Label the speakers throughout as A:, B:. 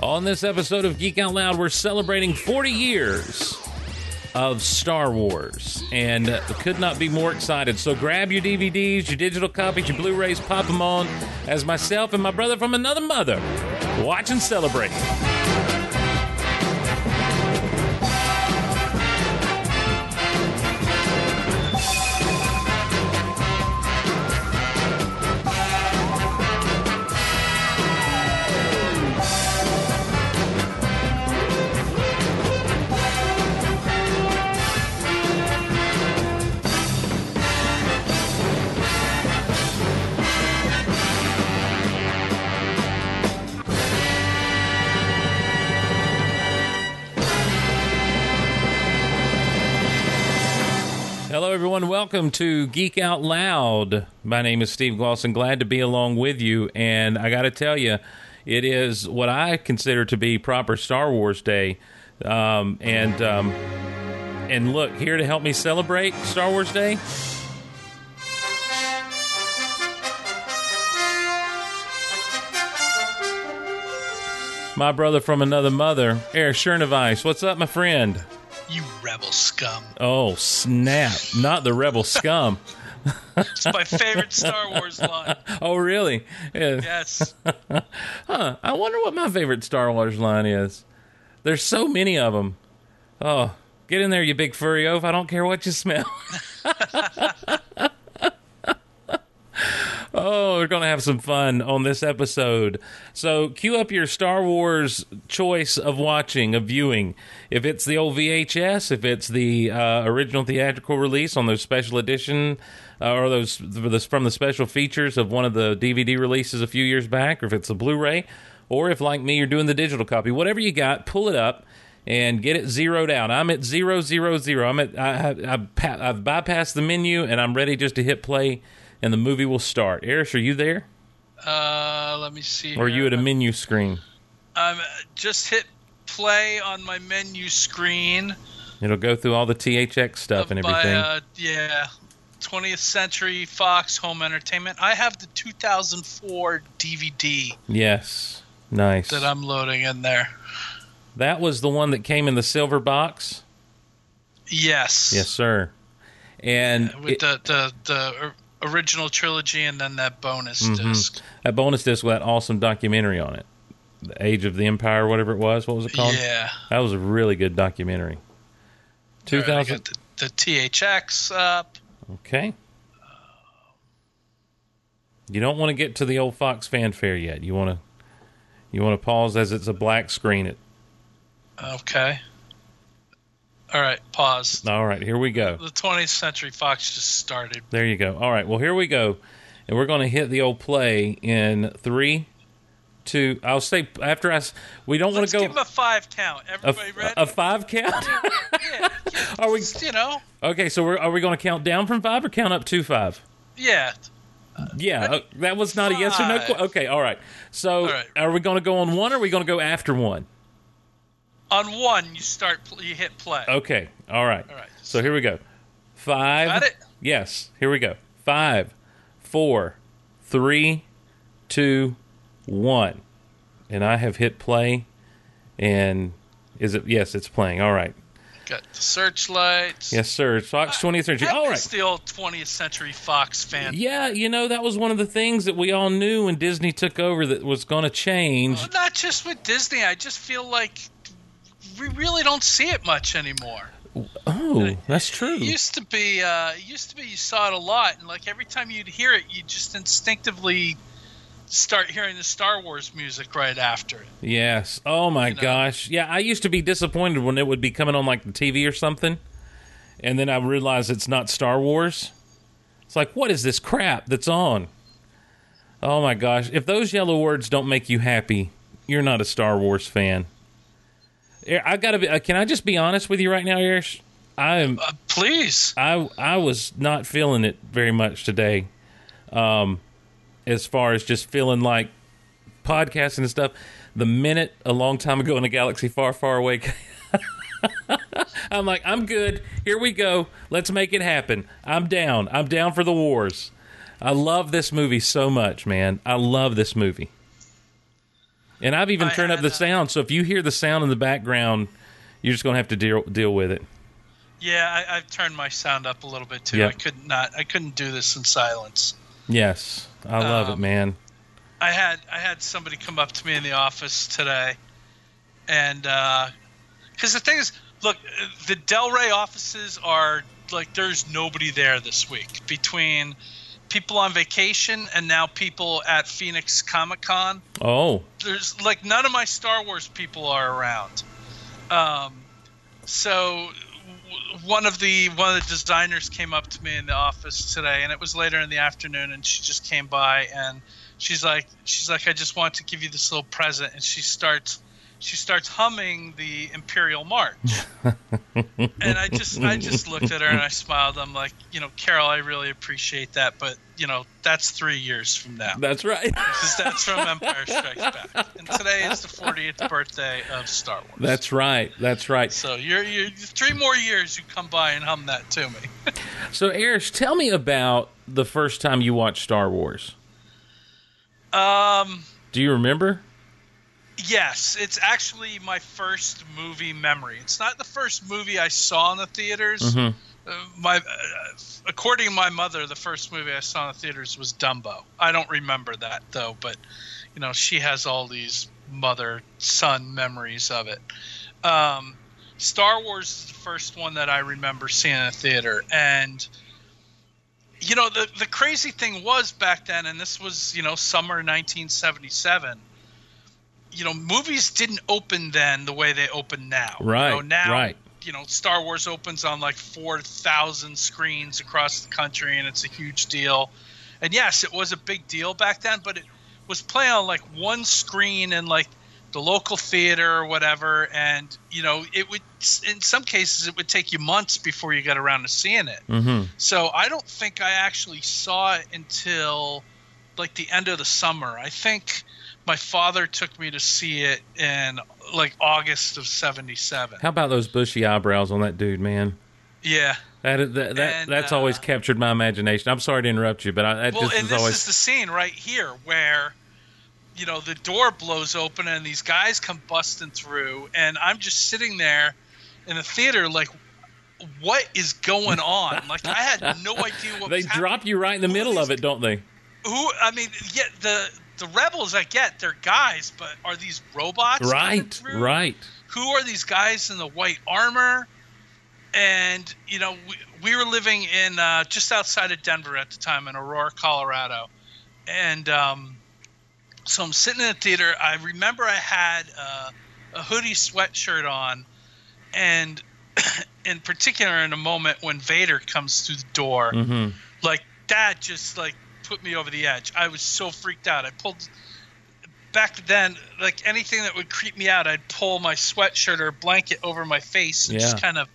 A: On this episode of Geek Out Loud, we're celebrating 40 years of Star Wars and uh, could not be more excited. So grab your DVDs, your digital copies, your Blu rays, pop them on as myself and my brother from another mother watch and celebrate. Hello, everyone. Welcome to Geek Out Loud. My name is Steve Glosson. Glad to be along with you. And I got to tell you, it is what I consider to be proper Star Wars Day. Um, and um, and look here to help me celebrate Star Wars Day. My brother from another mother, Eric Shernevice. What's up, my friend?
B: You rebel scum.
A: Oh, snap. Not the rebel scum.
B: It's my favorite Star Wars line.
A: Oh, really? Yeah.
B: Yes.
A: Huh. I wonder what my favorite Star Wars line is. There's so many of them. Oh, get in there, you big furry oaf. I don't care what you smell. oh, we're going to have some fun on this episode. So, cue up your Star Wars choice of watching, of viewing. If it's the old VHS, if it's the uh, original theatrical release on those special edition, uh, or those the, from the special features of one of the DVD releases a few years back, or if it's the Blu ray, or if, like me, you're doing the digital copy, whatever you got, pull it up and get it zeroed out. I'm at zero zero zero. I'm at I, I, I pa- I've bypassed the menu and I'm ready just to hit play, and the movie will start. Erish, are you there,
B: Uh, let me see.
A: or are you at
B: here.
A: a menu screen?
B: I'm uh, just hit play on my menu screen
A: It'll go through all the THX stuff and
B: by
A: everything.
B: uh, yeah, 20th Century Fox Home Entertainment. I have the 2004 DVD
A: yes, nice.
B: that I'm loading in there.
A: That was the one that came in the silver box.
B: Yes.
A: Yes, sir. And
B: With
A: it-
B: the the uh, the or- original trilogy and then that bonus disc.
A: mm-hmm. that bonus disc with that awesome documentary on it, "The Age of the Empire," whatever it was. What was it called?
B: Yeah.
A: That was a really good documentary. Two
B: Alright, I
A: thousand.
B: got the, the THX up.
A: Okay. You don't want to get to the old Fox fanfare yet. You want to you want to pause as it's a black screen. It.
B: Okay. All right, pause.
A: All right, here we go.
B: The 20th Century Fox just started.
A: There you go. All right, well here we go, and we're going to hit the old play in three, two. I'll say after I. s- We don't want
B: Let's
A: to go
B: give him a five count.
A: a,
B: Everybody ready?
A: a five count.
B: yeah,
A: Are we
B: just, you know,
A: okay? So we're, are we going to count down from five or count up to five?
B: yeah.
A: Yeah, uh, that was not a yes or no.
B: Five.
A: Qu- okay, all right. So
B: right.
A: are we going to go on one? or Are we going to go after one?
B: On one, you start. pl- You hit play.
A: Okay. All right.
B: All right.
A: So here we go. Five.
B: Got it?
A: Yes. Here we go. Five, four, three, two, one. And I have hit play. And is it? Yes, it's playing. All right.
B: Got the searchlights. Ah,
A: Yes, sir. Fox 23.
B: I
A: All
B: miss
A: right.
B: the old 20th Century Fox fan.
A: Yeah, you know, that was one of the things that we all knew when Disney took over that was going to change.
B: Well, Not just with Disney. I just feel like we really don't see it much anymore.
A: Oh, that's true.
B: It used to be uh it used to be you saw it a lot and like every time you'd hear it you just instinctively start hearing the Star Wars music right after it.
A: Yes. Oh my gosh. Yeah, I used to be disappointed when it would be coming on like the TV or something, and then I realized it's not Star Wars. It's like, what is this crap that's on? Oh my gosh! If those yellow words don't make you happy, you're not a Star Wars fan. Eh, I gotta be. uh, Can I just be honest with you right now, Irish? I am.
B: Uh, please.
A: I I was not feeling it very much today, um, as far as just feeling like podcasting and stuff. The minute a long time ago in a galaxy far, far away, I'm like, I'm good. Here we go. Let's make it happen. I'm down. I'm down for the wars. I love this movie so much, man. I love this movie. And I've even
B: I
A: turned up
B: had uh,
A: the
B: a-
A: sound, so if you hear the sound in the background, you're just gonna have to deal deal with it.
B: Yeah, I, I've turned my sound up a little bit too.
A: Yeah.
B: I could not. I couldn't do this in silence.
A: Yes, I love
B: Um,
A: it, man.
B: I had I had somebody come up to me in the office today, and because the thing is, look, the Delray offices are like there's nobody there this week between people on vacation and now people at Phoenix Comic Con.
A: Oh,
B: There's like none of my Star Wars people are around. Um, so w- one of the one of the designers came up to me in the office today and it was later in the afternoon and she just came by and she's like she's like I just want to give you this little present and she starts she starts humming the Imperial March. and I just I just looked at her and I smiled. I'm like, you know, Carol, I really appreciate that, but you know, that's 3 years from now.
A: that's right.
B: Because that's from Empire Strikes Back. And today is the 40th birthday of Star Wars.
A: That's right. That's right.
B: So you're, you're three more years. You come by and hum that to me.
A: So, Erish, tell me about the first time you watched Star Wars.
B: Um,
A: Do you remember?
B: yes, it's actually my first movie memory. It's not the first movie I saw in the theaters. Uh, my, uh, according to my mother, the first movie I saw in the theaters was Dumbo. I don't remember that though, but you know she has all these mother son memories of it. Um, Star Wars is the first one that I remember seeing in a theater, and you know the the crazy thing was back then, and this was you know summer 1977. You know, movies didn't open then the way they open now. You
A: Right,
B: know, now,
A: right.
B: you know, Star Wars opens on like 4,000 screens across the country, and it's a huge deal. And yes, it was a big deal back then, but it was playing on like one screen in like the local theater or whatever. And, you know, it would, in some cases, it would take you months before you got around to seeing it.
A: Mm-hmm.
B: So I don't think I actually saw it until like the end of the summer. I think my father took me to see it in like August of 77.
A: How about those bushy eyebrows on that dude, man?
B: Yeah.
A: That that, that
B: And,
A: that's
B: uh,
A: always captured my imagination. I'm sorry to interrupt you, but I, that
B: Well,
A: just
B: and
A: is
B: this
A: always
B: is the scene right here where, you know, the door blows open and these guys come busting through, and I'm just sitting there in the theater like, what is going on? Like I had no idea what
A: they
B: was happening.
A: drop you right in the
B: Who are
A: middle
B: these
A: of it, don't they?
B: Who? I mean, yeah, the the rebels I get they're guys, but are these robots? coming
A: Right,
B: through?
A: right.
B: who are these guys in the white armor? And you know, we, we were living in uh, just outside of Denver at the time in Aurora, Colorado, and um, so I'm sitting in the theater. I remember I had uh, a hoodie sweatshirt on, and in particular, in a moment when Vader comes through the door,
A: Mm-hmm.
B: like that just like put me over the edge. I was so freaked out. I pulled back then like anything that would creep me out, I'd pull my sweatshirt or blanket over my face and just
A: Yeah.
B: kind of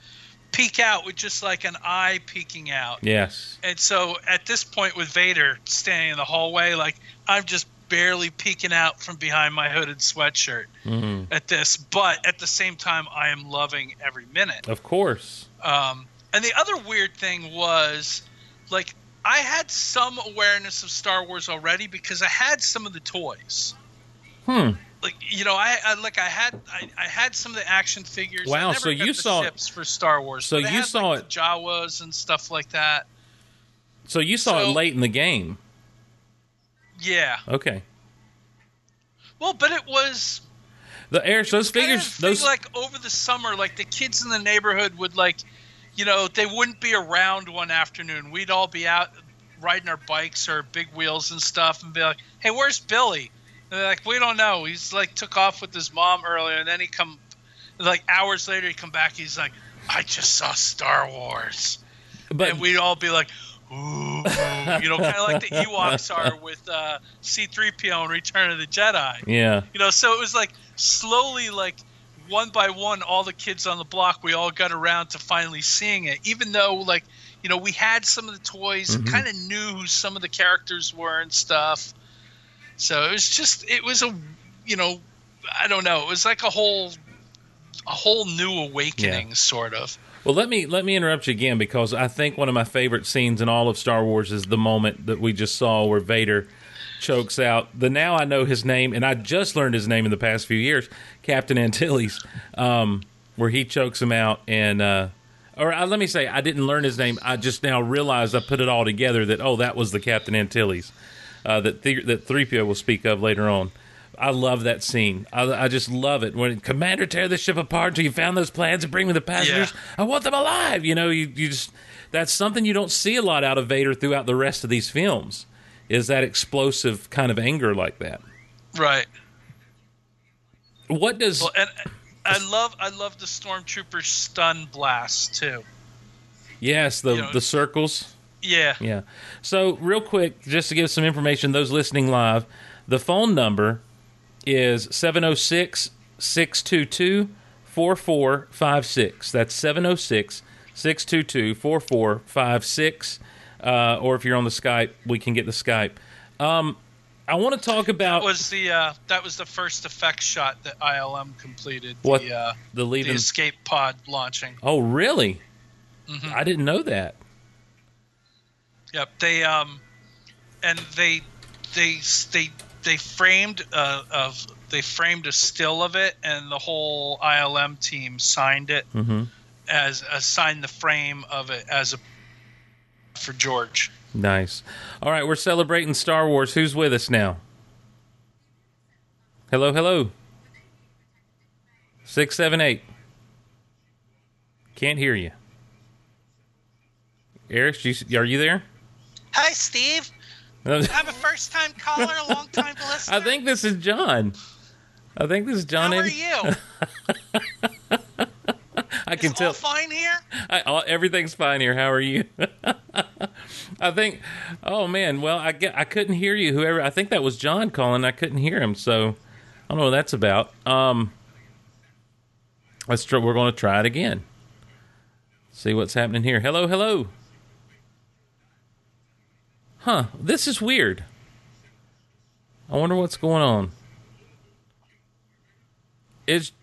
B: peek out with just like an eye peeking out.
A: Yes.
B: And so at this point with Vader standing in the hallway, like I'm just barely peeking out from behind my hooded sweatshirt
A: hmm
B: at this, but at the same time I am loving every minute.
A: Of course.
B: Um, and the other weird thing was, like, I had some awareness of Star Wars already because I had some of the toys.
A: Hmm.
B: Like, you know, I, I like I had I, I had some of the action figures. I
A: Wow,
B: never
A: so
B: got
A: you
B: the
A: saw-
B: ships for Star Wars.
A: so
B: but I
A: you
B: had,
A: saw
B: like,
A: it-
B: the Jawas and stuff like that.
A: So you saw
B: So-
A: it late in the game.
B: Yeah.
A: Okay.
B: Well, but it was
A: The Erish, those figures,
B: kind of a thing,
A: those
B: like over the summer, like the kids in the neighborhood would like, you know, they wouldn't be around one afternoon. We'd all be out riding our bikes or big wheels and stuff, and be like, "Hey, where's Billy?" And they're like, "We don't know. He's like took off with his mom earlier, and then he come like hours later he come back. He's like, "I just saw Star Wars,"
A: but
B: and we'd all be like. Ooh, you know, kind of like the Ewoks are with uh, C-3PO in Return of the Jedi
A: yeah.
B: you know so it was like slowly like one by one all the kids on the block we all got around to finally seeing it even though like you know we had some of the toys
A: Mhm.
B: kind of knew who some of the characters were and stuff so it was just it was a you know i don't know it was like a whole a whole new awakening sort of
A: Well, let me let me interrupt you again because I think one of my favorite scenes in all of Star Wars is the moment that we just saw where Vader chokes out the now I know his name, and I just learned his name in the past few years, Captain Antilles, um, where he chokes him out. And, uh, or uh, let me say, I didn't learn his name. I just now realized I put it all together that, oh, that was the Captain Antilles uh, that, th- that 3PO will speak of later on. I love that scene. I, I just love it. When Commander tear the ship apart until you found those plans and bring me the passengers. I want them alive. You know, you, you just that's something you don't see a lot out of Vader throughout the rest of these films. Is that explosive kind of anger like that?
B: Right.
A: What does
B: Well, and uh, I love I love the stormtrooper stun blast too.
A: yes the
B: you know-
A: the circles?
B: Yeah.
A: Yeah. So, real quick, just to give some information, those listening live, the phone number is 706 622 4456. That's 706 622 4456. Uh, Or if you're on the Skype, we can get the Skype. Um, I want to talk about
B: That was the uh, that was the first effect shot that ILM completed.
A: What?
B: The, uh,
A: the
B: the
A: leading.
B: escape pod launching.
A: Oh, really?
B: Mm-hmm.
A: I didn't know that.
B: Yep. They um, and they they they they framed uh of they framed a still of it, and the whole ILM team signed it
A: hmm
B: as uh, signed the frame of it as a for George.
A: Nice. All right, we're celebrating Star Wars. Who's with us now? Hello, hello. Six, seven, eight. Can't hear you. Eric, you, are you there?
C: Hi, Steve.
A: No,
C: I'm a first time caller, a long time listener.
A: I think this is John. I think this is John.
C: How are
A: Ed-
C: you?
A: I can
C: Is
A: tell.
C: all fine here?
A: I, all, everything's fine here. How are you? I think. Oh man. Well, I get, I couldn't hear you. Whoever. I think that was John calling. I couldn't hear him. So I don't know what that's about. Um. Let's try, we're going to try it again. See what's happening here. Hello, hello. Huh. This is weird. I wonder what's going on. It's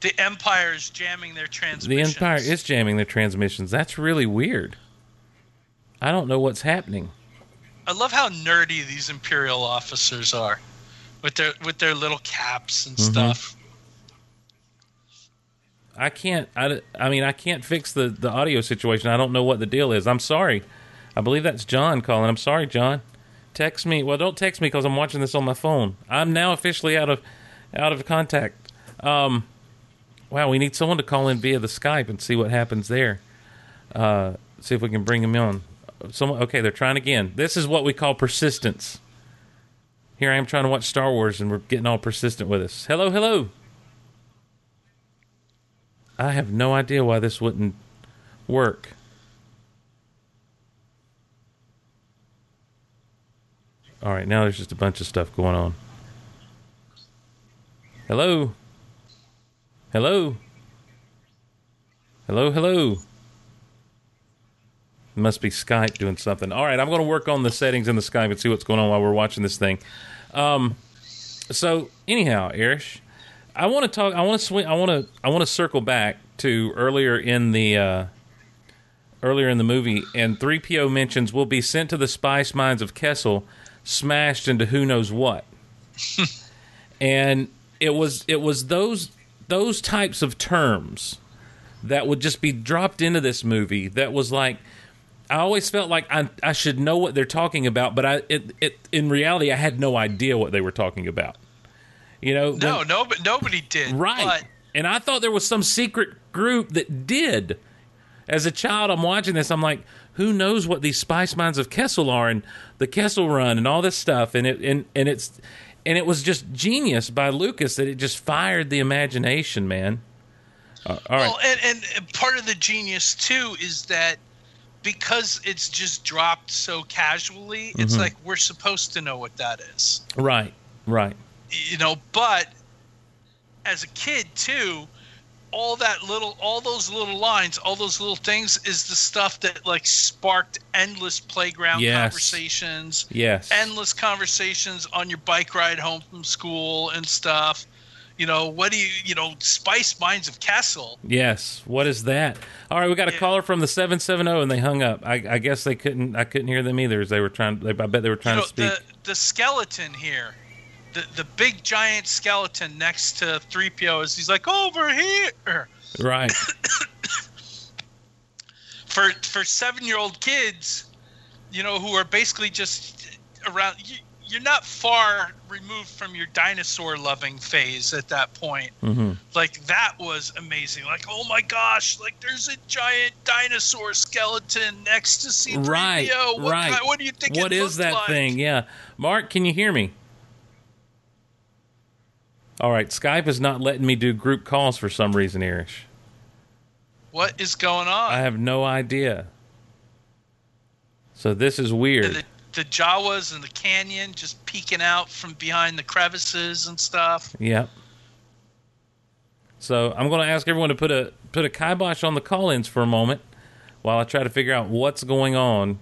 B: The Empire is jamming their transmission.
A: the Empire is jamming their transmissions. That's really weird. I don't know what's happening.
B: I love how nerdy these Imperial officers are, with their with their little caps and stuff.
A: I can't. I, I mean, I can't fix the the audio situation. I don't know what the deal is. I'm sorry. I believe that's John calling. I'm sorry, John. Text me. Well, don't text me because I'm watching this on my phone. I'm now officially out of out of contact. Um, wow, we need someone to call in via the Skype and see what happens there. Uh, see if we can bring him on. Someone. Okay, they're trying again. This is what we call persistence. Here I am trying to watch Star Wars, and we're getting all persistent with us. Hello, hello. I have no idea why this wouldn't work. All right, now there's just a bunch of stuff going on. Hello? Hello? Hello, hello. Must be Skype doing something. All right, I'm going to work on the settings in the Skype and see what's going on while we're watching this thing. Um, so anyhow, Irish, I want to talk. I want to swing. I want to. I want to circle back to earlier in the uh, earlier in the movie, and three PO mentions will be sent to the spice mines of Kessel, smashed into who knows what. and it was it was those those types of terms that would just be dropped into this movie. That was like. I always felt like I, I should know what they're talking about, but I it, it in reality I had no idea what they were talking about. You know, when-
B: No, no, but nobody did.
A: Right.
B: But
A: and I thought there was some secret group that did. As a child, I'm watching this. I'm like, who knows what these spice mines of Kessel are and the Kessel Run and all this stuff. And it and, and it's and it was just genius by Lucas that it just fired the imagination, man. Uh, all right,
B: Well, and, and- and part of the genius too is that because it's just dropped so casually, it's
A: Mm-hmm.
B: like we're supposed to know what that is,
A: right, right.
B: you know. But as a kid too, all that little, all those little lines, all those little things is the stuff that like sparked endless playground
A: Yes.
B: conversations,
A: Yes,
B: endless conversations on your bike ride home from school and stuff. you know, what do you, you know, Spice Minds of Castle.
A: Yes. What is that? All right, we got a
B: Yeah.
A: caller from the seven seven zero, and they hung up. I, I guess they couldn't. I couldn't hear them either. As they were trying. They, I bet they were
B: You
A: trying
B: know,
A: to speak.
B: the the skeleton here, the the big giant skeleton next to three PO is he's like over here.
A: Right.
B: for for seven year old kids, you know, who are basically just around. You, you're not far removed from your dinosaur loving phase at that point.
A: hmm
B: Like that was amazing. Like oh my gosh, like there's a giant dinosaur skeleton next to C3PO.
A: Right,
B: what,
A: right.
B: ki- what do you think?
A: What
B: it
A: is
B: looked
A: that
B: like?
A: thing? Yeah. Mark, can you hear me? All right. Skype is not letting me do group calls for some reason, Irish.
B: What is going on?
A: I have no idea. So this is weird.
B: the the Jawas and the canyon just peeking out from behind the crevices and stuff.
A: Yep. So I'm going to ask everyone to put a put a kibosh on the call-ins for a moment while I try to figure out what's going on.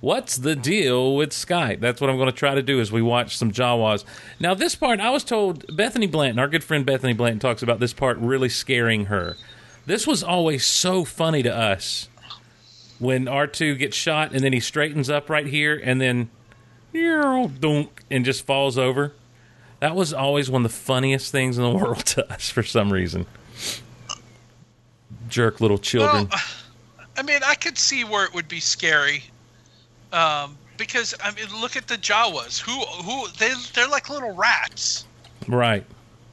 A: What's the deal with Skype? That's what I'm going to try to do as we watch some Jawas. Now, this part, I was told Bethany Blanton, our good friend Bethany Blanton, talks about this part really scaring her. This was always so funny to us when R2 gets shot and then he straightens up right here and then dunk and just falls over. That was always one of the funniest things in the world to us for some reason. Jerk little children.
B: Well, uh, I mean, I could see where it would be scary, um, because I mean, look at the Jawas. Who who they they're like little rats.
A: right.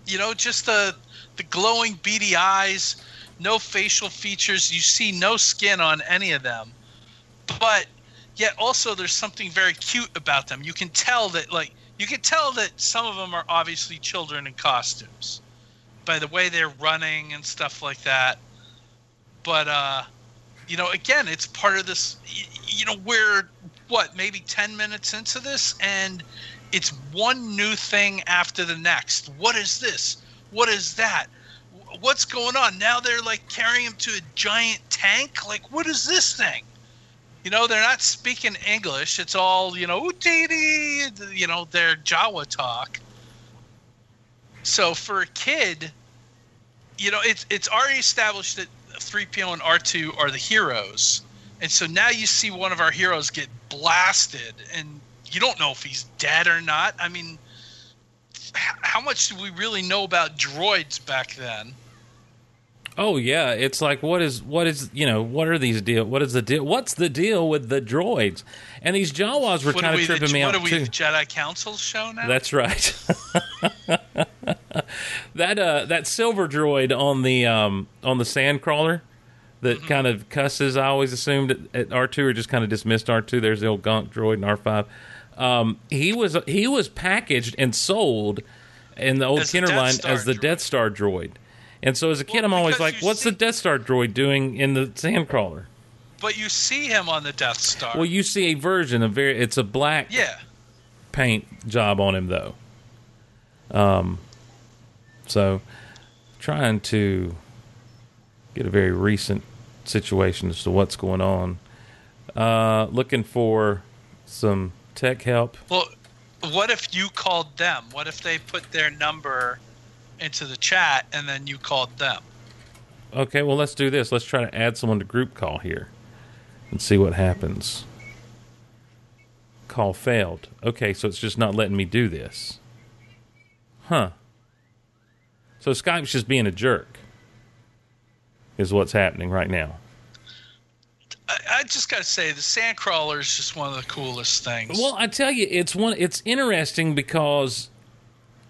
B: You know, just the the glowing beady eyes, no facial features. You see no skin on any of them, but yet also there's something very cute about them. You can tell that like you can tell that some of them are obviously children in costumes by the way they're running and stuff like that. But uh you know, again, it's part of this y- you know, we're what, maybe 10 minutes into this and it's one new thing after the next. What is this? What is that? Wh- What's going on? Now they're like carrying him to a giant tank. Like, what is this thing? You know, they're not speaking English. It's all, you know, "Utiti," you know, their Jawa talk. So for a kid, you know, it's it's already established that 3PO and R2 are the heroes. And so now you see one of our heroes get blasted and you don't know if he's dead or not. I mean, h- how much do we really know about droids back then?
A: Oh yeah, it's like what is what is you know what are these deal? What is the deal? What's the deal with the droids? And these Jawas were
B: What
A: kind
B: are we,
A: of
B: the,
A: tripping me
B: what
A: out
B: are we
A: too.
B: the Jedi Council show now?
A: That's right. that uh, that silver droid on the um, on the sandcrawler that
B: Mm-hmm.
A: kind of cusses. I always assumed at- at R two or just kind of dismissed R two. There's the old gunk droid in R five. Um, he was he was packaged and sold in the old
B: As the
A: Kenner
B: Death
A: line
B: Star
A: as the
B: droid.
A: Death Star droid. And so as a kid,
B: Well,
A: I'm always
B: because
A: like,
B: you
A: "What's the
B: see-
A: Death Star droid doing in the sandcrawler?"
B: but you see him on the Death Star.
A: Well, you see a version of very. It's a black
B: yeah.
A: paint job on him though. Um, so trying to get a very recent situation as to what's going on. Uh, looking for some tech help.
B: Well, what if you called them? What if they put their number into the chat and then you called them?
A: Okay, well let's do this. Let's try to add someone to group call here and see what happens. Call failed. Okay, so it's just not letting me do this. Huh. So Skype's just being a jerk. Is what's happening right now.
B: I, I just got to say, the Sandcrawler is just one of the coolest things.
A: Well, I tell you, it's one. It's interesting because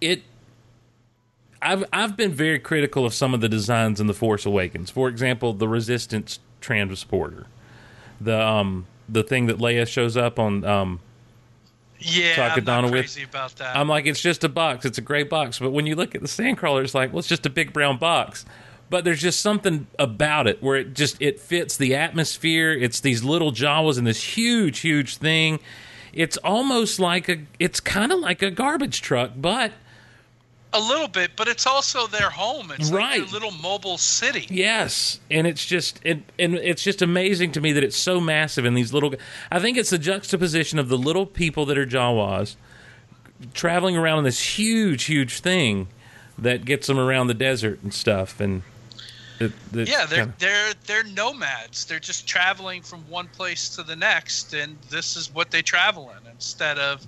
A: it. I've I've been very critical of some of the designs in the Force Awakens. For example, the Resistance transporter, the um the thing that Leia shows up on. Um,
B: yeah,
A: so I could
B: I'm not
A: dine with-
B: crazy about that.
A: I'm like, it's just a box. It's a gray box. But when you look at the Sandcrawler, it's like, well, it's just a big brown box. But there's just something about it where it just it fits the atmosphere. It's these little Jawas and this huge, huge thing. It's almost like a. It's kind of like a garbage truck, but
B: a little bit, but it's also their home. It's like
A: Right.
B: their little mobile city.
A: Yes, and it's just it, and it's just amazing to me that it's so massive and these little. I think it's the juxtaposition of the little people that are Jawas traveling around in this huge, huge thing that gets them around the desert and stuff. And it, it
B: yeah, they're
A: kinda-
B: they're they're nomads. They're just traveling from one place to the next, and this is what they travel in instead of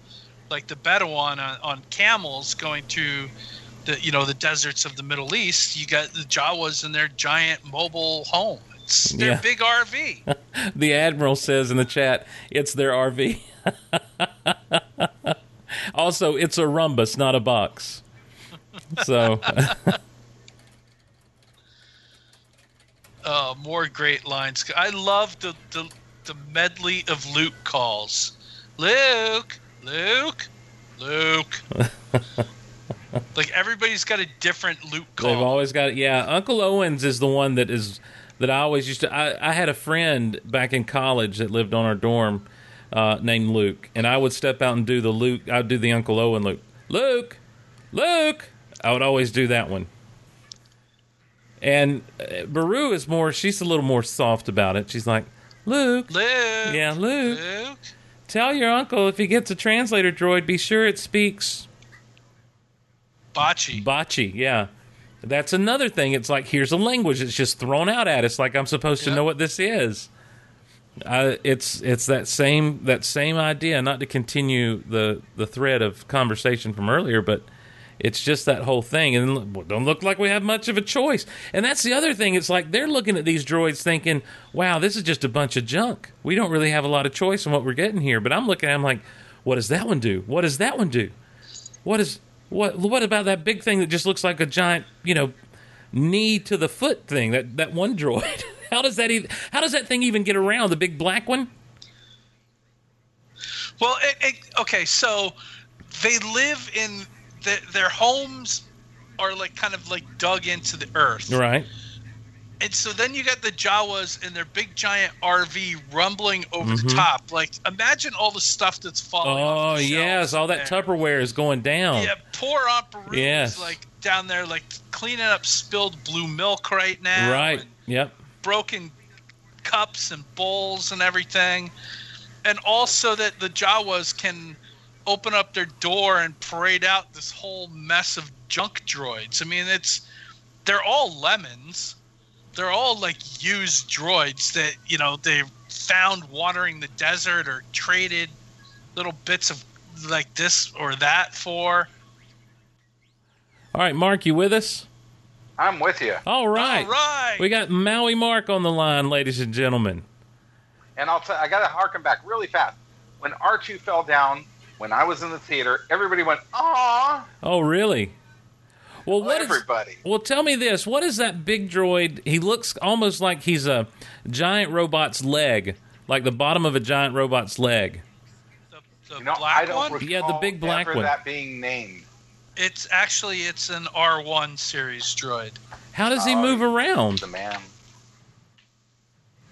B: like the Bedouin on, on camels going to the you know the deserts of the Middle East. You got the Jawas in their giant mobile home. It's their
A: Yeah.
B: big RV.
A: the admiral says in the chat, it's their RV. also, it's a rumbus, not a box. So
B: Uh, more great lines. I love the, the the medley of Luke calls. Luke, Luke, Luke. like everybody's got a different Luke call.
A: They've always got it. Yeah, Uncle Owens is the one that is that I always used to. I, I had a friend back in college that lived on our dorm uh, named Luke, and I would step out and do the Luke. I'd do the Uncle Owen Luke, Luke, Luke. I would always do that one. And uh, Baru is more. She's a little more soft about it. She's like, Luke.
B: Luke.
A: Yeah, Luke.
B: Luke.
A: Tell your uncle if he gets a translator droid, be sure it speaks
B: Bocce.
A: Bocce, yeah. That's another thing. It's like here's a language that's just thrown out at us, like I'm supposed to
B: Yep.
A: know what this is. Uh, it's it's that same that same idea. Not to continue the the thread of conversation from earlier, but it's just that whole thing. And look- well, don't look like we have much of a choice. And that's the other thing. It's like they're looking at these droids, thinking, "Wow, this is just a bunch of junk. We don't really have a lot of choice in what we're getting here." But I'm looking at, them like, "What does that one do? What does that one do?" what is what what about that big thing that just looks like a giant you know knee to the foot thing that that one droid how does that even how does that thing even get around the big black one
B: Well, it, it, okay, so they live in the, their homes are like kind of like dug into the earth.
A: right
B: And so then you got the Jawas and their big giant RV rumbling over the top. Like imagine all the stuff that's falling.
A: oh
B: off the
A: yes
B: shelves
A: all
B: in
A: that
B: there.
A: tupperware is going down
B: Yeah, poor Aunt Beru
A: Yes.
B: is like down there like cleaning up spilled blue milk right now.
A: right
B: and
A: yep
B: broken cups and bowls and everything. And also that the Jawas can open up their door and parade out this whole mess of junk droids. I mean, it's they're all lemons. They're all like used droids that, you know, they found wandering the desert or traded little bits of like this or that for.
A: all right mark you with us
D: I'm with you.
A: all right
B: All right.
A: we got maui mark on the line ladies and gentlemen
D: And I'll tell I gotta harken back really fast. When R2 fell down, when I was in the theater, everybody went, "Aw!"
A: oh really well what is
D: everybody.
A: Well, tell me this: What is that big droid? He looks almost like he's a giant robot's leg, like the bottom of a giant robot's leg.
B: the, the
D: You know,
B: black
D: I don't
B: one.
D: recall
A: Yeah, the big black
D: ever
A: one.
D: that being named.
B: It's actually it's an R1 series droid.
A: How does he
D: Oh,
A: move around?
D: The man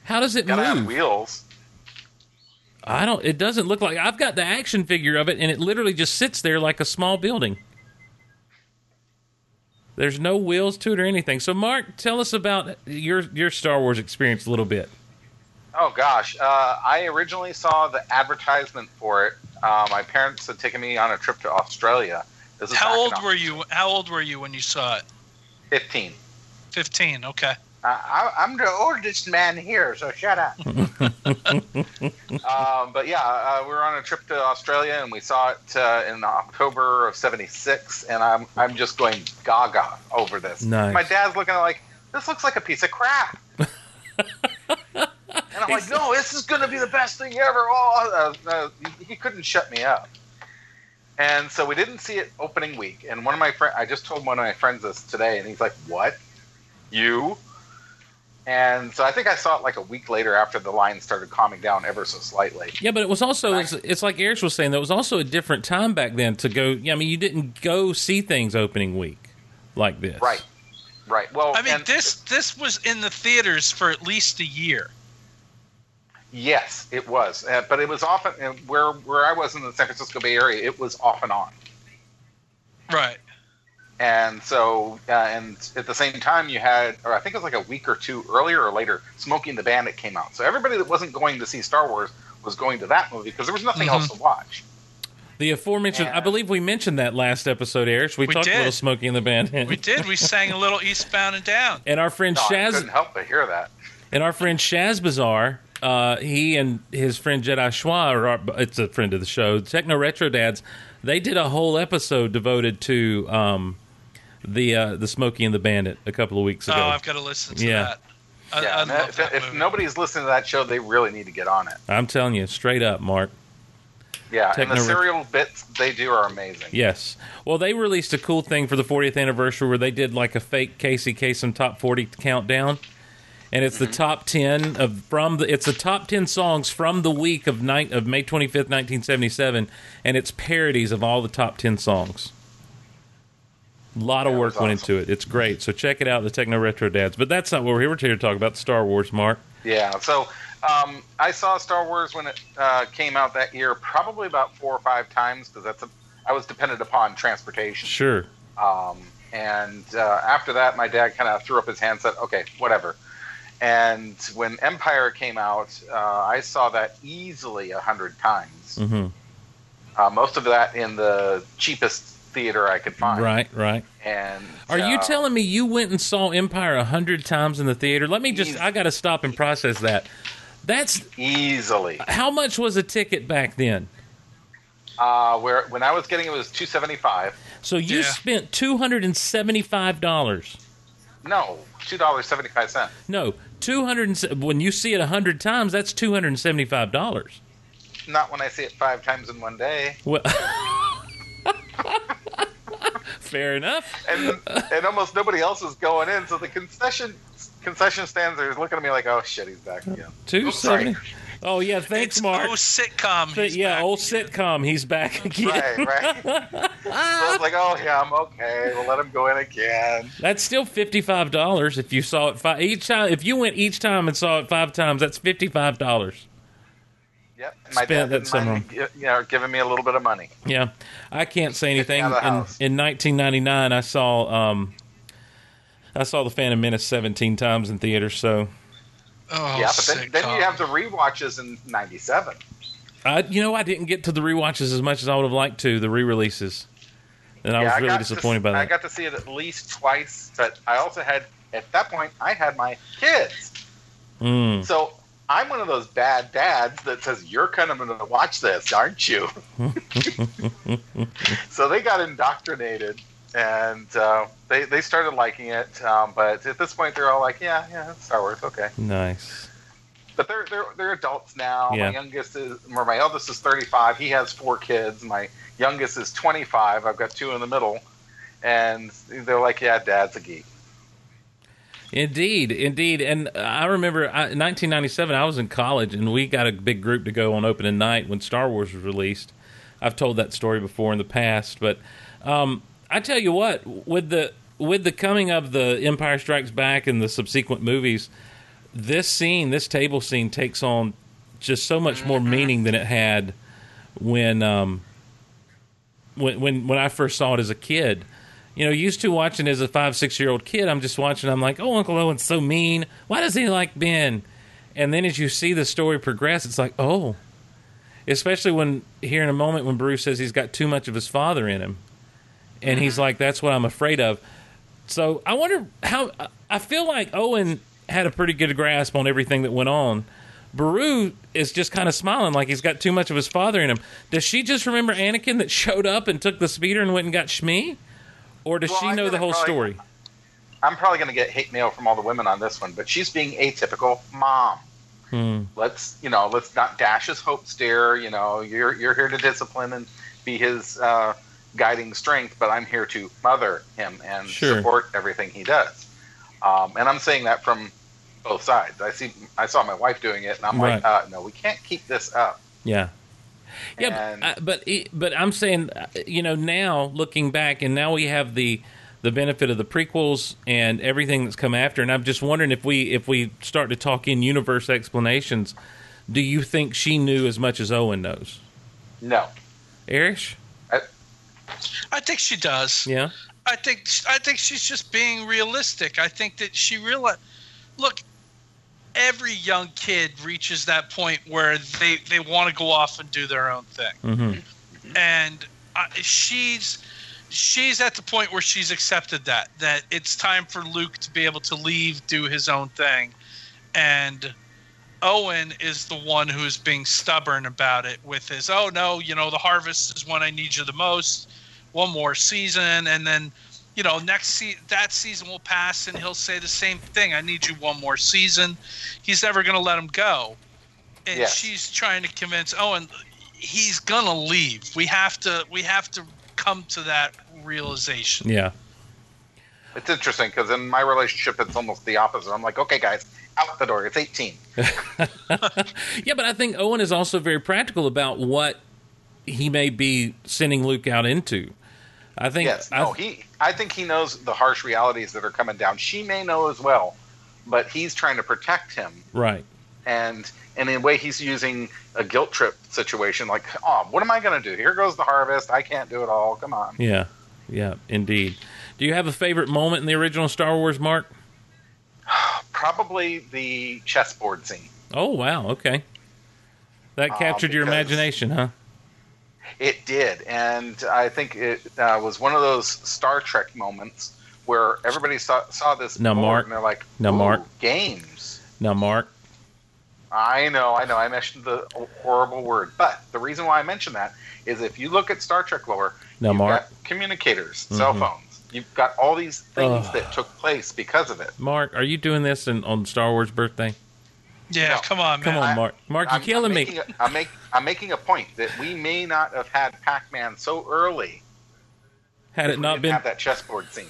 A: How does it
D: gotta have
A: move?
D: wheels.
A: I don't. It doesn't look like. I've got the action figure of it, and it literally just sits there like a small building. There's no wheels to it or anything. So, Mark, tell us about your your Star Wars experience a little bit.
D: Oh gosh, uh, I originally saw the advertisement for it. Uh, my parents had taken me on a trip to Australia. This is
B: How old were you? How old were you when you saw it?
D: Fifteen.
B: Fifteen. Okay.
D: Uh, I, I'm the oldest man here, so shut up. um, but yeah, uh, we were on a trip to Australia and we saw it uh, in October of '76, and I'm I'm just going gaga over this.
A: Nice.
D: My dad's looking at it like this looks like a piece of crap. And I'm like, no, this is going to be the best thing ever. Oh, uh, uh, he- he couldn't shut me up. And so we didn't see it opening week. And one of my friends, I just told one of my friends this today, and he's like, what? You? And so I think I saw it like a week later after the line started calming down ever so slightly.
A: Yeah, but it was also it's, it's like Eric was saying. There was also a different time back then to go. Yeah, I mean, you didn't go see things opening week like this,
D: Right. Right. Well,
B: I mean,
D: and-
B: this this was in the theaters for at least a year.
D: Yes, it was, uh, but it was often uh, where where I was in the San Francisco Bay Area. It was off and on.
B: Right.
D: And so, uh, and at the same time, you had, or I think it was like a week or two earlier or later, Smoking the Bandit came out. So everybody that wasn't going to see Star Wars was going to that movie because there was nothing
B: Mhm.
D: else to watch.
A: The aforementioned,
D: Yeah.
A: I believe we mentioned that last episode, Eric. We,
B: We
A: talked a
B: did.
A: little Smokey and the Bandit.
B: We did. We sang a little Eastbound and Down.
A: And our friend
D: No, I
A: Shaz,
D: couldn't help but hear that.
A: And our friend Shaz Bazaar, uh, he and his friend Jedi Schwa, are, are- it's a friend of the show, Techno Retro Dads, they did a whole episode devoted to um, the uh, the Smokey and the Bandit a couple of weeks
B: Oh,
A: ago.
B: I've got to listen to
A: Yeah.
B: that. I,
D: Yeah,
B: I
D: and
B: love
D: if,
B: that
D: if
B: movie.
D: nobody's listening to that show, they really need to get on it.
A: I'm telling you, straight up, Mark.
D: Yeah, and the
A: Techno-
D: serial bits they do are amazing.
A: Yes. Well, they released a cool thing for the 40th anniversary where they did like a fake Casey Kasem top 40 countdown, and it's
D: Mm-hmm.
A: the top 10 of from the it's the top 10 songs from the week of night of May 25th, 1977, and it's parodies of all the top 10 songs. A lot of
D: Yeah, it
A: work
D: was
A: went
D: awesome.
A: into it. It's great. So check it out, the Techno Retro Dads. But that's not what we're here. We're here to talk about Star Wars, Mark.
D: Yeah, so um, I saw Star Wars when it uh, came out that year, probably about four or five times because that's a, I was dependent upon transportation.
A: Sure.
D: Um, and uh, after that, my dad kind of threw up his hands, said, "Okay, whatever." And when Empire came out, uh, I saw that easily a hundred times.
A: hmm
D: Uh, most of that in the cheapest theater I could find.
A: Right, right.
D: And
A: Are you
D: uh,
A: telling me you went and saw Empire a hundred times in the theater? Let me just, I got to stop and process that. That's
D: easily?
A: how much was a ticket back then?
D: Uh, where when I was getting it was two seventy five.
A: So you
B: Yeah.
A: spent two hundred and seventy-five dollars.
D: No, two dollars seventy five cents.
A: No, two hundred and se- when you see it a hundred times, that's two hundred and seventy-five dollars.
D: Not when I see it five times in one day.
A: Well, fair enough.
D: And and almost nobody else is going in, so the concession concession stands are looking at me like, oh shit, he's back again.
A: Two
D: Oops, sorry.
A: seventy. Oh yeah, thanks,
B: it's
A: Mark.
B: Oh, sitcom.
A: Th-
B: He's
A: yeah,
B: back.
A: old sitcom. He's back again.
D: Right, right. so I was like, oh yeah, I'm okay. We'll let him go in again.
A: That's still fifty-five dollars if you saw it five each time. If you went each time and saw it five times, that's fifty-five dollars.
D: Yep. And my
A: Spent
D: dad didn't
A: that
D: mind me, gi- you know, giving me a little bit of money.
A: Yeah, I can't say anything.
D: Out of the
A: In,
D: house.
A: in nineteen ninety-nine, I saw um, I saw the Phantom Menace seventeen times in theaters. So
B: Oh,
D: yeah, but then, then
B: sitcom.
D: you have the rewatches in '97.
A: I, you know, I didn't get to the rewatches as much as I would have liked to. The re-releases, and I
D: yeah,
A: was really
D: got
A: disappointed
D: to,
A: by that.
D: I got to see it at least twice, but I also had at that point I had my kids.
A: Mm.
D: So I'm one of those bad dads that says you're kind of going to watch this, aren't you? so they got indoctrinated, and uh, they they started liking it. Um, but at this point, they're all like, "Yeah, yeah, it's Star Wars, okay."
A: Nice.
D: But they're they're they're adults now.
A: Yeah.
D: My youngest is, or my eldest is 35. He has four kids. My youngest is 25. I've got two in the middle, and they're like, "Yeah, Dad's a geek."
A: Indeed, indeed, and uh, I remember I, 1997. I was in college, and we got a big group to go on opening night when Star Wars was released. I've told that story before in the past, but um, I tell you what, with the with the coming of the Empire Strikes Back and the subsequent movies, this scene, this table scene, takes on just so much more meaning than it had when um, when when when I first saw it as a kid. You know, used to watching as a five six year old kid. I'm just watching. I'm like, oh, Uncle Owen's so mean. Why does he like Ben? And then as you see the story progress, it's like, oh, especially when here in a moment when Bruce says he's got too much of his father in him, and he's like, that's what I'm afraid of. So I wonder how I- I feel like Owen had a pretty good grasp on everything that went on. Baru is just kind of smiling like he's got too much of his father in him. Does she just remember Anakin that showed up and took the speeder and went and got Shmi? Or does
D: Well,
A: she
D: I
A: know the
D: gotta
A: whole
D: probably-
A: story?
D: I'm probably going to get hate mail from all the women on this one, but she's being atypical mom.
A: Hmm.
D: Let's you know, let's not dash his hopes, dear. You know, you're you're here to discipline and be his uh, guiding strength, but I'm here to mother him and
A: Sure.
D: support everything he does. Um, and I'm saying that from both sides. I see, I saw my wife doing it, and I'm like, uh, no, we can't keep this up.
A: Yeah. Yeah,
D: And-
A: but, I, but it- but I'm saying, uh, you know, now looking back, and now we have the the benefit of the prequels and everything that's come after, and I'm just wondering if we if we start to talk in universe explanations, do you think she knew as much as Owen knows,
D: No,
A: Erish?
B: I think she does.
A: Yeah,
B: I think I think she's just being realistic. I think that she realized. Look, every young kid reaches that point where they they want to go off and do their own thing.
A: mm-hmm.
B: and uh, she's she's at the point where she's accepted that that it's time for Luke to be able to leave, do his own thing, and Owen is the one who's being stubborn about it with his oh no, you know the harvest is when I need you the most, one more season, and then you know next se- that season will pass and he'll say the same thing I need you one more season. He's never going to let him go, and
D: Yes.
B: she's trying to convince Owen he's gonna leave. We have to we have to come to that realization.
A: Yeah.
D: It's interesting because in my relationship, it's almost the opposite. I'm like, okay, guys, out the door. It's 18.
A: Yeah, but I think Owen is also very practical about what he may be sending Luke out into. I think
D: Yes. No,
A: I,
D: he. I think he knows the harsh realities that are coming down. She may know as well, but he's trying to protect him,
A: right.
D: and and in a way, he's using a guilt trip situation. Like, oh, what am I going to do? Here goes the harvest. I can't do it all. Come on.
A: Yeah. Yeah, indeed. Do you have a favorite moment in the original Star Wars, Mark?
D: Probably the chessboard scene.
A: Oh, wow. Okay. That
D: Uh,
A: captured your
D: because-
A: imagination, huh?
D: It did, and I think it uh, was one of those Star Trek moments where everybody saw saw this.
A: No,
D: board
A: Mark.
D: And they're like,
A: No,
D: "Ooh,
A: Mark.
D: Games.
A: Now, Mark.
D: I know, I know. I mentioned the horrible word, but the reason why I mention that is if you look at Star Trek lore,
A: Now,
D: you've
A: Mark. Mm-hmm.
D: got communicators, cell phones. You've got all these things
A: Ugh.
D: that took place because of it.
A: Mark, are you doing this in, on Star Wars birthday?
B: Yeah,
D: No.
B: come on, man.
A: Come on,
D: Uh, I-
A: Mark. Mark, you're
D: I'm,
A: killing
D: I'm
A: me.
D: making A, I'm, make, I'm making a point that we may not have had Pac-Man so early.
A: Had it
D: if we
A: not
D: didn't
A: been
D: have that chessboard scene.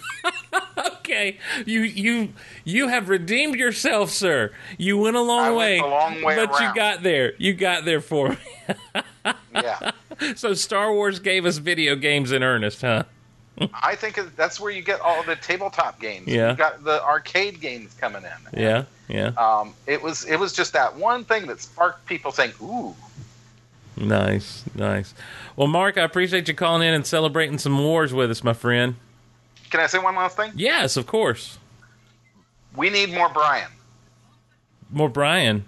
A: okay, you you you have redeemed yourself, sir. You went a long
D: I went
A: way,
D: a long way
A: but you
D: around.
A: got there. You got there for me.
D: Yeah,
A: So Star Wars gave us video games in earnest, huh?
D: I think that's where you get all the tabletop games.
A: Yeah.
D: You've got the arcade games coming in.
A: Yeah, yeah.
D: Um, it was it was just that one thing that sparked people saying, "Ooh,
A: Nice, nice. Well, Mark, I appreciate you calling in and celebrating some wars with us, my friend.
D: can I say one last thing?"
A: Yes, of course.
D: We need more Brian.
A: More Brian.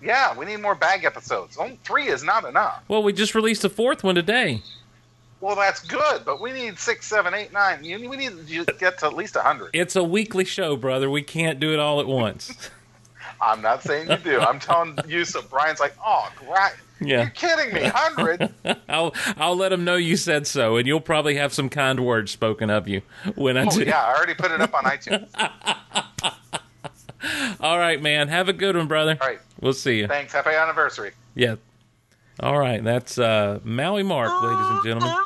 D: Yeah, we need more bag episodes. Only three is not enough.
A: Well, we just released the fourth one today.
D: Well, that's good, but we need six, seven, eight, nine. You, we need to get to at least a hundred.
A: It's a weekly show, brother. We can't do it all at once.
D: I'm not saying you do. I'm telling you. So Brian's like, oh, right.
A: Yeah.
D: You're kidding me. Hundred.
A: I'll I'll let them know you said so, and you'll probably have some kind words spoken of you when I
D: Oh
A: do.
D: yeah, I already put it up on iTunes.
A: All right, man. Have a good one, brother.
D: All right.
A: We'll see you.
D: Thanks. Happy anniversary.
A: Yeah. All right. That's uh, Maui Mark, ladies and gentlemen.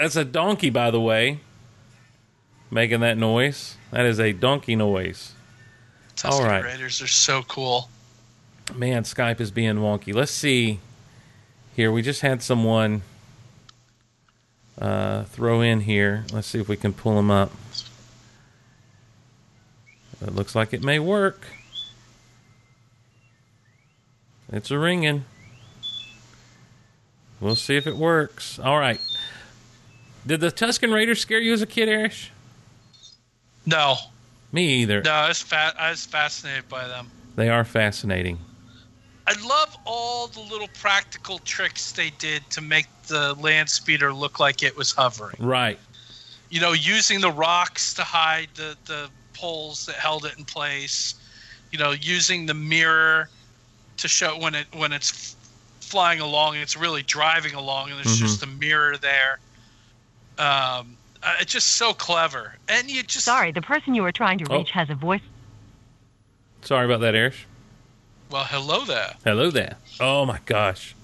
A: That's a donkey, by the way, making that noise. That is a donkey noise.
B: Tusken
A: All right.
B: Raiders are so cool.
A: Man, Skype is being wonky. Let's see. Here, we just had someone uh, throw in here. Let's see if we can pull him up. It looks like it may work. It's a ringing. We'll see if it works. All right. Did the Tuscan Raiders scare you as a kid, Arish?
B: No,
A: Me either.
B: no, I was fa- I was fascinated by them.
A: They are fascinating.
B: I love all the little practical tricks they did to make the land speeder look like it was hovering.
A: Right.
B: you know, using the rocks to hide the, the poles that held it in place, you know, using the mirror to show when it when it's f- flying along, it's really driving along, and there's
A: Mhm.
B: just a mirror there. Um, uh, it's just so clever, and you just
E: Sorry, the person you are trying to
A: Oh.
E: reach has a voice.
A: Sorry about that, Arish.
B: Well, hello there.
A: Hello there. Oh my gosh.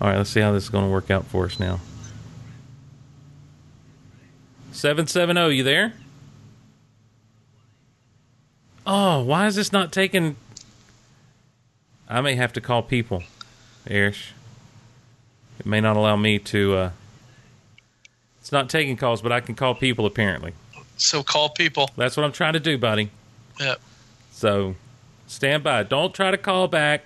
A: All right, let's see how this is going to work out for us now. 770, you there? Oh, why is this not taking. I may have to call people, Irish. It may not allow me to. Uh... It's not taking calls, but I can call people apparently.
B: So call people.
A: That's what I'm trying to do, buddy.
B: Yeah.
A: So stand by. Don't try to call back.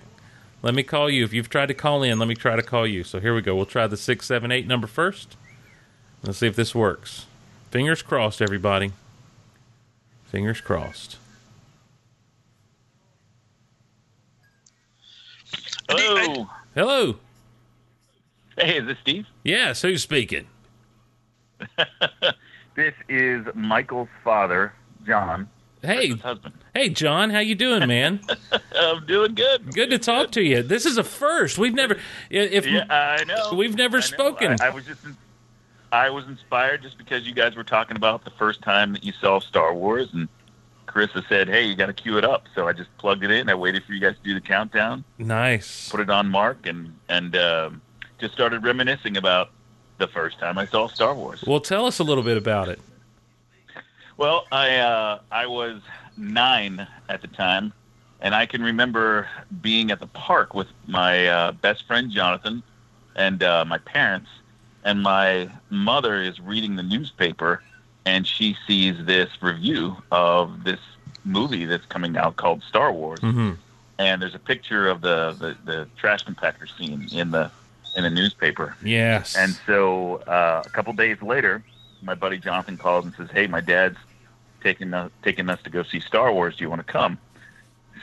A: Let me call you. If you've tried to call in, let me try to call you. So here we go. We'll try the 678 number first. Let's see if this works. Fingers crossed, everybody. Fingers crossed. Hello.
E: Hey, is this Steve?
A: Yes, who's speaking?
E: This is Michael's father, John.
A: Hey,
E: Chris's husband.
A: hey, John, how you doing, man?
E: I'm doing good.
A: Good to talk to you. This is a first. We've never, if
E: Yeah, I know.
A: We've never
E: I know.
A: spoken.
E: I, I was just, in- I was inspired just because you guys were talking about the first time that you saw Star Wars, and Carissa said, "Hey, you got to queue it up." So I just plugged it in. I waited for you guys to do the countdown,
A: nice.
E: put it on Mark, and and um, just started reminiscing about the first time I saw Star Wars.
A: Well, tell us a little bit about it.
E: Well, I uh, I was nine at the time, and I can remember being at the park with my uh, best friend Jonathan and uh, my parents, and my mother is reading the newspaper, and she sees this review of this movie that's coming out called Star Wars,
A: Mm-hmm.
E: and there's a picture of the, the, the trash compactor scene in the in the newspaper,
A: Yes.
E: and so uh, a couple days later, my buddy Jonathan calls and says, "Hey, my dad's taking us, taking us to go see Star Wars. Do you want to come?"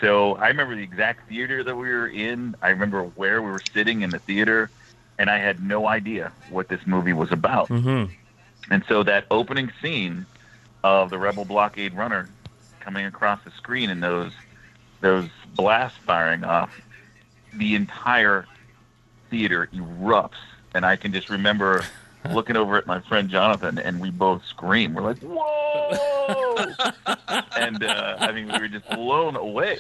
E: So I remember the exact theater that we were in. I remember where we were sitting in the theater, and I had no idea what this movie was about.
A: mm-hmm.
E: And so that opening scene of the Rebel blockade runner coming across the screen and those those blasts firing off, the entire theater erupts. And I can just remember looking over at my friend Jonathan, and we both scream. We're like, "Whoa!" and uh, I mean, we were just blown away.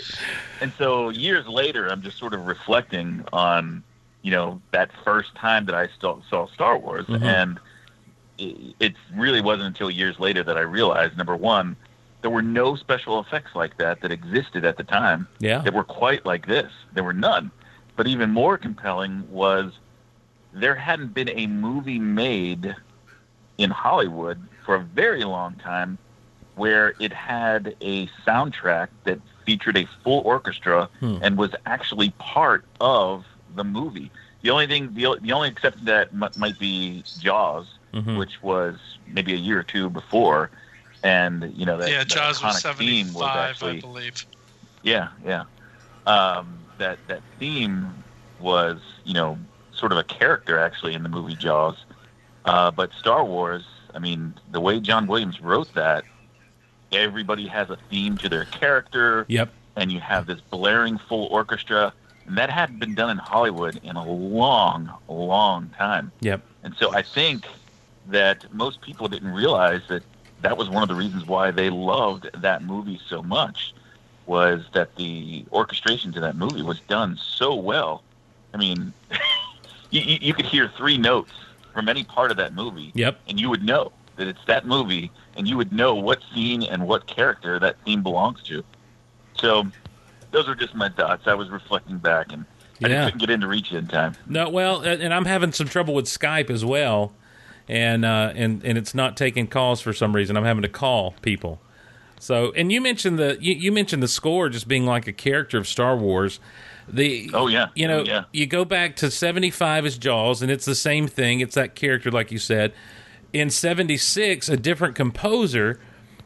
E: And so years later, I'm just sort of reflecting on, you know, that first time that I saw, saw Star Wars,
A: Mhm.
E: and it, it really wasn't until years later that I realized number one, there were no special effects like that that existed at the time
A: Yeah.
E: that were quite like this. There were none. But even more compelling was there hadn't been a movie made in Hollywood for a very long time where it had a soundtrack that featured a full orchestra
A: Hmm.
E: and was actually part of the movie. The only thing, the, o- the only exception to that m- might be Jaws,
A: Mhm.
E: which was maybe a year or two before, and you know that
B: yeah,
E: that
B: Jaws was
E: iconic theme was
B: 75, I
E: actually
B: believe.
E: yeah, yeah. Um, that that theme was, you know, sort of a character actually in the movie Jaws. Uh, but Star Wars, I mean, the way John Williams wrote that, everybody has a theme to their character,
A: Yep.
E: and you have this blaring full orchestra, and that hadn't been done in Hollywood in a long, long time.
A: Yep.
E: And so I think that most people didn't realize that that was one of the reasons why they loved that movie so much was that the orchestration to that movie was done so well. I mean, you, you, you could hear three notes from any part of that movie,
A: Yep.
E: and you would know that it's that movie, and you would know what scene and what character that scene belongs to. So those are just my thoughts. I was reflecting back, and
A: Yeah.
E: I just couldn't get into reach in time.
A: No, well, and and I'm having some trouble with Skype as well, and uh, and and it's not taking calls for some reason. I'm having to call people. So, and you mentioned the you, you mentioned the score just being like a character of Star Wars. The
E: Oh, yeah.
A: you know
E: Oh, yeah.
A: you go back to 75 as Jaws, and it's the same thing. It's that character, like you said. In 76, a different composer,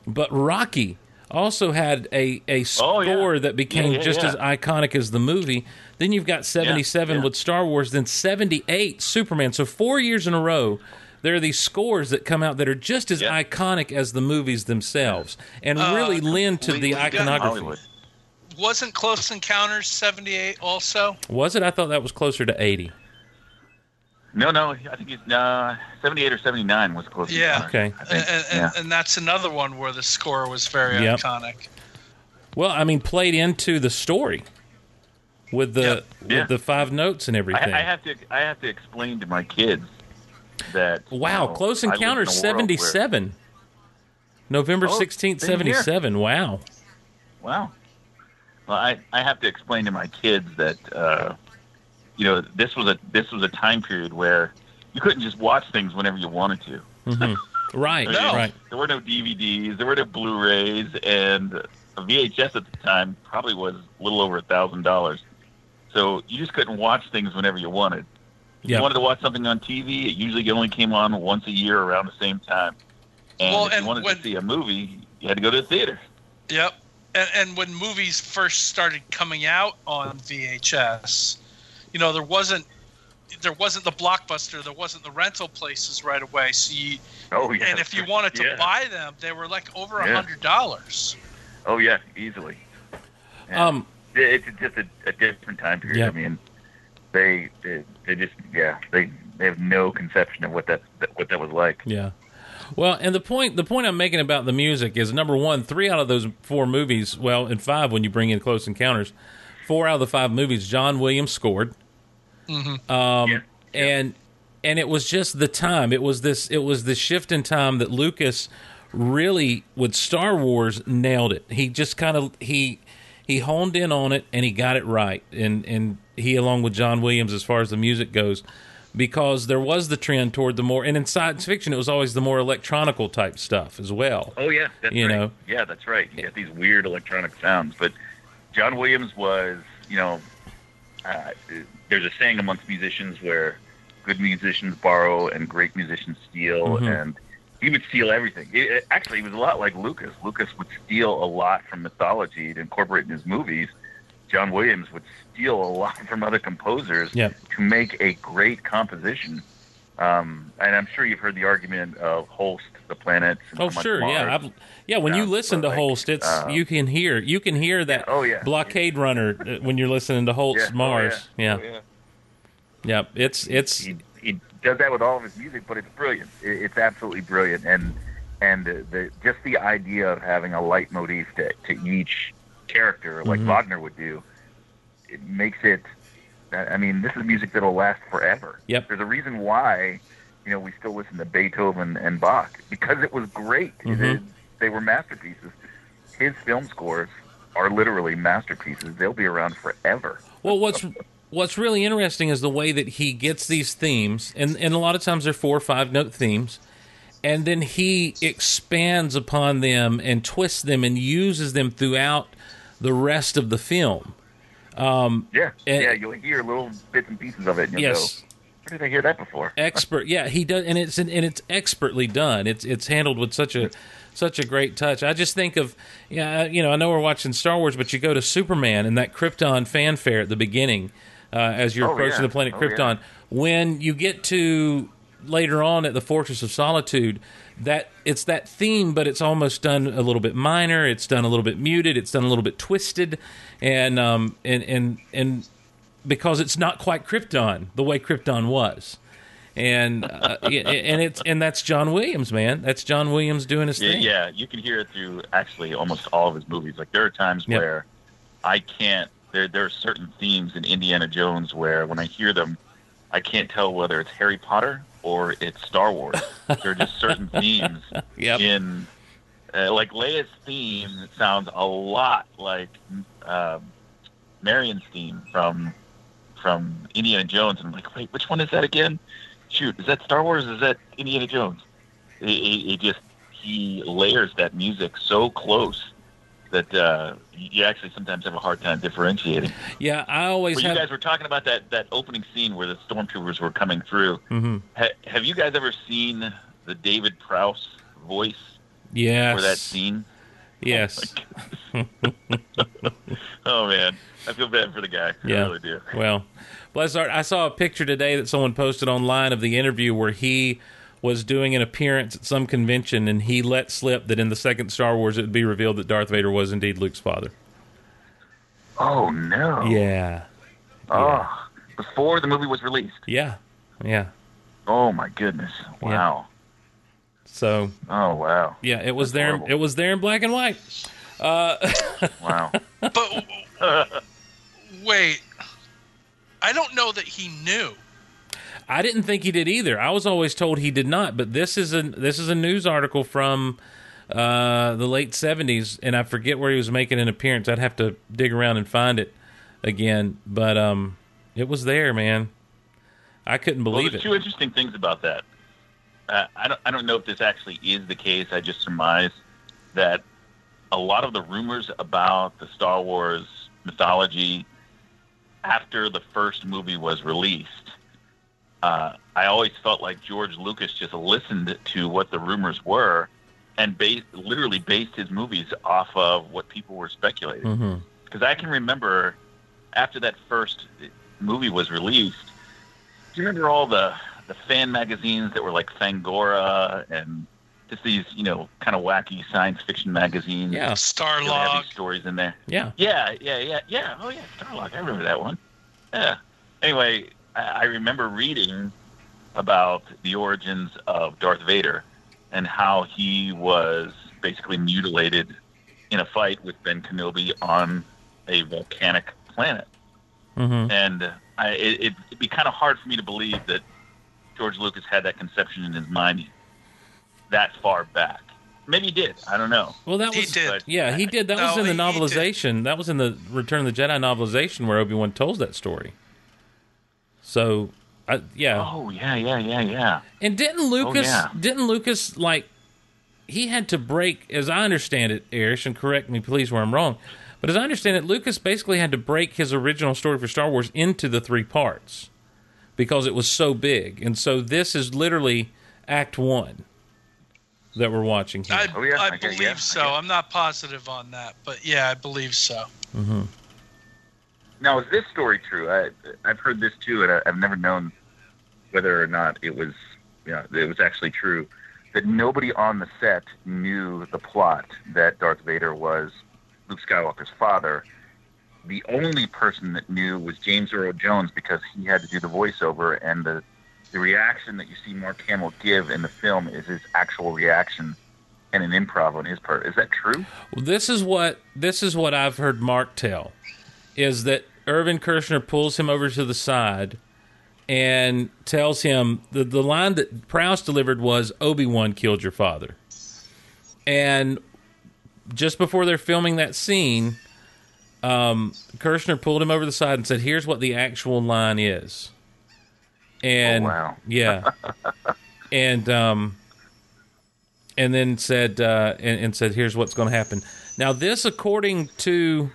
A: but Rocky also had a a
E: Oh,
A: score
E: yeah.
A: that became
E: Yeah, yeah,
A: just
E: yeah.
A: as iconic as the movie. Then you've got 77
E: yeah.
A: with Star Wars, then 78 Superman. So four years in a row, there are these scores that come out that are just as
E: Yeah.
A: iconic as the movies themselves, and
B: Uh,
A: really lend to the
E: Completely different
A: iconography.
E: Hollywood.
B: Wasn't Close Encounters 78 also?
A: Was it? I thought that was closer to 80.
E: No, no. I think it's uh, 78 or 79 was close.
B: Yeah.
A: Okay.
E: I
B: And,
E: think.
B: and,
E: yeah.
B: and that's another one where the score was very
A: Yep.
B: iconic.
A: Well, I mean, played into the story with the
B: Yep.
A: with
E: Yeah.
A: the five notes and everything.
E: I, I have to. I have to explain to my kids that. you
A: wow,
E: know,
A: Close
E: I live
A: Encounters
E: in a world where-
A: 77. November
E: Oh,
A: 16th,
E: same here.
A: 77. Wow.
E: Wow. Well, I, I have to explain to my kids that uh, you know this was a this was a time period where you couldn't just watch things whenever you wanted to.
A: hmm Right,
E: I mean,
A: right.
E: There were no DVDs. There were no Blu-rays, and a VHS at the time probably was a little over a thousand dollars. So you just couldn't watch things whenever you wanted. If
A: Yeah.
E: you wanted to watch something on TV, it usually only came on once a year around the same time. And
B: Well,
E: if you
B: and
E: wanted
B: when-
E: to see a movie, you had to go to the theater.
B: Yep. And, and when movies first started coming out on VHS, you know, there wasn't there wasn't the blockbuster, there wasn't the rental places right away. So you,
E: Oh yeah.
B: and if you wanted to
E: Yeah.
B: buy them, they were like over a
E: Yeah.
B: hundred dollars.
E: Oh yeah, easily. Yeah.
A: Um,
E: It- it's just a, a different time period.
A: Yeah.
E: I mean, they, they they just yeah they they have no conception of what that, that what that was like.
A: Yeah. Well, and the point the point I'm making about the music is number one, three out of those four movies, well, and five when you bring in Close Encounters, four out of the five movies John Williams scored,
B: Mm-hmm.
A: um,
E: Yeah.
A: and and it was just the time. It was this it was this shift in time that Lucas really with Star Wars nailed it. He just kind of he he honed in on it and he got it right. And and he along with John Williams as far as the music goes because there was the trend toward the more and in science fiction it was always the more electronical type stuff as well.
E: Oh yeah, that's
A: You
E: right.
A: know.
E: Yeah, that's right. You got these weird electronic sounds, but John Williams was, you know, uh, there's a saying amongst musicians where good musicians borrow and great musicians steal,
A: Mhm.
E: and he would steal everything. It, it- actually, he was a lot like Lucas. Lucas would steal a lot from mythology to incorporate in his movies. John Williams would steal a lot from other composers
A: Yeah.
E: to make a great composition. Um, and I'm sure you've heard the argument of Holst, the planets. and
A: Oh
E: how much
A: sure,
E: Mars
A: yeah, I've, yeah. When you
E: Yeah,
A: listen to
E: but like,
A: Holst, it's
E: uh,
A: you can hear you can hear that
E: Oh yeah.
A: blockade runner uh, when you're listening to Holt's
E: Yeah. Oh,
A: Mars. yeah.
E: Oh, yeah.
A: yeah, It's it's
E: He, he does that with all of his music, but it's brilliant. It, it's absolutely brilliant, and and the, the just the idea of having a leitmotif to to each character, like
A: Mhm.
E: Wagner would do, it makes it. I I mean, this is music that'll last forever.
A: Yep.
E: There's a reason why, you know, we still listen to Beethoven and Bach because it was great.
A: Mhm.
E: They, they were masterpieces. His film scores are literally masterpieces. They'll be around forever.
A: well. What's what's really interesting is the way that he gets these themes, and and a lot of times they're four or five note themes, and then he expands upon them and twists them and uses them throughout the rest of the film. Um,
E: Yeah,
A: And-
E: yeah, you'll hear little bits and pieces of it. And you'll
A: Yes.
E: go, Where did I hear that before?
A: expert yeah he does and it's and it's expertly done it's it's handled with such a such a great touch i just think of yeah you know i know we're watching star wars but you go to superman and that krypton fanfare at the beginning uh, as you're
E: Oh,
A: approaching
E: yeah.
A: the planet
E: Oh,
A: krypton when you get to later on at the fortress of solitude that it's that theme but it's almost done a little bit minor it's done a little bit muted it's done a little bit twisted and um and and and because it's not quite krypton the way krypton was and uh, yeah, and it's and that's John Williams, man. That's John Williams doing his
E: Yeah,
A: thing.
E: yeah, you can hear it through actually almost all of his movies. Like there are times
A: Yeah.
E: where I can't. There, there are certain themes in Indiana Jones where when I hear them, I can't tell whether it's Harry Potter or it's Star Wars. there are just certain themes
A: Yep.
E: in, uh, like Leia's theme sounds a lot like um, Marion's theme from from Indiana Jones. And I'm like, wait, which one is that again? Shoot, is that Star Wars? Or is that Indiana Jones? It, it, it just he layers that music so close that uh, you actually sometimes have a hard time differentiating.
A: Yeah, I always
E: Well, you
A: have.
E: guys were talking about that that opening scene where the stormtroopers were coming through.
A: Mhm.
E: Ha- have you guys ever seen the David Prouse voice
A: Yes,
E: for that scene?
A: yes.
E: Oh man, I feel bad for the guy.
A: Yeah.
E: I really do.
A: Well, bless our. I saw a picture today that someone posted online of the interview where he was doing an appearance at some convention and he let slip that in the second Star Wars it would be revealed that Darth Vader was indeed Luke's father.
E: Oh no.
A: Yeah,
E: Oh, before the movie was released.
A: yeah, yeah.
E: Oh my goodness! Wow.
A: So
E: Oh wow.
A: yeah, it was
E: That's
A: there.
E: horrible.
A: It was there in black and white. Uh,
E: Wow.
B: But w- w- wait, I don't know that he knew.
A: I didn't think he did either. I was always told he did not, but this is a this is a news article from uh, the late seventies, and I forget where he was making an appearance. I'd have to dig around and find it again, but um, it was there, man. I couldn't
E: Well,
A: believe
E: there's
A: it.
E: two interesting things about that. Uh, I don't. I don't know if this actually is the case. I just surmise that a lot of the rumors about the Star Wars mythology after the first movie was released, uh, I always felt like George Lucas just listened to what the rumors were and based, literally based his movies off of what people were speculating.
A: Mhm.
E: because I can remember after that first movie was released, do you remember all the the fan magazines that were like Fangora and just these you know kind of wacky science fiction magazines?
A: Yeah.
E: They would have
B: Starlog.
E: these stories in there.
A: Yeah.
E: Yeah, yeah, yeah, yeah. Oh yeah, Starlock. I remember that one. Yeah. Anyway, I, I remember reading about the origins of Darth Vader and how he was basically mutilated in a fight with Ben Kenobi on a volcanic planet.
A: Mm-hmm.
E: And I, it, it, it'd be kind of hard for me to believe that George Lucas had that conception in his mind that far back. Maybe he did. I don't know.
A: Well, that
B: He
A: was.
B: did.
A: Yeah, he did. That was
B: No,
A: in the
B: he- he did.
A: novelization. That was in the Return of the Jedi novelization where Obi Wan tells that story. So, I, yeah.
E: Oh yeah, yeah, yeah, yeah.
A: And didn't
B: Oh,
A: Lucas
E: Oh, yeah.
A: didn't Lucas like he had to break as I understand it, Erish, and correct me please where I'm wrong, but as I understand it, Lucas basically had to break his original story for Star Wars into the three parts because it was so big. And so this is literally act 1 that we're watching here.
B: I,
E: Oh, yeah,
B: I
E: I get-
B: believe
E: yeah, I
B: so.
E: get-
B: I'm not positive on that, but yeah, I believe so.
E: Now, is this story true? I, I've heard this too, and I, I've never known whether or not it was, you know, it was actually true. That nobody on the set knew the plot that Darth Vader was Luke Skywalker's father. The only person that knew was James Earl Jones because he had to do the voiceover, and the the reaction that you see Mark Hamill give in the film is his actual reaction and an improv on his part. Is that true?
A: Well, this is what this is what I've heard Mark tell is that Irvin Kershner pulls him over to the side and tells him the the line that Prowse delivered was Obi Wan killed your father, and just before they're filming that scene, um, Kershner pulled him over the side and said, "Here's what the actual line is," and
E: Oh, wow.
A: yeah, and um and then said uh, and, and said here's what's going to happen now this according to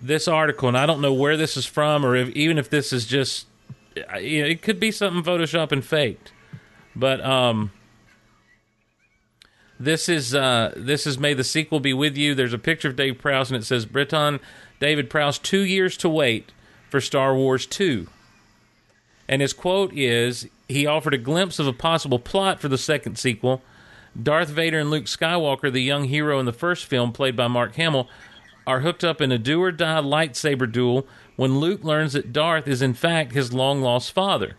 A: this article and i don't know where this is from or if, even if this is just I- you know, it could be something photoshop and faked but um this is uh this is may the sequel be with you there's a picture of dave prouse and it says briton david prouse two years to wait for star wars 2 and his quote is he offered a glimpse of a possible plot for the second sequel Darth Vader and Luke Skywalker, the young hero in the first film, played by Mark Hamill, are hooked up in a do or die lightsaber duel when Luke learns that Darth is, in fact, his long lost father.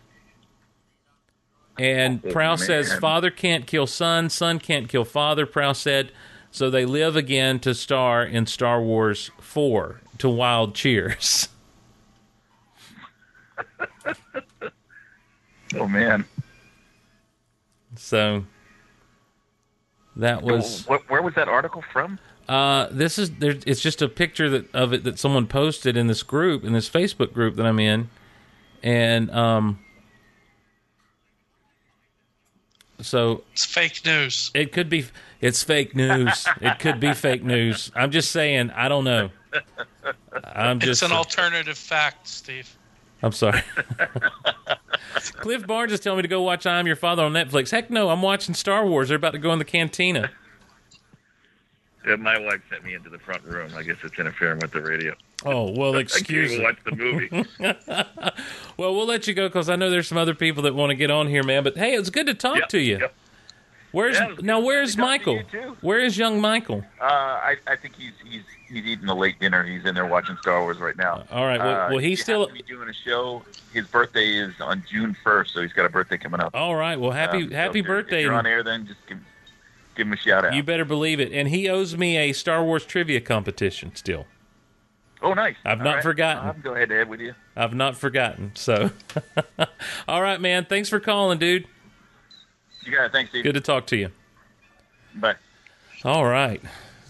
A: And
E: Oh,
A: Prouse says,
E: man.
A: Father can't kill son, son can't kill father, Prouse said. So they live again to star in Star Wars 4 to wild cheers.
E: Oh man.
A: So that was.
E: Wh- where was that article from?
A: Uh, this is there. It's just a picture that of it that someone posted in this group in this Facebook group that I'm in, and um, so
B: It's fake news.
A: it could be it's fake news. it could be fake news. I'm just saying. I don't know. I'm just.
B: it's an alternative fact, Steve.
A: I'm sorry. Cliff Barnes is telling me to go watch I'm Your Father on Netflix. Heck no, I'm watching Star Wars. They're about to go in the cantina.
F: Yeah, my wife sent me into the front room. I guess it's interfering with the radio.
A: Oh well,
F: I can't
A: excuse
F: even
A: me.
F: watch the movie.
A: Well, we'll let you go because I know there's some other people that want to get on here, man. But hey, it's good to talk
F: Yep,
A: to you.
F: yep.
A: Where's
F: Yeah, it was good
A: now?
F: to
A: Where's
E: talk to
A: Michael?
E: you, too.
A: Where is young Michael?
E: Uh, I, I think he's he's he's eating a late dinner. He's in there watching Star Wars right now.
A: All right, well-
E: Uh,
A: well, he's
E: he
A: still-
E: has to be doing a show. His birthday is on June first, so he's got a birthday coming up.
A: All right. Well, happy
E: Um, so
A: happy
E: if you're-
A: birthday.
E: If you're on air, then just give, give him a shout out.
A: You better believe it. And he owes me a Star Wars trivia competition. Still,
E: oh, nice.
A: I've
E: All
A: not
E: right.
A: forgotten.
E: I'm go ahead, Ed, with you.
A: I've not forgotten. So, all right, man. Thanks for calling, dude.
E: You got it. Thanks, Steve.
A: Good to talk to you.
E: Bye.
A: All right.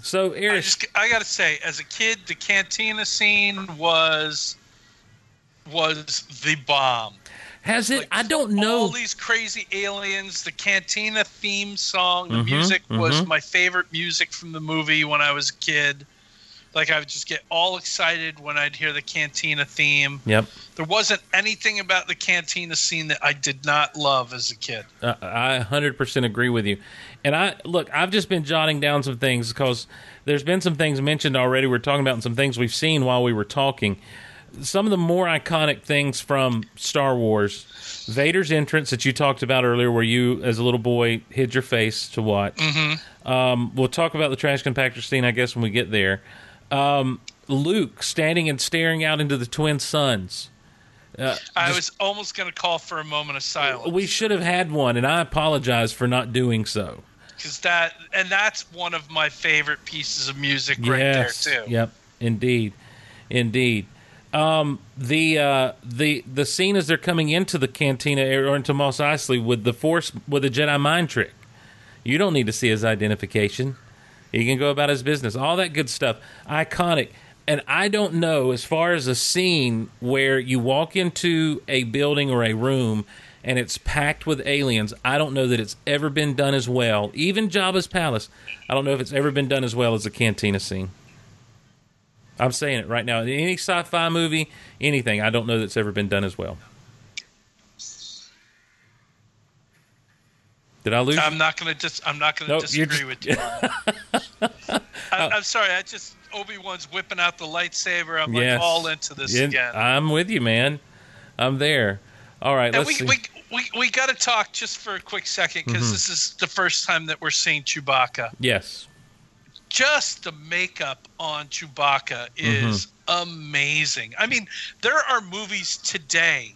A: So,
B: I
A: Eric,
B: just I gotta say, as a kid, the cantina scene was was the bomb.
A: has it?
B: like,
A: I don't know.
B: All these crazy aliens, the cantina theme song, the
A: Mhm,
B: music was
A: mhm.
B: my favorite music from the movie when I was a kid. Like I would just get all excited when I'd hear the cantina theme.
A: yep.
B: There wasn't anything about the cantina scene that I did not love as a kid.
A: Uh, I 100% agree with you. And I look, I've just been jotting down some things because there's been some things mentioned already. We're talking about and some things we've seen while we were talking. some of the more iconic things from Star Wars, Vader's entrance that you talked about earlier, where you as a little boy hid your face to watch.
B: Mm-hmm.
A: Um, we'll talk about the trash compactor scene, I guess, when we get there. Um, Luke standing and staring out into the twin suns. Uh,
B: I was almost going to call for a moment of silence.
A: We should have had one, and I apologize for not doing so.
B: because that and that's one of my favorite pieces of music right
A: yes.
B: there too.
A: Yep. Indeed. Indeed. Um, the uh, the the scene as they're coming into the cantina or into Mos Eisley with the force with the Jedi mind trick. You don't need to see his identification. He can go about his business. All that good stuff. Iconic. And I don't know as far as a scene where you walk into a building or a room and it's packed with aliens. I don't know that it's ever been done as well. Even Jabba's palace. I don't know if it's ever been done as well as the cantina scene. I'm saying it right now. Any sci-fi movie, anything, I don't know that's ever been done as well. Did I lose? you?
B: I'm not going to dis- I'm not going to
A: Nope, you're
B: disagree with you. on that. I, I'm sorry. I just Obi Wan's whipping out the lightsaber. I'm
A: Yes.
B: like all into this
A: Yeah,
B: again.
A: I'm with you, man. I'm there. All right,
B: and
A: let's
B: we,
A: see. Mm-hmm.
B: we we we got to talk just for a quick second because this is the first time that we're seeing Chewbacca.
A: yes,
B: just the makeup on Chewbacca
A: Mm-hmm.
B: is amazing. I mean, there are movies today,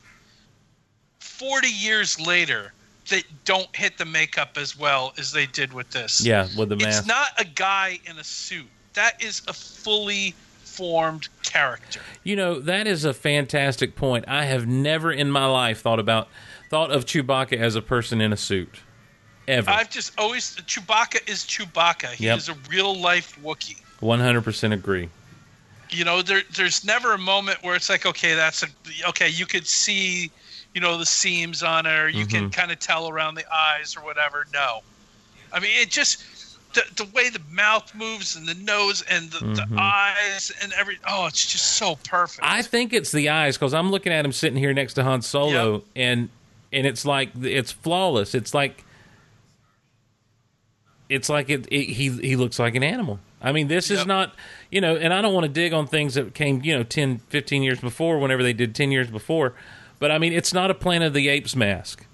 B: 40 years later, that don't hit the makeup as well as they did with this.
A: yeah, with the
B: It's
A: mask.
B: not a guy in a suit, that is a fully formed character.
A: you know, that is a fantastic point. I have never in my life thought about thought of Chewbacca as a person in a suit, ever.
B: I've just always, Chewbacca is Chewbacca. He
A: Yep.
B: is a real life Wookiee.
A: One hundred percent agree.
B: you know there there's never a moment where it's like okay that's a okay you could see you know the seams on it or you can kind of tell around the eyes or whatever no i mean it just the, the way the mouth moves and the nose and the, the eyes and every oh it's just so perfect
A: I think it's the eyes because I'm looking at him sitting here next to Han Solo,
B: Yep.
A: and and it's like it's flawless. It's like it's like it, it, he he looks like an animal. I mean, this is
B: Yep.
A: not you know, and I don't want to dig on things that came you know 10, 15 years before, whenever they did ten years before. But I mean, it's not a Planet of the Apes mask.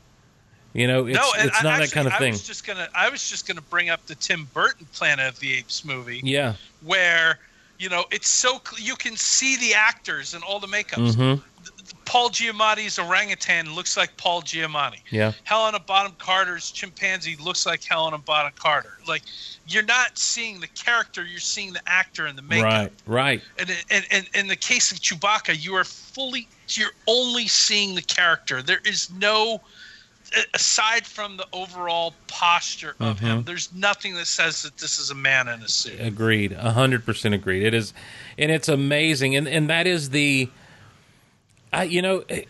A: You know, it's
B: no, and
A: it's
B: I-
A: not that
B: actually,
A: kind of
B: I
A: thing.
B: was just gonna, I was just gonna bring up the Tim Burton Planet of the Apes movie.
A: yeah,
B: where you know it's so cl- you can see the actors and all the makeups.
A: Mm-hmm.
B: Th- Paul Giamatti's orangutan looks like Paul Giamatti.
A: yeah,
B: Helena Bonham Carter's chimpanzee looks like Helena Bonham Carter. Like you're not seeing the character, you're seeing the actor and the makeup.
A: right, right.
B: And, and, and in the case of Chewbacca, you are fully you're only seeing the character. There is no a- aside from the overall posture of him. There's nothing that says that this is a man in a suit.
A: agreed a hundred percent agreed it is and it's amazing and and that is the i you know it,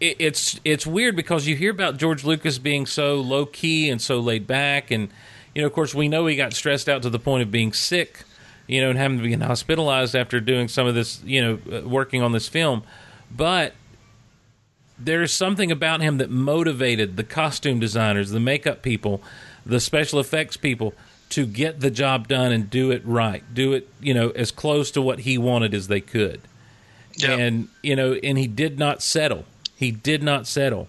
A: it's it's weird because you hear about george lucas being so low key and so laid back and you know of course we know he got stressed out to the point of being sick you know and having to be hospitalized after doing some of this you know uh, working on this film but there's something about him that motivated the costume designers, the makeup people, the special effects people to get the job done and do it right, do it you know as close to what he wanted as they could.
B: Yeah.
A: And you know, and he did not settle. He did not settle.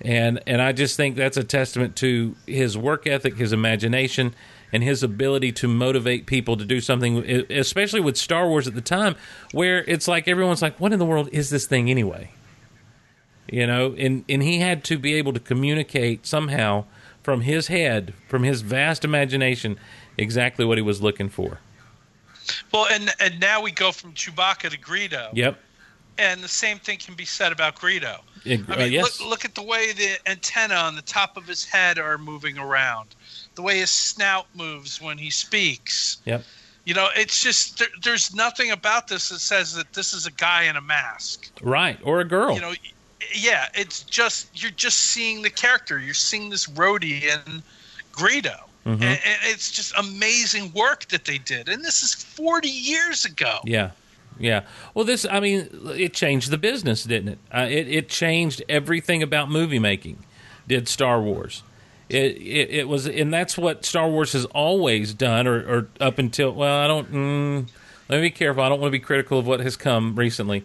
A: And and I just think that's a testament to his work ethic, his imagination, and his ability to motivate people to do something, e- especially with Star Wars at the time, where it's like everyone's like, "What in the world is this thing anyway?" you know and and he had to be able to communicate somehow from his head from his vast imagination exactly what he was looking for
B: Well, and and now we go from Chewbacca to Greedo,
A: yep
B: and the same thing can be said about Greedo.
A: It-
B: I
A: uh,
B: mean,
A: yes
B: look, look at the way the antenna on the top of his head are moving around, the way his snout moves when he speaks.
A: yep
B: You know, it's just there, there's nothing about this that says that this is a guy in a mask.
A: right or a girl
B: You know, y- yeah, it's just you're just seeing the character. You're seeing this roadie in Greedo.
A: Mm-hmm.
B: And, and it's just amazing work that they did. And this is 40 years ago.
A: Yeah, yeah. Well, this, I mean, it changed the business, didn't it? Uh, it it changed everything about movie making. Did Star Wars? It, it it was, and that's what Star Wars has always done, or, or up until well, I don't. Mm, Let me be careful. I don't want to be critical of what has come recently,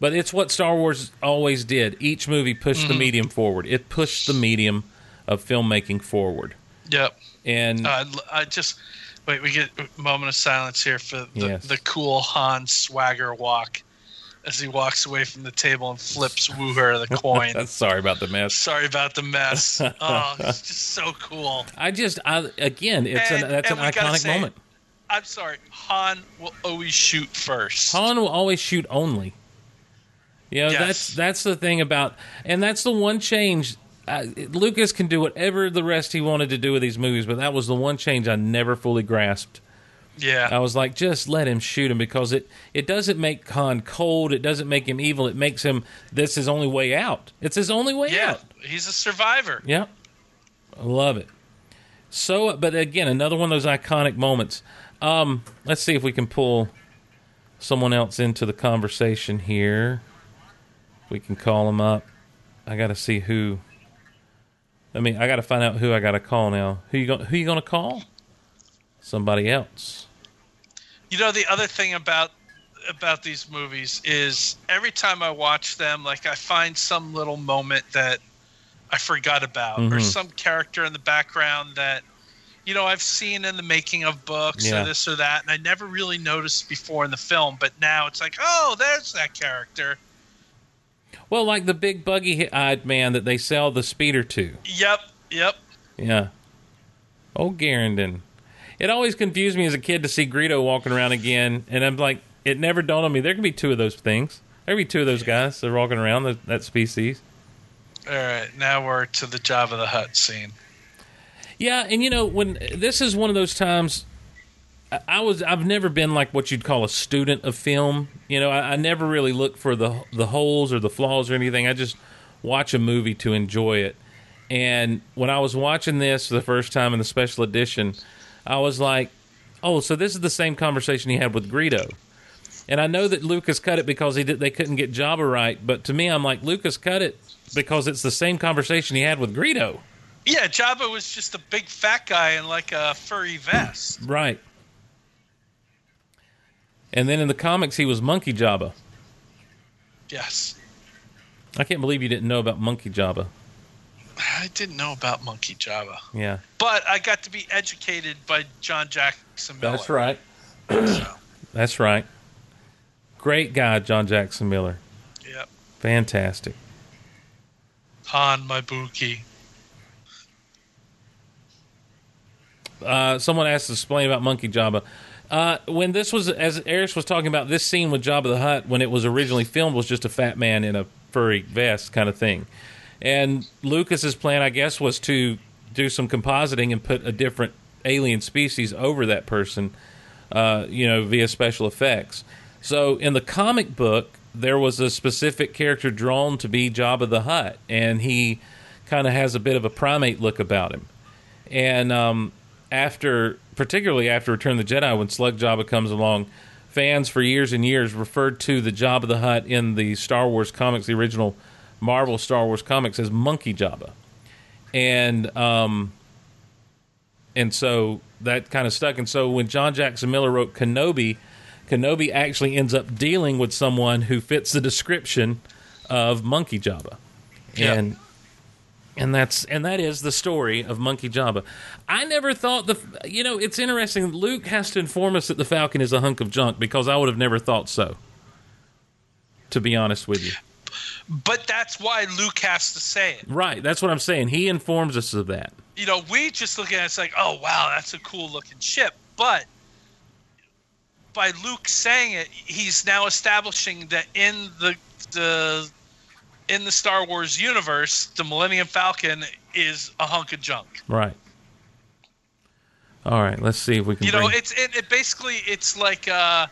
A: but it's what Star Wars always did. Each movie pushed
B: Mm-hmm.
A: the medium forward. It pushed the medium of filmmaking forward.
B: Yep.
A: And
B: Uh, I just wait. We get a moment of silence here for the,
A: Yes.
B: the cool Han swagger walk as he walks away from the table and flips Wooher the coin.
A: that's sorry about the mess.
B: Sorry about the mess. Oh, it's just so cool.
A: I just, I again, it's an,
B: And-
A: that's an
B: and we gotta
A: iconic
B: say-
A: moment.
B: I'm sorry. Han will always shoot first.
A: Han will always shoot only. You know,
B: Yes.
A: that's that's the thing about, and that's the one change. Uh, Lucas can do whatever the rest he wanted to do with these movies, but that was the one change I never fully grasped.
B: yeah.
A: I was like, just let him shoot him because it it doesn't make Khan cold. It doesn't make him evil. It makes him this his only way out. It's his only way
B: yeah.
A: out.
B: He's a survivor.
A: Yeah, I love it. So, uh, but again, another one of those iconic moments. Um, let's see if we can pull someone else into the conversation here. We can call them up. I got to see who. I mean, I got to find out who I got to call now. Who you going? Who you going to call? Somebody else.
B: You know the other thing about about these movies is every time I watch them, like I find some little moment that I forgot about, or
A: Mhm.
B: some character in the background that you know I've seen in the making of books
A: Yeah.
B: or this or that, and I never really noticed before in the film. But now it's like, oh, there's that character.
A: Well, like the big buggy-eyed man that they sell the speeder to.
B: Yep, yep.
A: Yeah. Oh, Garandon. It always confused me as a kid to see Greedo walking around again, and I'm like, it never dawned on me. There could be two of those things. There could be two of those guys that are walking around that, that species.
B: All right, now we're to the Java the Hut scene.
A: Yeah, and you know when this is one of those times. I- I was I've never been like what you'd call a student of film. You know, I, I never really look for the the holes or the flaws or anything. I just watch a movie to enjoy it. And when I was watching this for the first time in the special edition, I was like, "Oh, so this is the same conversation he had with Greedo." And I know that Lucas cut it because he did, they couldn't get Jabba right, but to me, I'm like Lucas cut it because it's the same conversation he had with Greedo.
B: Yeah, Jabba was just a big fat guy in like a furry vest.
A: Right. And then in the comics, he was Monkey Jabba.
B: Yes.
A: I can't believe you didn't know about Monkey Jabba.
B: I didn't know about Monkey Java,
A: Yeah,
B: but I got to be educated by John Jackson Miller.
A: that's right. That's right. Great guy, John Jackson Miller.
B: Yep.
A: Fantastic.
B: Han Mabuki.
A: Uh, someone asked to explain about Monkey Jabba. Uh, when this was, as Eris was talking about, this scene with Jabba the Hutt, when it was originally filmed, was just a fat man in a furry vest kind of thing. And Lucas's plan, I guess, was to do some compositing and put a different alien species over that person, uh, you know, via special effects. So in the comic book, there was a specific character drawn to be Jabba the Hutt, and he kind of has a bit of a primate look about him. And um, after, particularly after Return of the Jedi, when Slug Jabba comes along, fans for years and years referred to the Jabba the Hutt in the Star Wars comics, the original Marvel Star Wars comics, as Monkey Jabba, and um, and so that kind of stuck. And so when John Jackson Miller wrote Kenobi, Kenobi actually ends up dealing with someone who fits the description of Monkey Jabba,
B: Yeah.
A: and and that's and that is the story of Monkey Jabba. I never thought the you know it's interesting. Luke has to inform us that the Falcon is a hunk of junk because I would have never thought so. To be honest with you,
B: But that's why Luke has to say it.
A: right? That's what I'm saying. He informs us of that.
B: You know, we just look at it, it's like, oh, wow, that's a cool looking ship. But by Luke saying it, he's now establishing that in the, the in the Star Wars universe, the Millennium Falcon is a hunk of junk.
A: Right. All right. Let's see if we can.
B: you know
A: bring-
B: it's it, it basically it's like uh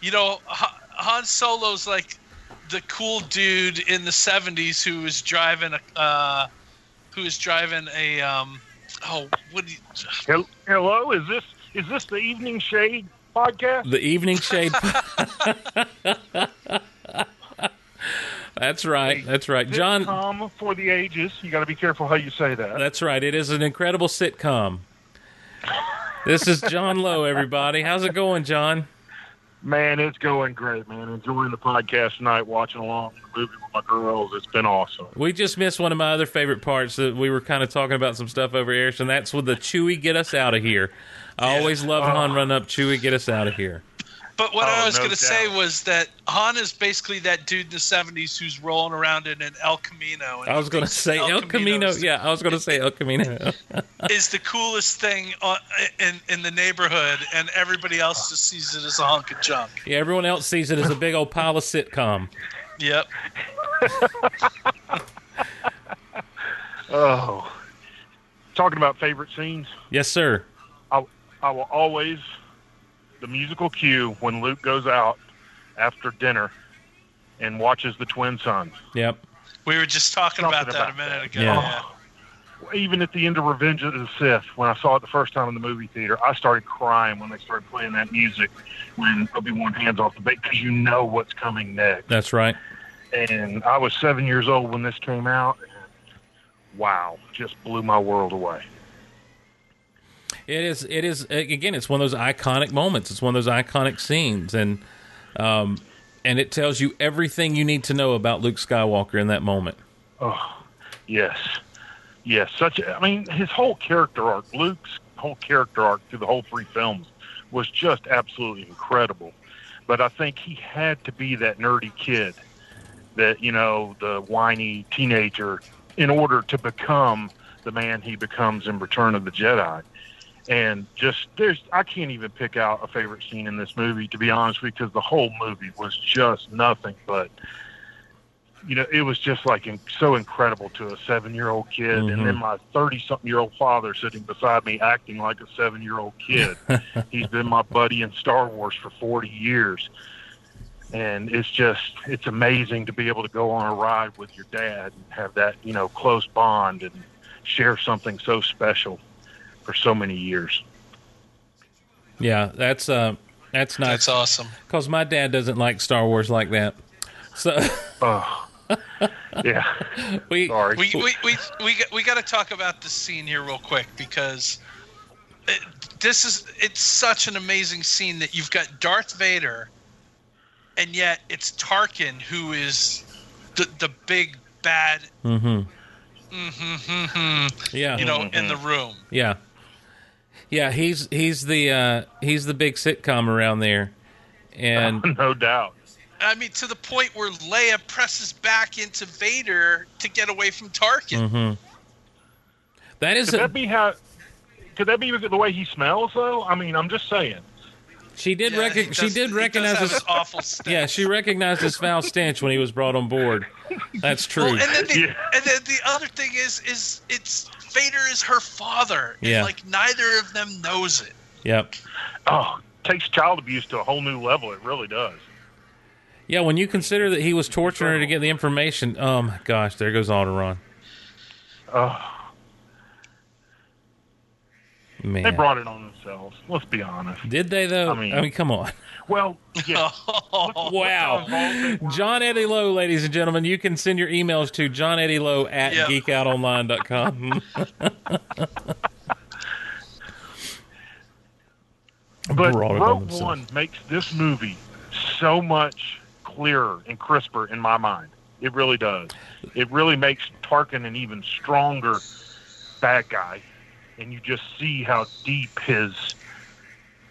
B: you know Ha- han solo's like the cool dude in the 70s who was driving a uh who was driving a um oh what do you,
G: Hel- Hello, is this is this the Evening Shade podcast?
A: the evening shade. that's right. That's right, John.
G: Sitcom for the ages. You got to be careful how you say that.
A: That's right. It is an incredible sitcom. This is John Lowe, everybody. How's it going, John?
G: Man, it's going great, man. Enjoying the podcast tonight, watching along the movie with my girls. It's been awesome.
A: We just missed one of my other favorite parts that we were kind of talking about some stuff over here, and that's with the Chewy get us out of here. I always love
G: Uh,
A: Han run up Chewy get us out of here.
B: But what
G: Oh,
B: I was
G: no
B: going to
G: doubt.
B: say was that Han is basically that dude in the 70s who's rolling around in an El Camino. And
A: I was going to say El, Camino.
B: is-
A: Yeah, I was going to say El Camino.
B: Is the coolest thing uh, in, in the neighborhood, and everybody else just sees it as a hunk of junk.
A: yeah, everyone else sees it as a big old pile of sitcom.
B: Yep.
G: Oh, talking about favorite scenes.
A: Yes, sir.
G: I will always the musical cue when Luke goes out after dinner and watches the twin sons.
A: Yep.
B: We were just talking
G: Something
B: about that
G: about
B: a minute ago.
A: Yeah.
B: Yeah.
G: Oh, Even at the end of Revenge of the Sith, when I saw it the first time in the movie theater, I started crying when they started playing that music when Obi Wan hands off the bait because you know what's coming next.
A: That's right.
G: And I was seven years old when this came out. And wow, just blew my world away.
A: It is. It is. Again, it's one of those iconic moments. It's one of those iconic scenes, and um, and it tells you everything you need to know about Luke Skywalker in that moment.
G: Oh, Yes. Yes. Such, I mean, his whole character arc, Luke's whole character arc through the whole three films was just absolutely incredible. But I think he had to be that nerdy kid that, you know, the whiny teenager in order to become the man he becomes in Return of the Jedi. And just, there's, I can't even pick out a favorite scene in this movie, to be honest, because the whole movie was just nothing but you know, it was just like in, so incredible to a seven year old kid.
A: Mhm.
G: And then my 30 something year old father sitting beside me acting like a seven year old kid. He's been my buddy in Star Wars for 40 years. And it's just, it's amazing to be able to go on a ride with your dad and have that, you know, close bond and share something so special for so many years.
A: Yeah, that's uh, that's nice
B: That's awesome.
A: because my dad doesn't like Star Wars like that. So
G: Oh, yeah.
A: we
G: Sorry.
B: we, we, we, we, got- we got to talk about this scene here real quick because it, this is it's such an amazing scene that you've got Darth Vader and yet it's Tarkin who is the, the big bad
A: Mhm.
B: mhm,
A: yeah
B: you know
G: Mm-hmm.
B: in the room
A: yeah yeah he's he's the uh, he's the big sitcom around there, and
G: no doubt.
B: I mean to the point where Leia presses back into Vader to get away from Tarkin
A: mhm. that is
G: Could
A: a,
G: that be how? Could that be the way he smells? Though I mean, I'm just saying.
A: she did
B: Yeah,
A: rec-
B: he
A: she
B: does-
A: did
B: he does
A: recognize
B: have
A: his
B: an awful stance.
A: Yeah, she recognized his foul stench when he was brought on board. That's true.
B: Well, and then the
G: Yeah.
B: and then the other thing is is it's Vader is her father. and,
A: Yeah.
B: like neither of them knows it.
A: yep.
G: Oh, takes child abuse to a whole new level. It really does.
A: Yeah, when you consider that he was torturing her to get the information, oh my gosh, there goes Alderaan.
G: Oh,
A: Man.
G: they brought it on themselves. Let's be honest.
A: Did they though? I
G: I
A: mean,
G: mean-
A: come on.
G: Well, yeah,
A: Wow. John Eddie Lowe, ladies and gentlemen, you can send your emails to John Eddie Lowe at
B: Yeah.
A: geekoutonline.com.
G: but
A: brought it on
G: Rogue
A: themselves.
G: One makes this movie so much clearer and crisper in my mind. It really does. It really makes Tarkin an even stronger bad guy, and you just see how deep his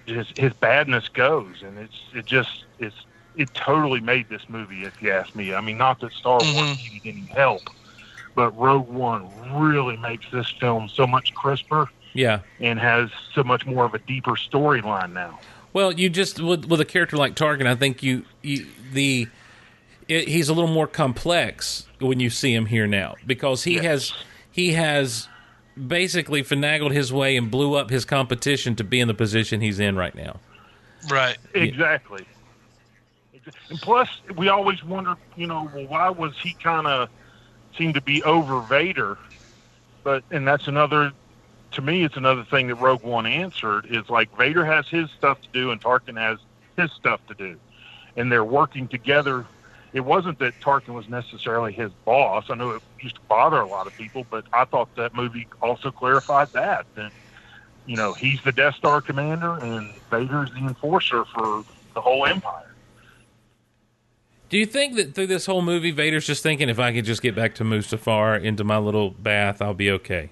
G: his, his badness goes, and it's it just it's it totally made this movie. If you ask me, I mean, not that Star Wars
A: Mm-hmm.
B: Mhm.
G: needed any help, but Rogue One really makes this film so much crisper
A: yeah.
G: and has so much more of a deeper storyline now.
A: Well, you just with, with a character like Tarkin, I think you, you the it, he's a little more complex when you see him here now because he has he has basically finagled his way and blew up his competition to be in the position he's in right now.
B: Right.
G: Exactly. Ex- And plus, we always wonder, you know, well, why was he kind of seemed to be over Vader? But and that's another, to me, it's another thing that Rogue One answered is like Vader has his stuff to do and Tarkin has his stuff to do, and they're working together. It wasn't that Tarkin was necessarily his boss. I know it used to bother a lot of people, but I thought that movie also clarified that that you know, he's the Death Star commander and Vader's the enforcer for the whole empire.
A: Do you think that through this whole movie, Vader's just thinking, if I could just get back to Mustafar into my little bath, I'll be okay?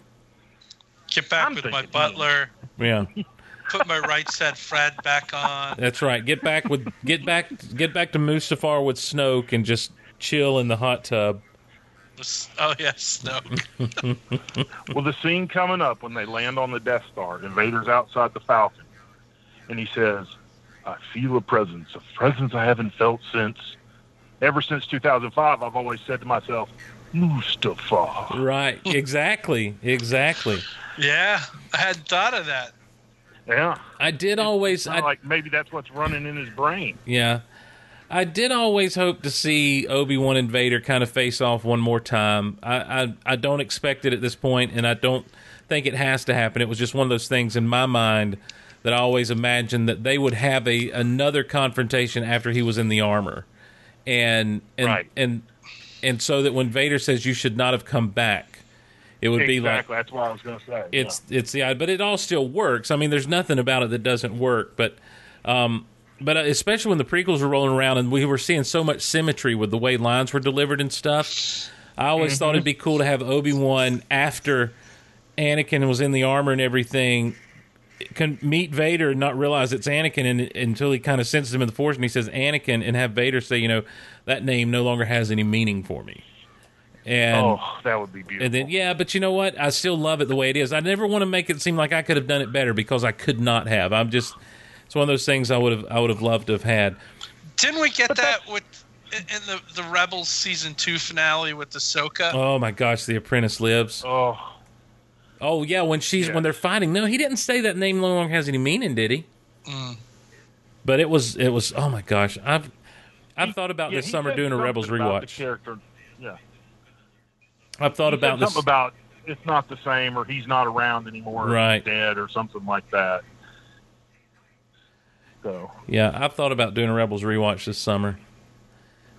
B: Get back
F: I'm
B: with my
F: thinking-
B: butler.
A: Yeah,
B: Put my right said Fred back on.
A: that's right. Get back with get back get back to Mustafar with Snoke and just chill in the hot tub.
B: Oh yes, no.
G: Well, the scene coming up when they land on the Death Star and Vader's outside the Falcon, and he says, "I feel a presence, a presence I haven't felt since, ever since 2005." I've always said to myself, "Mustafa."
A: Right. Exactly. Exactly.
B: Yeah, I hadn't thought of that.
G: Yeah,
A: I did always.
G: Kinda
A: I,
G: like maybe that's what's running in his brain.
A: Yeah. I did always hope to see Obi Wan and Vader kind of face off one more time. I, I I don't expect it at this point, and I don't think it has to happen. It was just one of those things in my mind that I always imagined that they would have a another confrontation after he was in the armor, and and
G: Right.
A: and and so that when Vader says you should not have come back, it would be like
G: exactly. that's what I was gonna say.
A: it's it's the but it all still works. I mean, there's nothing about it that doesn't work. But um, but especially when the prequels were rolling around and we were seeing so much symmetry with the way lines were delivered and stuff, I always thought it'd be
G: Mm-hmm.
A: cool to have Obi Wan after Anakin was in the armor and everything. Can meet Vader and not realize it's Anakin and, until he kind of senses him in the Force and he says Anakin and have Vader say, you know, that name no longer has any meaning for me. And
G: oh, that would be beautiful.
A: and then, yeah, but you know what? I still love it the way it is. I never want to make it seem like I could have done it better because I could not have. I'm just, it's one of those things I would have, I would have loved to have had.
B: Didn't we get that with in in the the Rebels season two finale with Ahsoka?
A: Oh my gosh, The Apprentice lives.
G: oh,
A: Oh yeah, when she's
G: Yeah.
A: when they're fighting. No, he didn't say that name. No longer has any meaning, did he?
B: Mm.
A: But it was, it was. Oh my gosh, I've, I've thought about
G: Yeah,
A: this
G: he
A: summer
G: said
A: doing a
G: something
A: Rebels
G: about the
A: rewatch.
G: character. Yeah,
A: I've thought
G: He said
A: about this.
G: something about it's not the same, or he's not around anymore, or
A: Right.
G: he's dead, or something like that. So
A: Yeah, I've thought about doing a Rebels rewatch this summer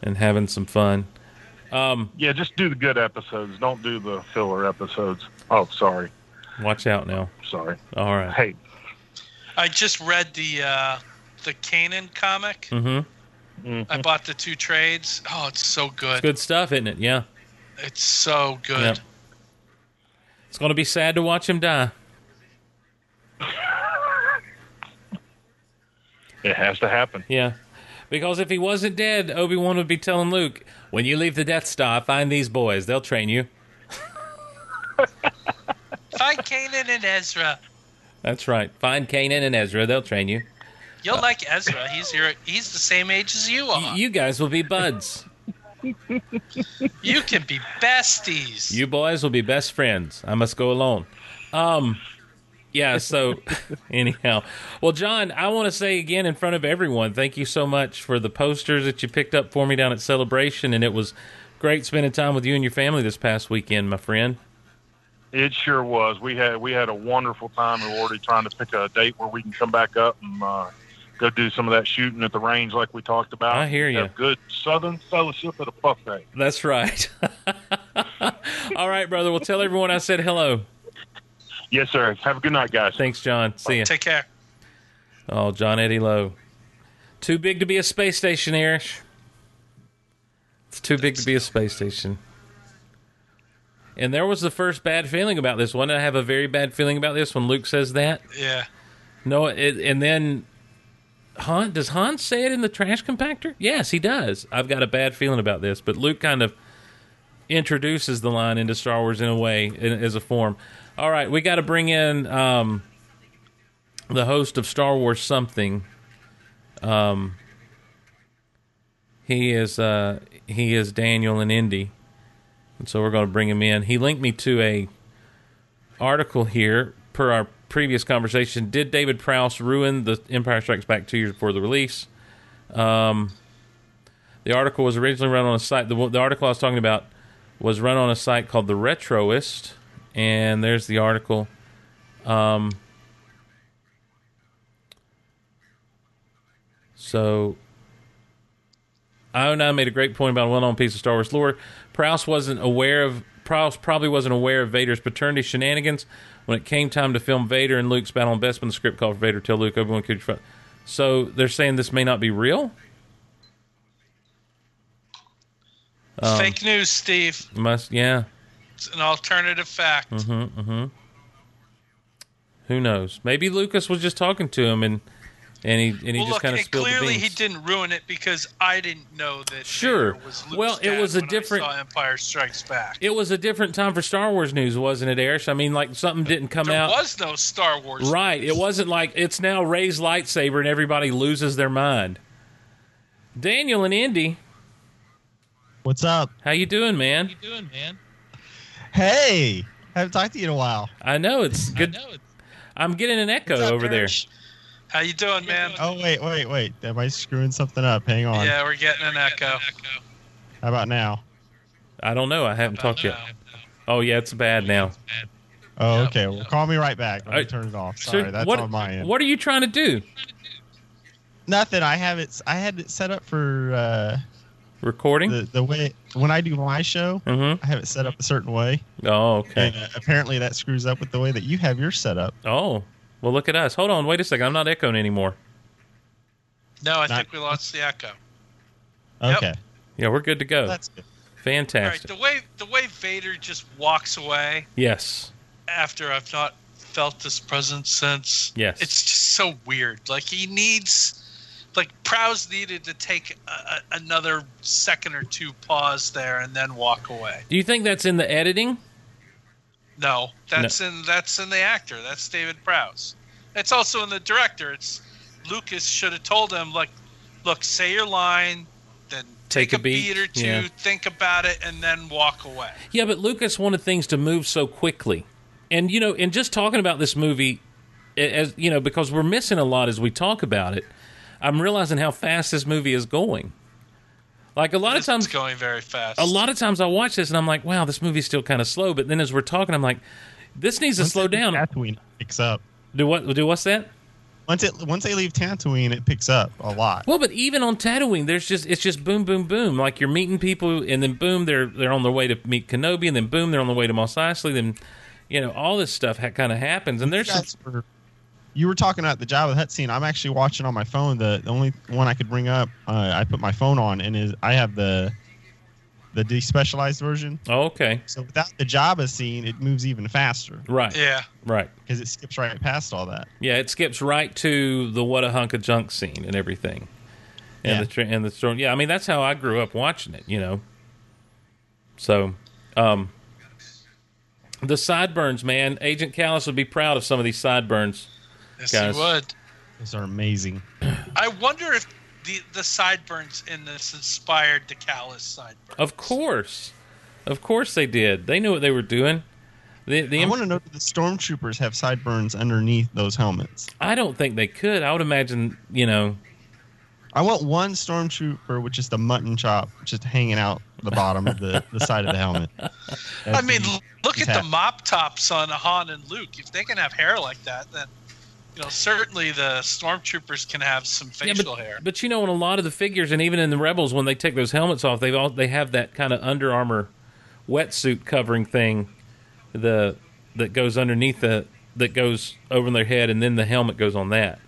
A: and having some fun. Um,
G: yeah, just do the good episodes. Don't do the filler episodes. Oh, sorry,
A: watch out now.
G: sorry.
A: All right.
G: Hey,
B: I just read the uh, the Kanan comic.
A: Mm-hmm.
B: I bought the two trades. Oh, it's so good.
A: Good stuff, isn't it? Yeah.
B: It's so good.
A: Yeah. It's going to be sad to watch him die.
G: it has to happen.
A: Yeah. Because if he wasn't dead, Obi Wan would be telling Luke, when you leave the Death Star, find these boys. They'll train you.
B: Find Kanan and Ezra.
A: That's right. Find Kanan and Ezra. They'll train you.
B: You'll like Ezra. He's your he's the same age as you
A: Uh, Y-
B: are. You,
A: you guys will be buds.
B: can be besties.
A: You boys will be best friends. I must go alone. Um, yeah. So, anyhow, well, John, I want to say again in front of everyone, thank you so much for the posters that you picked up for me down at Celebration, and it was great spending time with you and your family this past weekend, my friend.
G: It sure was. We had we had a wonderful time, and we're already trying to pick a date where we can come back up and uh, go do some of that shooting at the range, like we talked about.
A: I hear
G: Have
A: ya.
G: Good Southern fellowship at a buffet.
A: That's right. All right, brother. Well, tell everyone I said hello.
G: Yes, sir. Have a good night, guys.
A: Thanks, John. See ya.
B: Take care.
A: Oh, John Eddie Lowe. Too big to be a space station, Irish. It's too big to be a space station. And there was the first bad feeling about this one. I have a very bad feeling about this when Luke says that.
B: Yeah.
A: No, it, and then Han does Han say it in the trash compactor? Yes, he does. I've got a bad feeling about this, but Luke kind of introduces the line into Star Wars in a way, in, as a form. All right, we got to bring in um, the host of Star Wars something. Um, he is uh, he is Daniel and Indy, and so we're going to bring him in. He linked me to a article here per our previous conversation did david prouse ruin the empire strikes back two years before the release um, the article was originally run on a site the, the article i was talking about was run on a site called the retroist and there's the article um, so I made a great point about a well-known piece of Star Wars lore. Prouse wasn't aware of Prouse probably wasn't aware of Vader's paternity shenanigans when it came time to film Vader and Luke's battle on Bespin. The script called for Vader to tell Luke Obi Wan could. So they're saying this may not be real. Um,
B: Fake news, Steve.
A: Must yeah.
B: It's an alternative fact.
A: Mm-hmm, mm-hmm. Who knows? Maybe Lucas was just talking to him and and he and he
B: well,
A: just
B: look,
A: kind of
B: it
A: spilled the
B: clearly
A: beans.
B: he didn't ruin it because I didn't know that.
A: Sure.
B: Vader was Luke's
A: Well, it
B: dad
A: was a
B: when I
A: different-
B: saw Empire Strikes Back.
A: It was a different time for Star Wars news, wasn't it, Erish? I mean, like something didn't come
B: there
A: out
B: was no Star Wars.
A: right. It wasn't like it's now Ray's lightsaber and everybody loses their mind. Daniel and Indy,
H: What's up?
A: how you doing, man?
I: doing, man?
H: Hey, haven't talked to you in a while.
A: I know it's good.
I: I know it's
A: I'm getting an echo
H: What's up,
A: over there.
H: Erish?
B: How you doing, man?
H: Oh wait, wait, wait. Am I screwing something up? Hang on.
B: Yeah, we're getting an echo.
H: How about now?
A: I don't know. I haven't talked yet. Oh yeah, it's bad now.
H: Oh,
I: Yeah,
H: okay. Well, call me right back. Let me
A: Uh,
H: turn it off. Sorry,
A: So
H: that's
A: what,
H: on my end.
A: What are you trying to do?
H: Nothing. I have it. I had it set up for uh,
A: Recording?
H: the the way when I do my show.
A: mm-hmm.
H: I have it set up a certain way,
A: Oh okay.
H: and uh, apparently that screws up with the way that you have your setup.
A: Oh well, look at us. Hold on. Wait a second. I'm not echoing anymore.
B: No, I
H: Not-
B: think we lost the echo. Yep.
H: Okay,
A: Yeah, we're good to go.
H: that's good.
B: All right,
A: Fantastic.
B: the way the way Vader just walks away
A: yes.
B: after I've not felt this presence since.
A: Yes.
B: It's just so weird. Like he needs, like Prowse needed to take a, a, another second or two pause there and then walk away.
A: Do you think that's in the editing?
B: No, that's in that's in the actor. That's David Prowse. It's also in the director. It's Lucas should have told him like, look, say your line, then
A: Take a beat,
B: or two,
A: yeah.
B: think about it, and then walk away.
A: Yeah, but Lucas wanted things to move so quickly. And you know, and just talking about this movie a- as you know, because we're missing a lot as we talk about it, I'm realizing how fast this movie is going. Like a lot of
B: It's
A: times
B: going very fast.
A: a lot of times I watch this and I'm like, wow, this movie's still kind of slow, but then as we're talking I'm like, this needs to slow down.
H: Tatooine picks up.
A: Do what do what's that?
H: Once it once they leave Tatooine, it picks up a lot.
A: Well, but even on Tatooine, there's just it's just boom, boom, boom. Like you're meeting people, and then boom, they're they're on their way to meet Kenobi, and then boom, they're on their way to Mos Eisley. Then, you know, all this stuff ha- kind of happens, and there's some,
H: That's for- you were talking about the Jabba the Hutt scene. I'm actually watching on my phone. The, the only one I could bring up, uh, I put my phone on, and is I have the the despecialized version.
A: oh, okay,
H: So without the Jabba scene, it moves even faster
A: right,
B: yeah.
A: right,
H: because it skips right past all that.
A: yeah. It skips right to the what a hunk of junk scene and everything, and
H: Yeah.
A: the tra- and the storm. Yeah, I mean that's how I grew up watching it, you know. So, um, the sideburns, man. Agent Callis would be proud of some of these sideburns.
B: Yes,
A: Guys.
B: he would.
H: Those are amazing.
B: I wonder if the the sideburns in this inspired the callous sideburns.
A: Of course, of course they did. They knew what they were doing. The, the
H: I want to know if the stormtroopers have sideburns underneath those helmets.
A: I don't think they could. I would imagine, you know,
H: I want one stormtrooper with just a mutton chop just hanging out the bottom of the, the side of the helmet.
B: I mean, l- look
H: he's
B: at the
H: hat.
B: mop tops on Han and Luke. If they can have hair like that, then you know certainly the stormtroopers can have some
A: yeah,
B: facial
A: but,
B: hair.
A: But you know, in a lot of the figures, and even in the Rebels, when they take those helmets off, they all they have that kind of Under Armour wetsuit covering thing, the that goes underneath the that goes over their head, and then the helmet goes on that.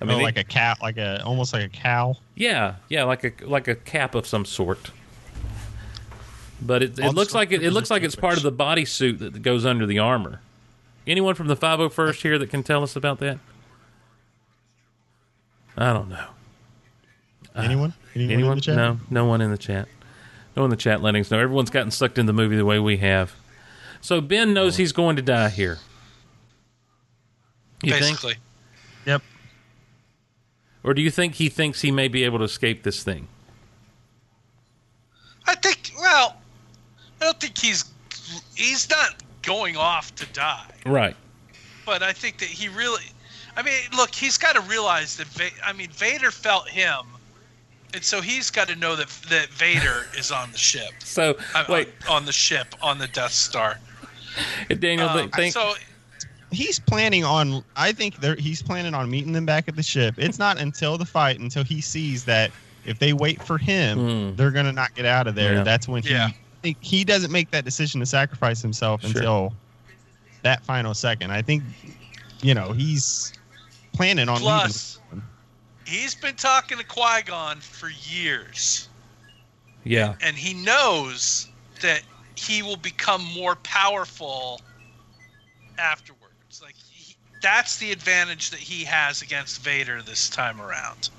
A: I mean,
H: Oh,
A: they-
H: like a cat, like a almost like a cow.
A: yeah, yeah, like a like a cap of some sort. But it,
H: All
A: it
H: the
A: looks like it, it
H: stormtroopers
A: looks
H: are
A: like it's part of the bodysuit that goes under the armor. Anyone from the 501st here that can tell us about that? I don't know.
H: Anyone? Anyone? in
A: Uh, Anyone?
H: the chat?
A: No, no one in the chat. No one in the chat letting us know. Everyone's gotten sucked in the movie the way we have. So Ben knows
H: Oh.
A: he's going to die here. You think?
B: basically,
H: Yep.
A: Or do you think he thinks he may be able to escape this thing?
B: I think. Well, I don't think he's he's not going off to die,
A: Right.
B: but I think that he really. I mean, look, he's got to realize that. Va- I mean, Vader felt him, and so he's got to know that that Vader is on the ship.
A: So
B: I'm- I'm
A: wait,
B: on the ship on the Death Star.
A: Daniel,
B: Um,
A: think.
B: so
H: He's planning on. I think they're, he's planning on meeting them back at the ship. It's not until the fight until he sees that if they wait for him,
A: Hmm.
H: they're gonna not get out of there.
A: Yeah.
H: That's when he.
B: Yeah.
H: I think he doesn't make that decision to sacrifice himself
A: Sure.
H: until that final second. I think, you know, he's planning on
B: Plus-
H: leaving.
B: he's been talking to Qui Gon for years,
A: Yeah.
B: and he knows that he will become more powerful afterwards. Like he, that's the advantage that he has against Vader this time around.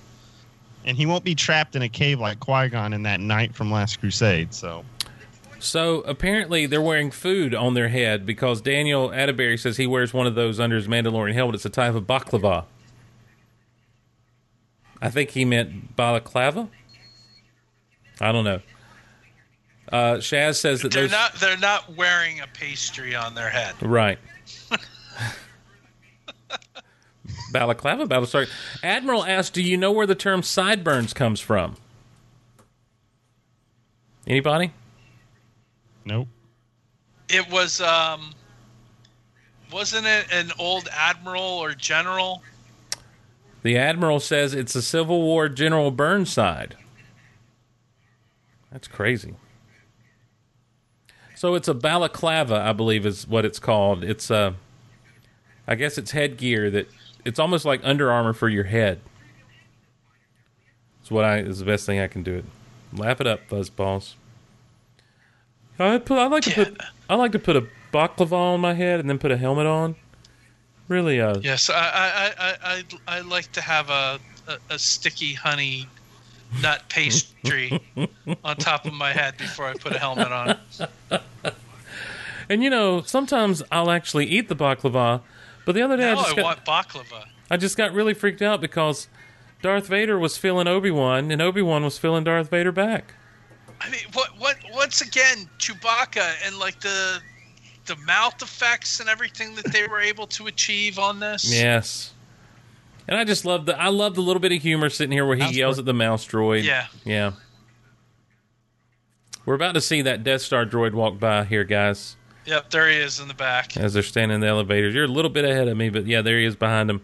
H: and he won't be trapped in a cave like Qui Gon in that night from Last Crusade. So
A: So apparently they're wearing food on their head because Daniel Atterbury says he wears one of those under his Mandalorian helmet. It's a type of baklava. I think he meant balaclava. I don't know. Uh, Shaz says that
B: They're
A: those-
B: not they're not wearing a pastry on their head.
A: Right. Balaclava, Battlestar. Admiral asks, "Do you know where the term sideburns comes from?" Anybody?
H: nope.
B: It was um wasn't it an old admiral or general?
A: The admiral says it's a Civil War General Burnside. That's crazy. So it's a balaclava, I believe, is what it's called. It's uh, I guess it's headgear that it's almost like Under Armour for your head. It's what I is the best thing I can do. It. Laugh it up, fuzzballs. I put I like to put I like to put a baklava on my head and then put a helmet on. Really, uh,
B: Yes, I I I I I'd- I like to have a a, a sticky honey nut pastry on top of my head before I put a helmet on.
A: And you know, sometimes I'll actually eat the baklava, but the other day I
B: now
A: just
B: I
A: got,
B: want baklava.
A: I just got really freaked out because Darth Vader was feeling Obi Wan, and Obi Wan was feeling Darth Vader back.
B: I mean, what what once again Chewbacca and like the the mouth effects and everything that they were able to achieve on this.
A: Yes. And I just love the I love the little bit of humor sitting here where he
H: Mouse
A: yells at the mouse droid.
B: Yeah.
A: Yeah. We're about to see that Death Star droid walk by here, guys,
B: Yep, there he is in the back.
A: as they're standing in the elevators. You're a little bit ahead of me, but yeah, there he is behind him.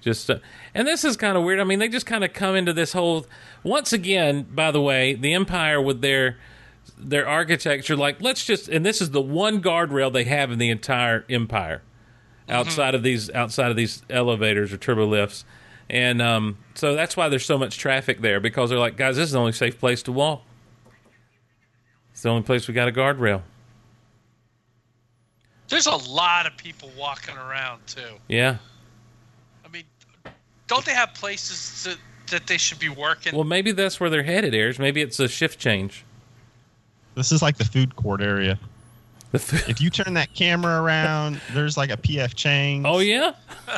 A: just uh, and this is kind of weird i mean they just kind of come into this whole once again by the way the empire with their their architecture like let's just and this is the one guardrail they have in the entire empire outside of these outside of these elevators or turbo lifts and um, so that's why there's so much traffic there because they're like guys this is the only safe place to walk it's the only place we got a guardrail
B: There's a lot of people walking around too.
A: yeah
B: I mean, don't they have places that that they should be working?
A: well maybe that's where they're headed airs maybe it's a shift change
H: This is like the food court area.
A: the f-
H: If you turn that camera around, there's like a PF Chang.
A: oh yeah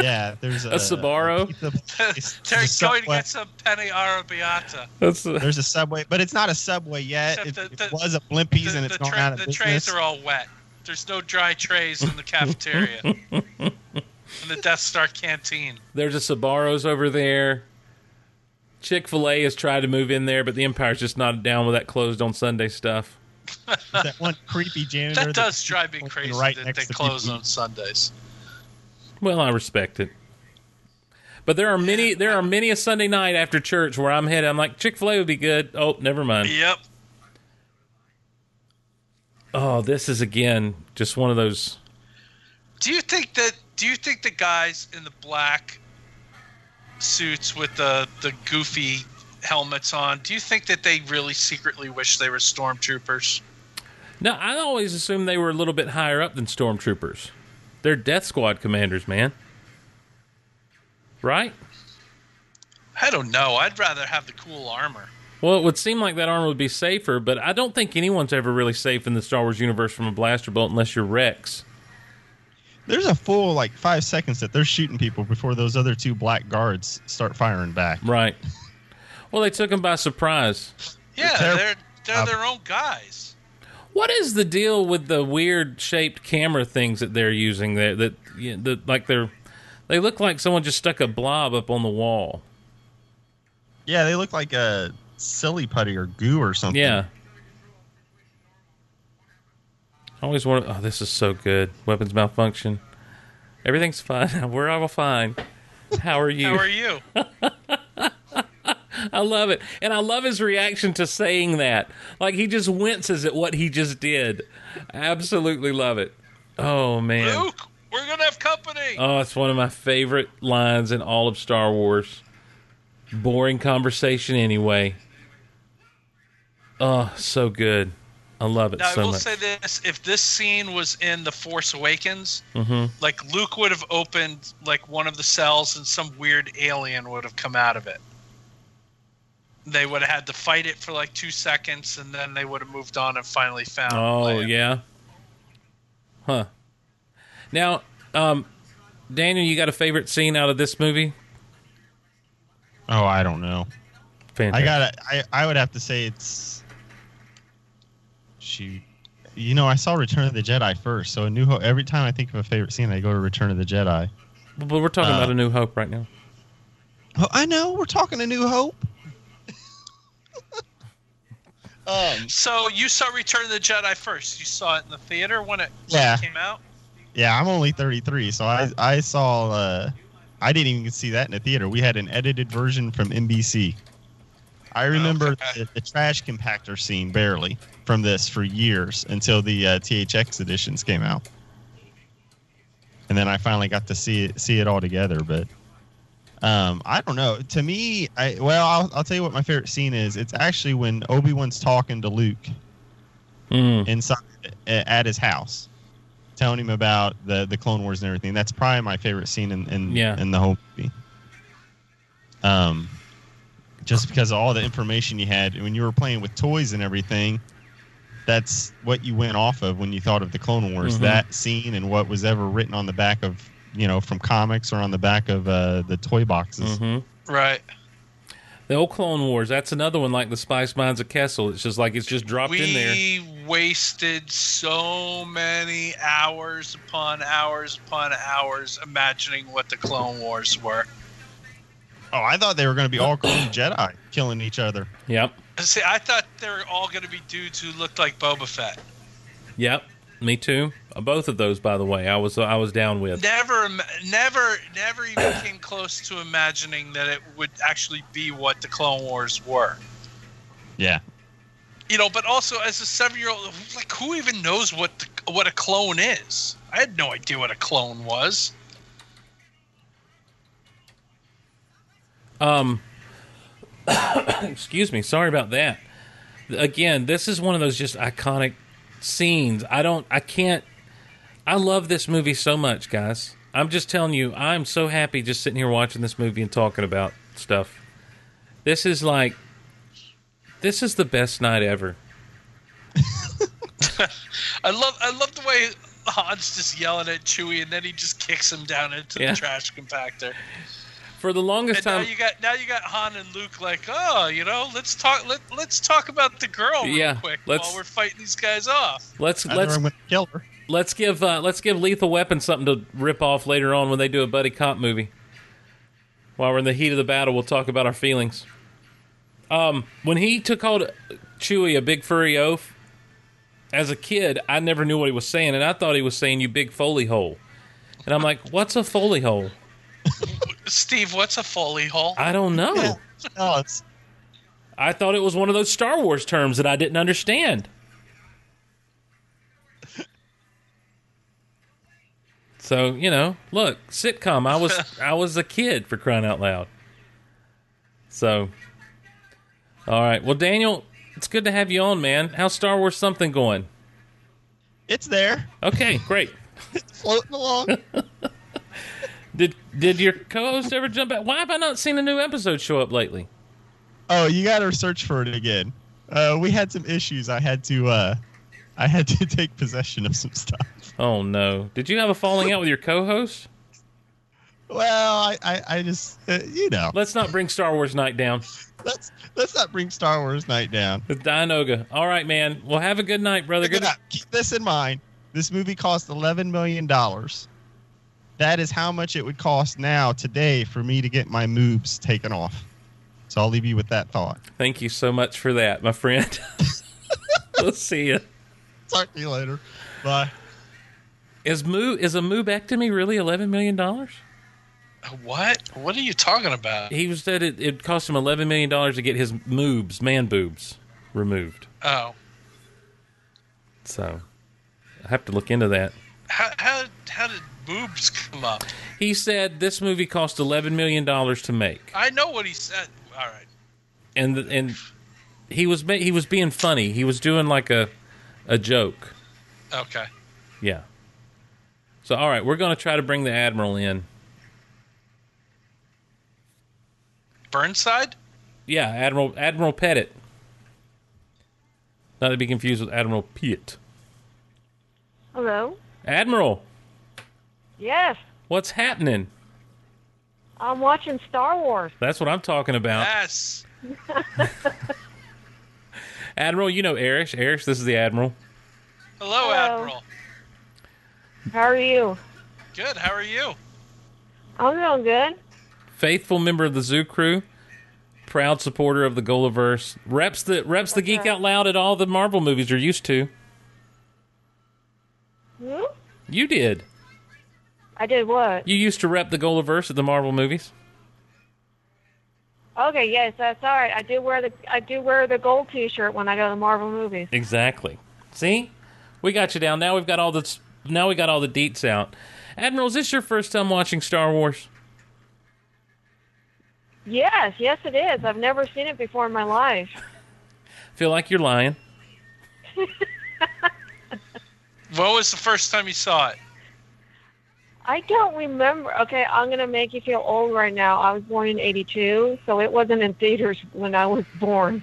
H: yeah. There's a,
A: Sbarro.
H: a pizza place.
B: They're
H: There's a
B: going to
H: Subway.
B: get some penne arrabbiata.
A: that's uh,
H: There's a subway, but it's not a subway yet. It,
B: Except the-
H: it
B: the-
H: was a
B: The,
H: Blimpies, and
B: the,
H: it's gone
B: tra-
H: out of
B: the
H: business.
B: trays are all wet. There's no dry trays in the cafeteria. in the Death Star canteen.
A: There's a Sabaros over there. Chick fil A has tried to move in there, but the Empire's just not down with that closed on Sunday stuff.
H: that one creepy janitor.
B: That does drive me
H: open
B: crazy
H: right
B: that
H: next
B: they
H: to
B: close
H: people.
B: on Sundays.
A: Well, I respect it. But there are many there are many a Sunday night after church where I'm headed. I'm like, Chick fil A would be good. Oh, never mind.
B: Yep.
A: Oh, this is again just one of those
B: Do you think that? Do you think the guys in the black suits with the the goofy helmets on? Do you think that they really secretly wish they were stormtroopers?
A: No, I always assumed they were a little bit higher up than stormtroopers. They're death squad commanders, man. Right?
B: I don't know. I'd rather have the cool armor.
A: Well, it would seem like that armor would be safer, but I don't think anyone's ever really safe in the Star Wars universe from a blaster bolt unless you're Rex.
H: There's a full like five seconds that they're shooting people before those other two black guards start firing back.
A: Right. Well, they took him by surprise.
B: Yeah,
H: They're-
B: they're they're,
H: uh,
B: their own guys.
A: What is the deal with the weird shaped camera things that they're using there that you know, that like they're they look like someone just stuck a blob up on the wall.
H: Yeah, they look like a silly putty or goo or something.
A: Yeah. I always want oh this is so good. Weapons malfunction. Everything's fine. We're all fine. How are you?
B: How are you?
A: I love it. And I love his reaction to saying that. Like he just winces at what he just did. Absolutely love it. Oh man.
B: Luke, we're gonna have company.
A: Oh, it's one of my favorite lines in all of Star Wars. boring conversation anyway. Oh, so good. I love it
B: Now
A: so
B: I will
A: much.
B: say this: if this scene was in The Force Awakens,
H: Mm-hmm.
A: hmm
B: like Luke would have opened like one of the cells, and some weird alien would have come out of it. They would have had to fight it for like two seconds, and then they would have moved on and finally found.
A: Oh
B: Leia.
A: yeah. Huh. Now, um, Daniel, you got a favorite scene out of this movie?
H: Oh, I don't know. I
A: Fantastic.
H: got. I I would have to say it's. Shoot, you know I saw Return of the Jedi first, so a New Hope. Every time I think of a favorite scene, I go to Return of the Jedi.
A: But we're talking
H: uh,
A: about a new hope right now.
H: Oh, I know we're talking a New Hope. um.
B: So you saw Return of the Jedi first. You saw it in the theater when it
H: Yeah.
B: came out.
H: Yeah, I'm only 33, so I I saw. Uh, I didn't even see that in the theater. We had an edited version from NBC. I remember
B: Okay.
H: the, the trash compactor scene barely from this for years until the uh, THX editions came out, and then I finally got to see it see it all together. But um, I don't know. To me, I well, I'll, I'll tell you what my favorite scene is. It's actually when Obi Wan's talking to Luke
A: Mm.
H: inside at his house, telling him about the the Clone Wars and everything. That's probably my favorite scene in in,
A: Yeah.
H: in the whole movie. Um, just because of all the information you had when you were playing with toys and everything, that's what you went off of when you thought of the Clone Wars.
A: Mhm.
H: That scene and what was ever written on the back of you know from comics or on the back of uh, the toy boxes.
A: hmm
B: Right.
A: The old Clone Wars. That's another one like the Spice Mines of Kessel. It's just like it's just dropped in there.
B: We wasted so many hours upon hours upon hours imagining what the Clone Wars were.
H: Oh, I thought they were going to be all clone Jedi killing each other.
A: Yep.
B: See, I thought they were all going to be dudes who looked like Boba Fett.
A: Yep. Me too. Uh, Both of those, by the way, I was I was down with.
B: Never, im- never, never even came close to imagining that it would actually be what the Clone Wars were.
H: Yeah.
B: You know, but also as a seven-year-old, like who even knows what the, what a clone is? I had no idea what a clone was.
A: Um, excuse me. Sorry about that. Again, this is one of those just iconic scenes. I don't. I can't. I love this movie so much, guys. I'm just telling you. I'm so happy just sitting here watching this movie and talking about stuff. This is like. This is the best night ever.
B: I love I love the way Han's just yelling at Chewie, and then he just kicks him down into
A: Yeah.
B: the trash compactor.
A: For the longest
B: And now
A: time,
B: you got now you got Han and Luke like, oh, you know, let's talk let let's talk about the girl real
A: Yeah,
B: quick
A: let's-
B: while we're fighting these guys off.
A: let's
H: I
A: let's
H: am going to kill her.
A: Let's give uh, let's give Lethal Weapon something to rip off later on when they do a buddy cop movie. While we're in the heat of the battle, we'll talk about our feelings. Um, when he took hold Chewie a big furry oaf, as a kid, I never knew what he was saying, and I thought he was saying "you big foley hole," and I'm like, "What's a foley hole?
B: Steve, what's a foley hole?
A: I don't know."
H: Oh, it's
A: I thought it was one of those Star Wars terms that I didn't understand. So you know, look, sitcom. I was I was a kid for crying out loud. So, all right. Well, Daniel, it's good to have you on, man. How's Star Wars something going?
H: it's there.
A: Okay, great.
H: floating along.
A: Did did your co-host ever jump out? Why have I not seen a new episode show up lately?
H: oh, you got to search for it again. Uh, we had some issues. I had to, uh, I had to take possession of some stuff.
A: Oh no! Did you have a falling out with your co-host?
H: Well, I, I, I just, uh, you know,
A: Let's not bring Star Wars night down.
H: let's let's not bring Star Wars night down.
A: With Dianoga. All right, man. Well, have a good night, brother.
H: Look
A: Good.
H: it up. Keep this in mind. This movie cost eleven million dollars. That is how much it would cost now today for me to get my moobs taken off. So I'll leave you with that thought.
A: Thank you so much for that, my friend. we'll see you.
H: Talk to you later. Bye.
A: Is moo is a moobectomy really eleven million dollars?
B: What? What are you talking about?
A: He said it, it cost him eleven million dollars to get his moobs, man boobs, removed.
B: Oh,
A: So I have to look into that.
B: how how how did boobs come up?
A: He said this movie cost eleven million dollars to make.
B: I know what he said. All right.
A: and and he was ma- he was being funny. He was doing like a a joke.
B: Okay.
A: Yeah. So all right, we're going to try to bring the admiral in.
B: Burnside?
A: Yeah, Admiral Admiral Pettit. Not to be confused with Admiral Piet.
I: Hello?
A: Admiral,
I: Yes,
A: what's happening?
I: I'm watching Star Wars.
A: That's what I'm talking about.
B: Yes.
A: Admiral, you know Erish. Erish, this is the Admiral.
B: Hello,
I: Hello.
B: Admiral.
I: How are you?
B: Good. How are you?
I: I'm doing good.
A: Faithful member of the Zoo Crew, proud supporter of the Golaverse. Reps the reps the geek
I: Okay.
A: out loud at all the Marvel movies you're used to.
I: Hmm?
A: You did.
I: I did what?
A: You used to rep the Golaverse at the Marvel movies.
I: Okay, yes, that's all right. I do wear the I do wear the gold T-shirt when I go to the Marvel movies.
A: Exactly. See, we got you down. Now we've got all the now we got all the deets out. Admiral, is this your first time watching Star Wars?
I: Yes, yes, it is. I've never seen it before in my life.
A: Feel like you're lying.
B: When was the first time you saw it?
I: I don't remember. Okay, I'm gonna make you feel old right now. I was born in '82, so it wasn't in theaters when I was born.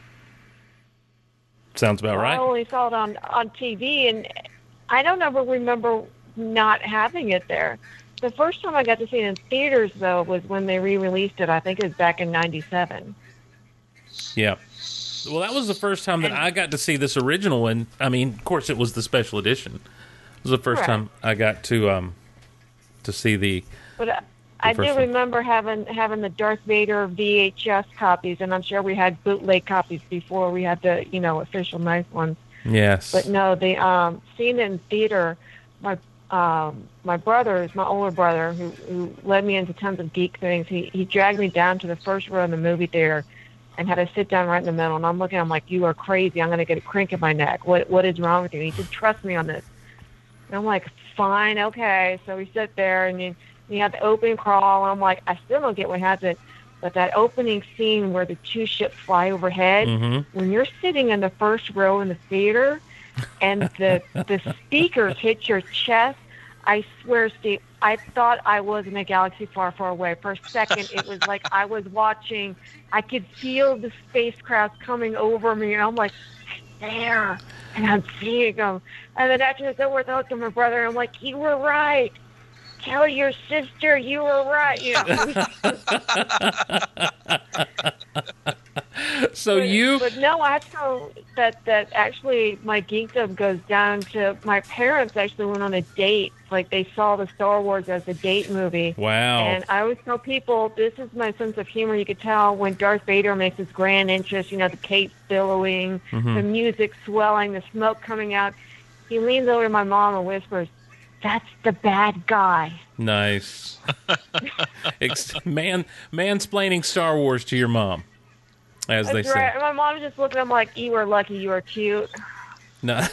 A: Sounds about
I: I
A: right.
I: only saw it on on TV, and I don't ever remember not having it there. The first time I got to see it in theaters, though, was when they re-released it. I think it was back in '97.
A: Yeah. Well, that was the first time that
I: And-
A: I got to see this original one. I mean, of course, it was the special edition. It was the first
I: Correct.
A: time I got to um to see the
I: But I, I
A: first
I: do
A: one.
I: remember having having the Darth Vader VHS copies, and I'm sure we had bootleg copies before we had the you know official nice ones.
A: yes.
I: But no, the um, seeing it in theater, my um, my brother is my older brother who, who led me into tons of geek things. He he dragged me down to the first row in the movie theater, and had us sit down right in the middle. And I'm looking, I'm like, you are crazy. I'm gonna get a crank in my neck. What what is wrong with you? He said, trust me on this. And I'm like, fine, okay. So we sit there, and you you have the opening crawl. And I'm like, I still don't get what happened. But that opening scene where the two ships fly overhead,
A: hmm
I: when you're sitting in the first row in the theater and the the speakers hit your chest, I swear, Steve, I thought I was in a galaxy far, far away. For a second, it was like I was watching. I could feel the spacecraft coming over me, and I'm like, there, and I'm seeing them. And then after it's over, I looked at my brother, and I'm like, you were right. Tell your sister you were right. You know,
A: So
I: But-
A: you
I: But no, I found that that actually my geekdom goes down to my parents actually went on a date. Like they saw the Star Wars as a date movie.
A: wow.
I: And I always tell people this is my sense of humor. You could tell when Darth Vader makes his grand entrance, you know, the cape billowing,
A: Mhm.
I: the music swelling, the smoke coming out. He leans over to my mom and whispers, That's the bad guy.
A: Nice. Ex- man, mansplaining Star Wars to your mom, as they
I: That's
A: say.
I: right. And my mom's just looking at him like, You are lucky, you are cute.
A: No.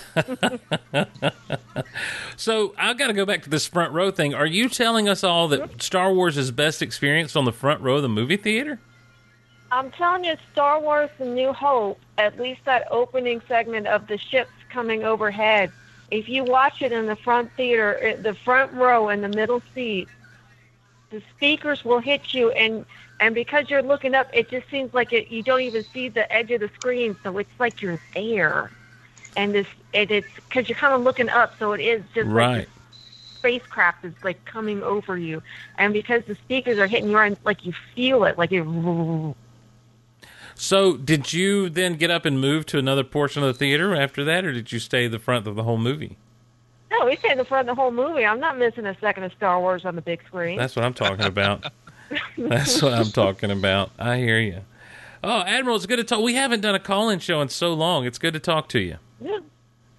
A: so I've got to go back to this front row thing. Are you telling us all that Star Wars is best experienced on the front row of the movie theater?
I: I'm telling you, Star Wars: The New Hope. At least that opening segment of the ships coming overhead. If you watch it in the front theater, eh, the front row in the middle seat, the speakers will hit you, and and because you're looking up, it just seems like it, you don't even see the edge of the screen. So it's like you're there, and this and it's because you're kind of looking up, so it is just like
A: Right.
I: spacecraft is like coming over you, and because the speakers are hitting you, and like you feel it, like you.
A: So did you then get up and move to another portion of the theater after that, or did you stay the front of the whole movie?
I: No, we stayed in the front of the whole movie. I'm not missing a second of Star Wars on the big screen.
A: That's what I'm talking about. That's what I'm talking about. I hear you. Oh, Admiral, it's good to talk. We haven't done a call-in show in so long. It's good to talk to you.
I: yeah.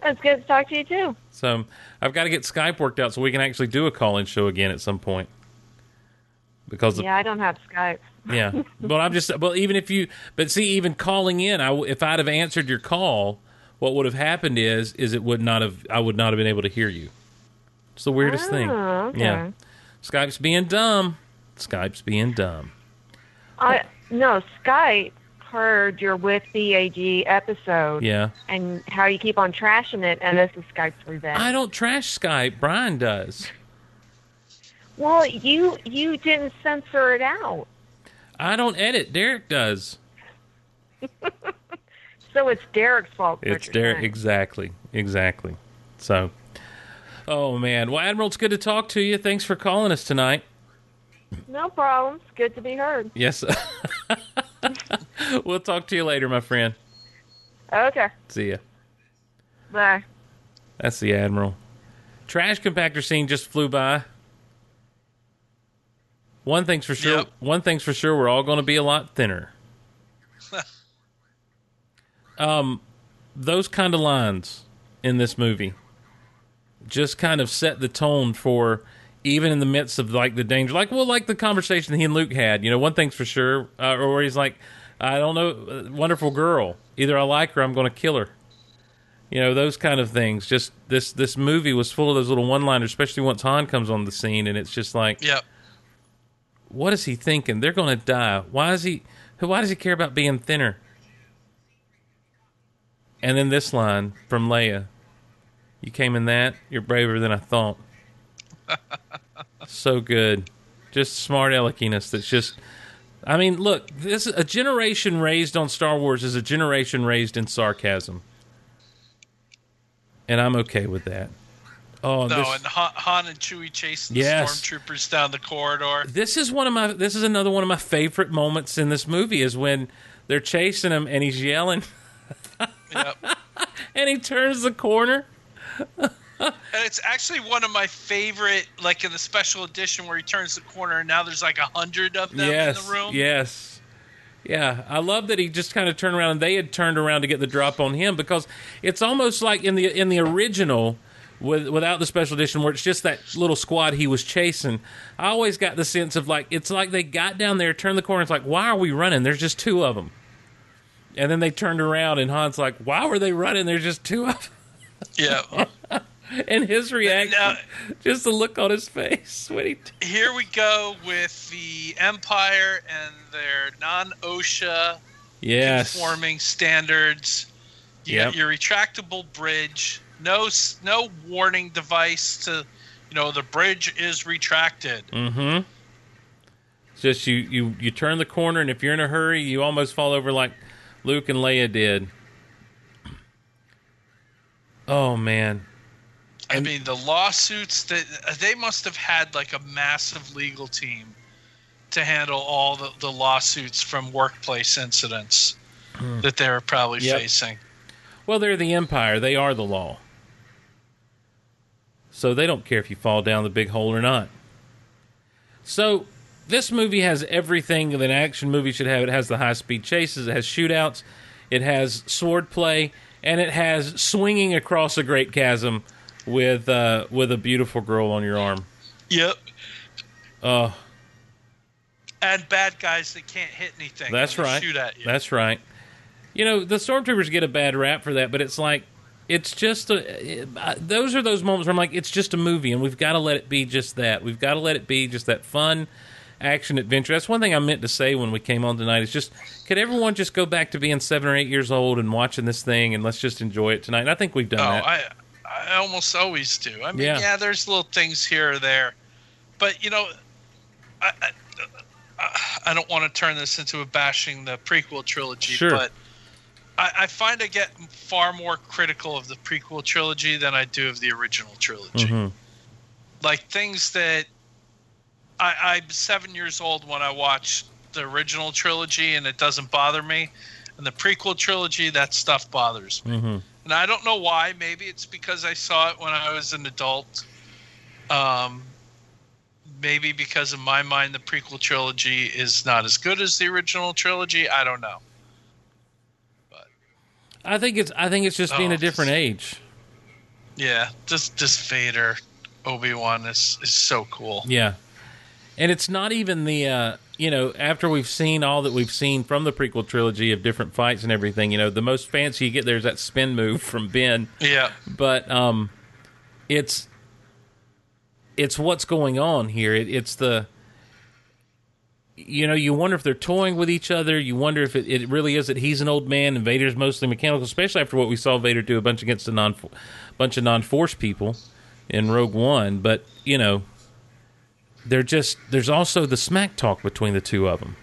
I: It's good to talk to you too.
A: So I've got to get Skype worked out so we can actually do a call-in show again at some point. Because the
I: Yeah, I don't have Skype.
A: Yeah, but I'm just. Well, even if you, but see, even calling in, I w- if I'd have answered your call, what would have happened is, is it would not have. I would not have been able to hear you. It's the weirdest thing.
I: Oh, okay.
A: Yeah, Skype's being dumb. Skype's being dumb.
I: I no, Skype heard your with BAG episode
A: Yeah.
I: and how you keep on trashing it, and this is Skype's revenge.
A: I don't trash Skype. Brian does.
I: well, you you didn't censor it out,
A: I don't edit. Derek does.
I: so it's Derek's fault. for
A: It's
I: your
A: Derek.
I: son.
A: Exactly. Exactly. So, oh man. Well, Admiral, it's good to talk to you. Thanks for calling us tonight.
I: No problems. Good to be heard.
A: Yes. we'll talk to you later, my friend.
I: Okay.
A: See ya.
I: Bye.
A: That's the Admiral. Trash compactor scene just flew by. One thing's for sure.
B: Yep.
A: One thing's for sure. We're all going to be a lot thinner. um, those kind of lines in this movie just kind of set the tone for even in the midst of like the danger. Like well, like the conversation he and Luke had. You know, one thing's for sure. Uh, or where he's like, I don't know, uh, wonderful girl. Either I like her, or I'm going to kill her you know those kind of things just this this movie was full of those little one liners especially once han comes on the scene and it's just like
B: Yep.
A: what is he thinking they're gonna die why is he who why does he care about being thinner and then this line from leia you came in that you're braver than i thought so good just smart aleckiness that's just i mean look this a generation raised on star wars is a generation raised in sarcasm and i'm okay with that oh
B: No,
A: this,
B: and Han, Han and Chewie chasing
A: Yes.
B: the stormtroopers down the corridor.
A: this is one of my this is another one of my favorite moments in this movie is when they're chasing him and he's yelling
B: Yep.
A: and he turns the corner
B: And it's actually one of my favorite, like in the special edition where he turns the corner and now there's like a hundred of them
A: yes
B: in the room.
A: yes yeah i love that he just kind of turned around and they had turned around to get the drop on him because it's almost like in the in the original with, without the special edition where it's just that little squad he was chasing i always got the sense of like it's like they got down there turned the corner it's like why are we running there's just two of them and then they turned around and han's like why were they running there's just two of them
B: Yeah.
A: and his reaction,
B: Now-
A: just the look on his face when he.
B: Here we go with the Empire and their non OSHA
A: yes,
B: conforming standards. You got
A: Yep.
B: your retractable bridge. No, s- no warning device to, you know, the bridge is retracted.
A: Mm-hmm. Just you, you, you turn the corner, and if you're in a hurry, you almost fall over like Luke and Leia did. Oh man,
B: I mean, the lawsuits that they must have had like a massive legal team to handle all the, the lawsuits from workplace incidents that they were probably
A: Hmm. Yep.
B: facing.
A: Well, they're the Empire. They are the law. So they don't care if you fall down the big hole or not. So this movie has everything that an action movie should have. It has the high speed chases, it has shootouts, it has sword play, and it has swinging across a great chasm with uh, with a beautiful girl on your arm.
B: Yep.
A: Oh,
B: And bad guys that can't hit anything.
A: That's
B: when they
A: right.
B: Shoot at you.
A: That's right. You know, the stormtroopers get a bad rap for that, but it's like it's just a, uh, those are those moments where I'm like, it's just a movie, and we've got to let it be just that. We've got to let it be just that fun action adventure. That's one thing I meant to say when we came on tonight. Is just could everyone just go back to being seven or eight years old and watching this thing, and let's just enjoy it tonight. And I think we've done
B: Oh,
A: that.
B: I I almost always do. I mean,
A: Yeah.
B: yeah, there's little things here or there, but you know, I I, I- I don't want to turn this into a bashing the prequel trilogy,
A: Sure.
B: but I, I find I get far more critical of the prequel trilogy than I do of the original trilogy.
A: Mhm.
B: Like things that I, I'm seven years old when I watch the original trilogy, and it doesn't bother me. And the prequel trilogy, that stuff bothers me.
A: Mhm.
B: And I don't know why. Maybe it's because I saw it when I was an adult. Um, maybe because in my mind the prequel trilogy is not as good as the original trilogy. I don't know.
A: I think it's I think it's just being
B: Oh.
A: a different age.
B: Yeah, just this Vader, Obi Wan is is so cool.
A: Yeah. And it's not even the uh, you know, after we've seen all that we've seen from the prequel trilogy of different fights and everything, you know, the most fancy you get there is that spin move from Ben,
B: Yeah,
A: but um it's it's what's going on here. It, it's the you know, you wonder if they're toying with each other. You wonder if it, it really is that he's an old man and Vader's mostly mechanical, especially after what we saw Vader do a bunch against a non bunch of non force people in Rogue One. But you know, they're just there's also the smack talk between the two of them.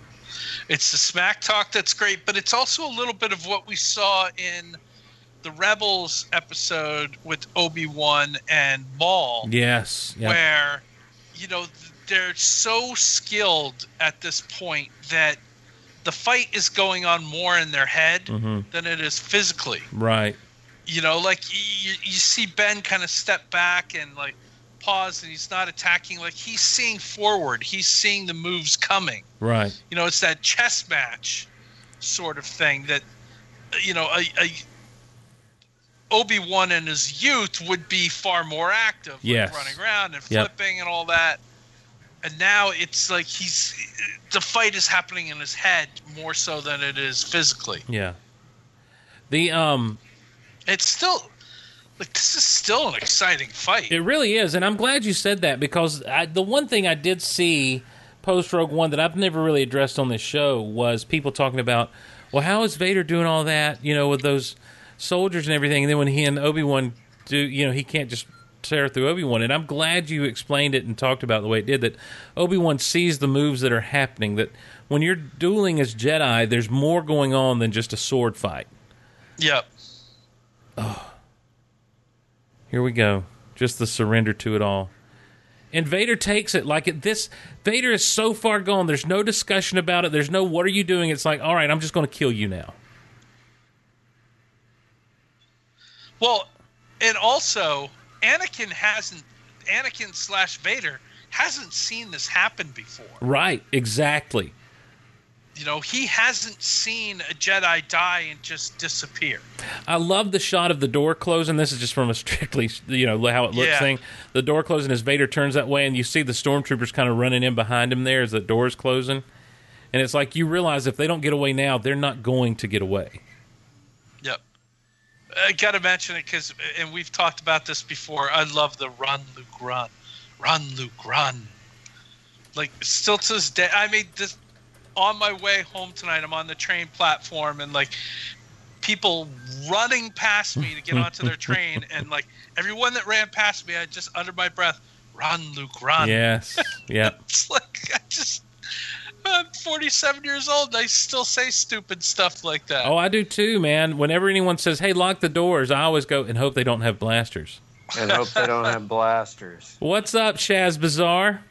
B: It's the smack talk that's great, but it's also a little bit of what we saw in the Rebels episode with Obi Wan and Maul,
A: Yes, yeah.
B: where you know th- they're so skilled at this point that the fight is going on more in their head
A: Mhm.
B: than it is physically.
A: right.
B: You know, like y- you, you see Ben kind of step back and like pause, and he's not attacking. Like he's seeing forward, he's seeing the moves coming
A: Right.
B: you know it's that chess match sort of thing that you know a, a obi-wan in his youth would be far more active like
A: Yes.
B: running around and
A: Yep.
B: flipping and all that and now it's like he's the fight is happening in his head more so than it is physically
A: Yeah. The um
B: it's still like this is still an exciting fight
A: It really is, and I'm glad you said that because I, the one thing I did see post Rogue One that I've never really addressed on this show was people talking about, well, how is Vader doing all that? You know, with those soldiers and everything, and then when he and Obi Wan do, you know, he can't just tear through Obi Wan. And I'm glad you explained it and talked about it the way it did that Obi Wan sees the moves that are happening. That when you're dueling as Jedi, there's more going on than just a sword fight.
B: yep
A: Here we go. Just the surrender to it all. And Vader takes it like it, this. Vader is so far gone. There's no discussion about it. There's no what are you doing. It's like, all right, I'm just going to kill you now.
B: Well, and also Anakin hasn't Anakin slash Vader hasn't seen this happen before.
A: Right, exactly.
B: You know, he hasn't seen a Jedi die and just disappear.
A: I love the shot of the door closing. This is just from a strictly, you know, how it looks
B: Yeah.
A: thing. The door closing as Vader turns that way, and you see the stormtroopers kind of running in behind him there as the door's closing. And it's like you realize if they don't get away now, they're not going to get away.
B: Yep. I got to mention it because, and we've talked about this before. I love the run, Luke, run, run, Luke, run. Like still to this day, I mean, this on my way home tonight. I'm on the train platform, and like people running past me to get onto their train, and like everyone that ran past me, I just under my breath, run, Luke, run.
A: Yes. yeah.
B: It's like I just. I'm 47 years old. And I still say stupid stuff like that.
A: Oh, I do too, man. Whenever anyone says, "Hey, lock the doors," I always go and hope they don't have blasters.
J: and hope they don't have blasters.
A: What's up, Shaz Bazaar?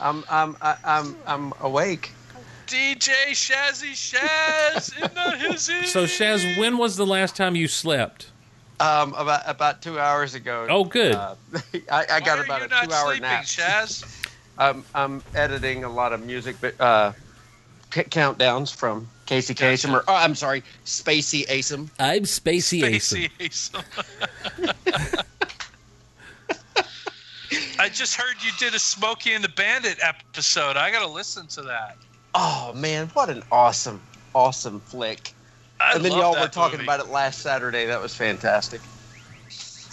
J: I'm I'm I- I'm I'm awake.
B: DJ Shazzy Shaz in the hizzy.
A: So, Shaz, when was the last time you slept?
J: Um, about about two hours ago.
A: Oh, good.
J: Uh, I, I got
B: Why are
J: about a
B: you not
J: two-hour
B: sleeping,
J: nap.
B: Shaz.
J: I'm I'm editing a lot of music, but uh, c- countdowns from Casey
B: Gotcha.
J: Kasem, or oh, I'm sorry, Spacey Asem.
A: I'm Spacey
B: Spacey Ace. I just heard you did a Smokey and the Bandit episode. I gotta listen to that.
J: Oh man, what an awesome, awesome flick!
B: I
J: and then
B: love
J: y'all
B: that
J: were talking
B: movie.
J: about it last Saturday. That was fantastic.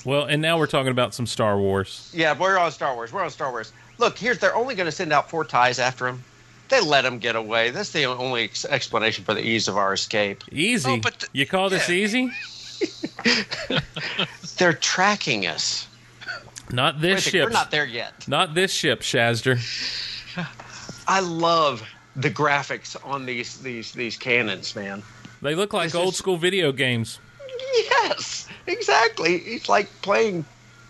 A: Well, and now we're talking about some Star Wars.
J: Yeah, we're on Star Wars. We're on Star Wars. Look, here's they're only going to send out four ties after him. They let him get away. That's the only ex- explanation for the ease of our escape.
A: Easy.
B: Oh, but th-
A: you call this
B: yeah.
A: easy?
J: They're tracking us.
A: Not this
J: Wait,
A: ship.
J: We're not there yet.
A: Not this ship, Shazder.
J: I love the graphics on these these these cannons, man.
A: They look like
J: This
A: old
J: is-
A: school video games.
J: Yes, exactly. It's like playing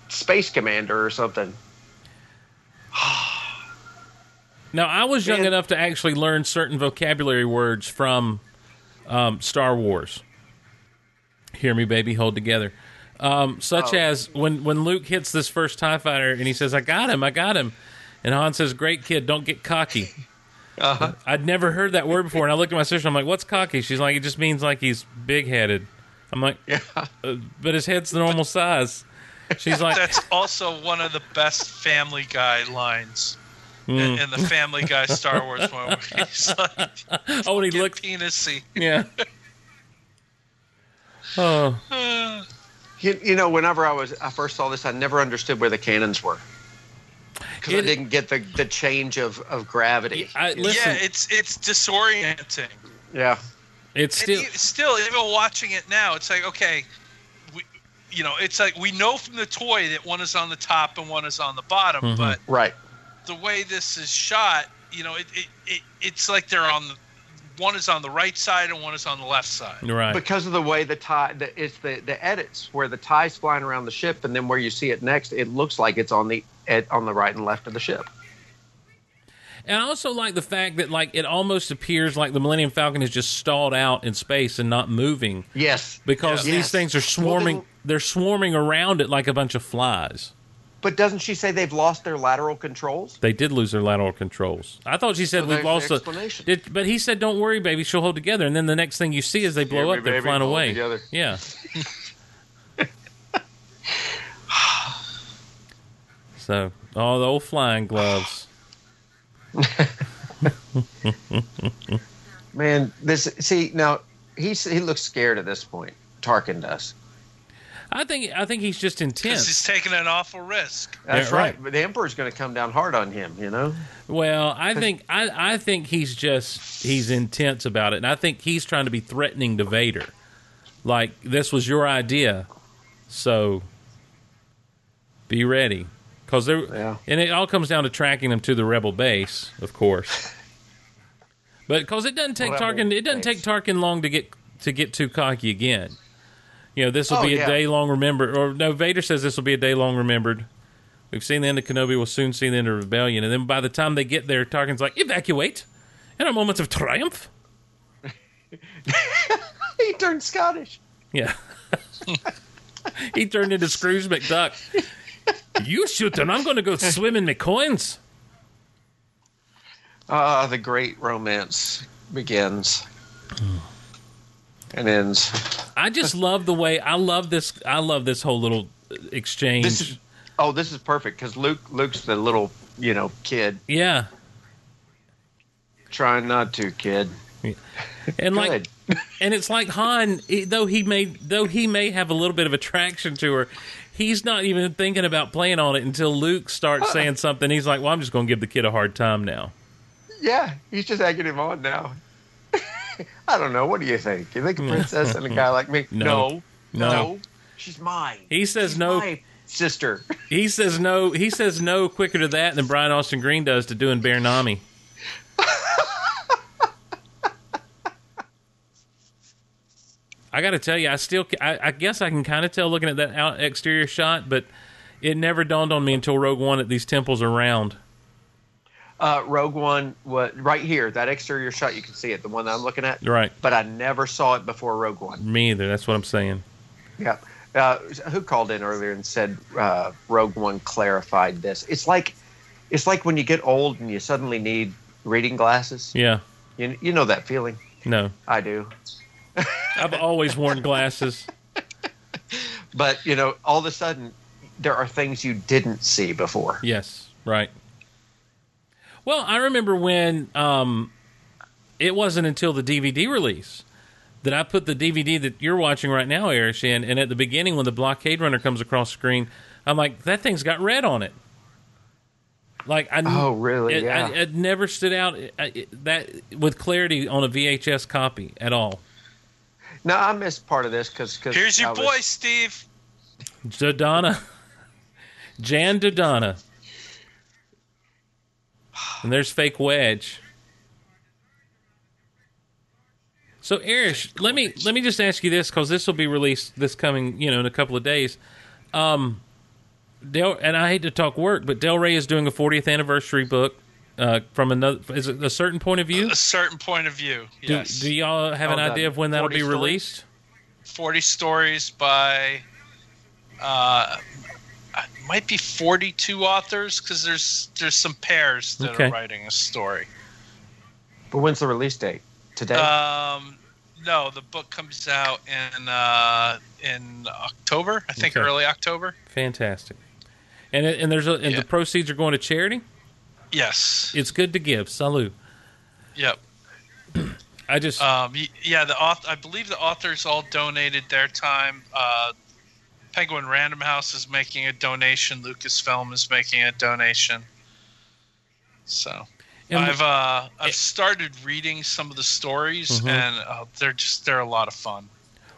J: Space Commander or something.
A: Now, I was young
J: Man.
A: enough to actually learn certain vocabulary words from um, Star Wars. Hear me, baby, hold together. Um,
J: Oh.
A: such as when, when Luke hits this first TIE fighter and he says, I got him, I got him. And Han says, Great kid, don't get cocky.
J: Uh-huh.
A: I'd never heard that word before. And I looked at my sister, I'm like, What's cocky? She's like, It just means like he's big headed. I'm like,
J: Yeah.
A: uh, But his head's the normal size. She's like,
B: That's also one of the best Family Guy lines in,
A: Hmm.
B: in the Family Guy Star Wars one. Where he's like,
A: Oh, and he
B: "Get
A: looks.
B: penisy."
A: Yeah. Oh.
B: Hmm.
J: You, you know, whenever I was I first saw this, I never understood where the cannons were. 'Cause because I didn't get the, the change of, of gravity.
A: I,
B: Yeah, it's it's disorienting.
J: yeah.
A: It's
B: and e- still even watching it now, it's like okay, we, you know, it's like we know from the toy that one is on the top and one is on the bottom,
A: Mhm.
B: but
J: Right.
B: the way this is shot, you know, it, it, it it's like they're on the one is on the right side and one is on the left side.
A: Right.
J: Because of the way the tie, the, it's the, the edits where the tie's flying around the ship, and then where you see it next, it looks like it's on the at, on the right and left of the ship.
A: And I also like the fact that like it almost appears like the Millennium Falcon is just stalled out in space and not moving
J: Yes,
A: because
J: Yeah.
A: these
J: Yes.
A: things are swarming. they're swarming around it like a bunch of flies.
J: but doesn't she say they've lost their lateral controls?
A: They did lose their lateral controls. I thought she said
J: So
A: we've
J: there's
A: lost
J: the
A: the.
J: explanation.
A: Did- but he said, "Don't worry, baby. She'll hold together." And then the next thing you see is they blow
J: me,
A: up. They're
J: baby,
A: flying
J: hold
A: away.
J: together.
A: Yeah. so, all the old flying gloves.
J: Man, this see now he's he looks scared at this point. Tarkin does.
A: I think. I think he's just
B: Because
A: intense.
B: he's taking an awful risk.
J: That's
A: Yeah,
J: right.
A: right.
J: But the Emperor's going to come down hard on him. You know.
A: Well, I think I, I think he's just he's intense about it, and I think he's trying to be threatening to Vader, like this was your idea, so be ready, because there
J: Yeah.
A: and it all comes down to tracking them to the rebel base, of course. But because it doesn't take
J: Rebel
A: Tarkin, it doesn't
J: base.
A: take Tarkin long to get to get too cocky again. You know, this will
J: Oh,
A: be a
J: yeah.
A: day long remembered. Or no, Vader says this will be a day long remembered. We've seen the end of Kenobi. We'll soon see the end of Rebellion. And then by the time they get there, Tarkin's like, evacuate. In our moments of triumph.
J: He turned Scottish.
A: Yeah. he turned into Scrooge McDuck. You shoot them. I'm going to go swim in my coins.
J: Ah, the great romance begins and ends.
A: I just love the way I love this. I love this whole little exchange.
J: This is oh, this is perfect because Luke Luke's the little you know kid
A: yeah,
J: trying not to kid.
A: and like
J: Good.
A: and it's like Han, he- though he may though he may have a little bit of attraction to her, he's not even thinking about playing on it until Luke starts saying something. He's like, "Well, I'm just going to give the kid a hard time now."
J: Yeah, he's just egging him on now. I don't know. What do you think? You think a princess and a guy like me?
A: No.
J: No.
A: No.
J: She's mine.
A: He says
J: She's
A: no.
J: my sister.
A: He says no. He says no quicker to that than Brian Austin Green does to doing Bear Nami. I got to tell you, I still, I, I guess I can kind of tell looking at that out exterior shot, but it never dawned on me until Rogue One that these temples are round.
J: Uh, Rogue One was right here. That exterior shot you can see it, the one that I'm looking at.
A: Right.
J: But I never saw it before Rogue One.
A: Me either. That's what I'm saying.
J: Yeah. Uh, who called in earlier and said uh, Rogue One clarified this? It's like, it's like when you get old and you suddenly need reading glasses.
A: Yeah.
J: You, you know that feeling.
A: No.
J: I do.
A: I've always worn glasses.
J: But you know, all of a sudden, there are things you didn't see before.
A: Yes. Right. Well, I remember when um, it wasn't until the DVD release that I put the DVD that you're watching right now, Erish, in. And at the beginning, when the blockade runner comes across the screen, I'm like, that thing's got red on it. Like I,
J: Oh, really?
A: It,
J: Yeah.
A: I, it never stood out uh, it, that with clarity on a VHS copy at all.
J: Now I missed part of this because
B: Here's your boy, Steve.
A: Dodonna. Jan Dodonna. And there's fake wedge. So Erish, let me let me just ask you this because this will be released this coming you know in a couple of days. Um, Del and I hate to talk work, but Del Rey is doing a 40th anniversary book uh, from another is it a certain point of view.
B: A certain point of view.
A: Do,
B: Yes.
A: do y'all have an
J: Oh, the
A: idea of when that'll
J: 40
A: be
J: story?
A: released?
B: 40 stories by uh it might be 42 authors because there's there's some pairs that
A: Okay.
B: are writing a story
J: But when's the release date? Today.
B: um no the book comes out in uh in october i think
A: Okay.
B: early october
A: Fantastic. And it, and there's a, and
B: Yeah.
A: the proceeds are going to charity.
B: yes
A: It's good to give. Salute.
B: yep
A: I just
B: um y- yeah the author i believe the authors all donated their time uh Penguin Random House is making a donation. Lucasfilm is making a donation. So
A: And-
B: I've uh, I've started reading some of the stories,
A: Mhm.
B: and uh, they're just they're a lot of fun.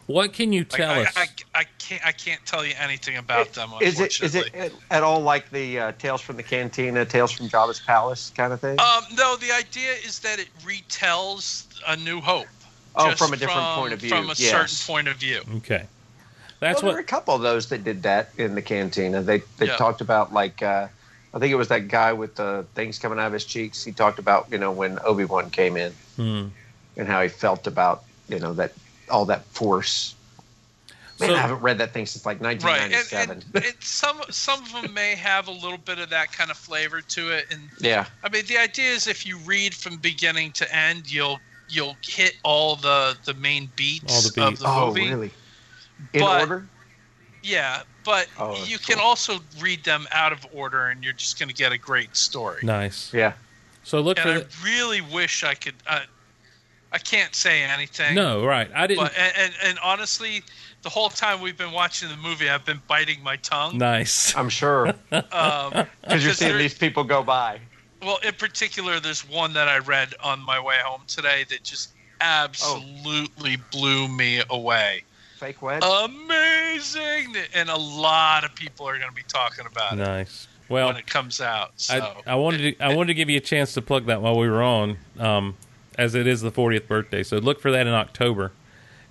A: What can you
B: Like,
A: tell
B: I,
A: us?
B: I, I can't I can't tell you anything about them.
J: Is it is it at all like the uh, Tales from the Cantina, Tales from Jabba's Palace kind of thing?
B: Um, no, the idea is that it retells A New Hope.
J: Oh,
B: just
J: from a different point of view,
B: From a
J: yes.
B: certain point of view.
A: okay, that's
J: well, there
A: what.
J: were a couple of those that did that in the cantina. They they
B: Yeah.
J: talked about like uh, I think it was that guy with the things coming out of his cheeks. He talked about you know when Obi Wan came in
A: Hmm.
J: and how he felt about you know that all that force. Man,
A: So-
J: I haven't read that thing since like
B: Right,
J: 1997.
B: and, and, and some some of them may have a little bit of that kind of flavor to it, and
J: yeah,
B: I mean, the idea is if you read from beginning to end, you'll you'll hit all the the main beats,
A: All the
B: of
A: beats.
B: the
J: oh
B: movie.
J: really? In
B: But-
J: order?
B: Yeah, but
J: Oh, that's
B: you can
J: cool.
B: also read them out of order, and you're just going to get a great story.
A: Nice.
J: Yeah.
A: So look
B: And
A: for.
B: I
A: the-
B: really wish I could. Uh, I can't say anything.
A: no, right. I didn't.
B: But and, and and honestly, the whole time we've been watching the movie, I've been biting my tongue.
A: nice.
J: I'm sure
B: Um,
J: because you're
B: Because
J: seeing
B: there-
J: these people go by.
B: Well, in particular, there's one that I read on my way home today that just absolutely blew me away.
J: Fake wed.
B: Amazing! And a lot of people are going to be talking about it
A: Nice. Well,
B: when it comes out. So.
A: I, I wanted to, I wanted to give you a chance to plug that while we were on, um, as it is the 40th birthday. So look for that in October,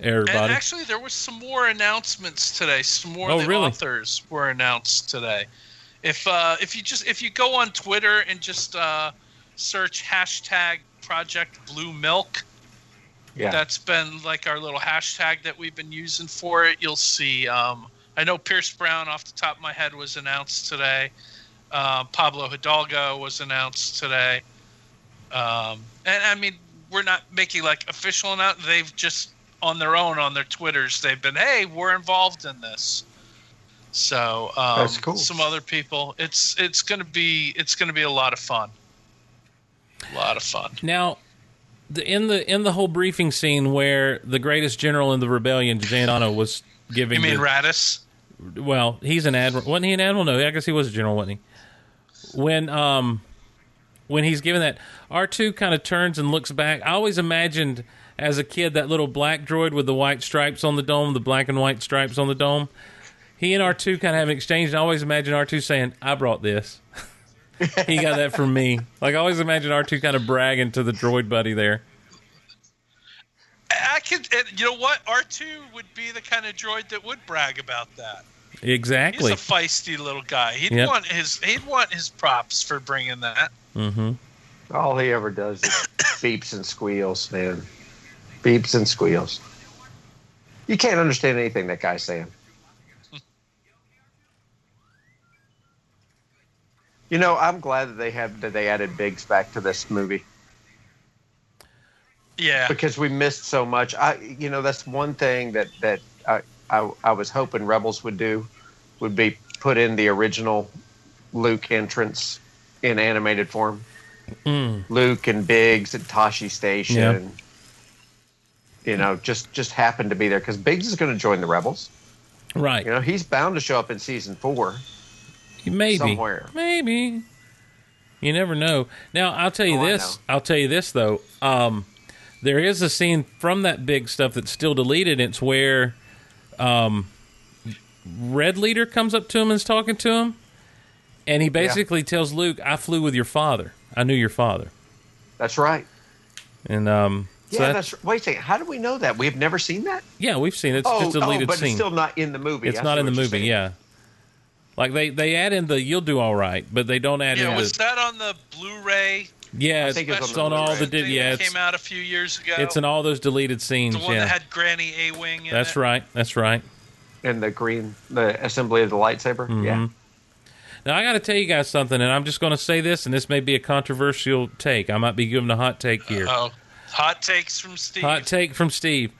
B: and
A: everybody.
B: actually, there was some more announcements today. Some more
A: Oh,
B: of the
A: really?
B: authors were announced today. If uh, if you just if you go on Twitter and just uh, search hashtag Project Blue Milk,
J: Yeah.
B: that's been like our little hashtag that we've been using for it. You'll see. Um, I know Pierce Brown, off the top of my head, was announced today. Um, Pablo Hidalgo was announced today. Um, and I mean, we're not making like official announcements. They've just on their own on their Twitters, they've been, hey, we're involved in this. So um,
J: That's cool.
B: Some other people. It's it's gonna be it's gonna be a lot of fun. A lot of fun.
A: Now, the, in the in the whole briefing scene where the greatest general in the rebellion, Giordano, was giving
B: You mean
A: the-
B: Radis?
A: well, he's an admiral. Wasn't he an admiral? No, I guess he was a general, wasn't he? When um, when he's given that, R two kind of turns and looks back. I always imagined as a kid that little black droid with the white stripes on the dome, the black and white stripes on the dome. He and R two kind of have an exchange, and I always imagine R two saying, "I brought this." he got that from me. Like I always imagine R two kind of bragging to the droid buddy there.
B: I could, and you know what? R two would be the kind of droid that would brag about that. He's
A: Exactly.
B: a feisty little guy. He'd
A: Yep.
B: want his he'd want his props for bringing that.
A: mm-hmm.
J: All he ever does is beeps and squeals, man. Beeps and squeals. You can't understand anything that guy's saying. You know, I'm glad that they have that they added Biggs back to this movie
B: Yeah,
J: because we missed so much. I, you know, that's one thing that that I I, I was hoping Rebels would do would be put in the original Luke entrance in animated form.
A: Mm.
J: Luke and Biggs at Tashi Station.
A: Yeah.
J: You know, just just happened to be there because Biggs is going to join the rebels.
A: Right.
J: You know, he's bound to show up in season four.
A: Maybe
J: somewhere.
A: Maybe. You never know. Now I'll tell you
J: Oh, I
A: this. I'll tell you this though. Um, there is a scene from that big stuff that's still deleted. It's where um, Red Leader comes up to him and is talking to him, and he basically tells Luke, "I flew with your father. I knew your father."
J: That's right.
A: And um, so
J: yeah,
A: that-
J: that's wait a second. How do we know that? We have never seen that.
A: yeah, we've seen it. it's
J: oh,
A: just a
J: oh,
A: deleted
J: but
A: scene.
J: it's still not in the movie. I
A: it's
J: see
A: not in the
J: what you're
A: movie.
J: saying.
A: Yeah, like they they add in the "You'll do all right," but they don't add
B: yeah.
A: in
B: Was
A: the
B: that on the Blu-ray?
A: yeah.
J: think it was
A: it's
J: on
A: on
J: the
A: all
B: Blu-ray
A: the di-
B: thing
A: yeah.
B: that
A: It's,
B: came out a few years ago.
A: It's in all those deleted scenes.
B: the one
A: yeah,
B: that had Granny A Wing. in
A: that's
B: it.
A: right. That's right.
J: And the green, the assembly of the lightsaber.
A: Mm-hmm.
J: Yeah.
A: Now I got to tell you guys something, and I'm just going to say this, and this may be a controversial take. I might be giving a hot take here.
B: Oh, hot takes from Steve.
A: hot take from Steve.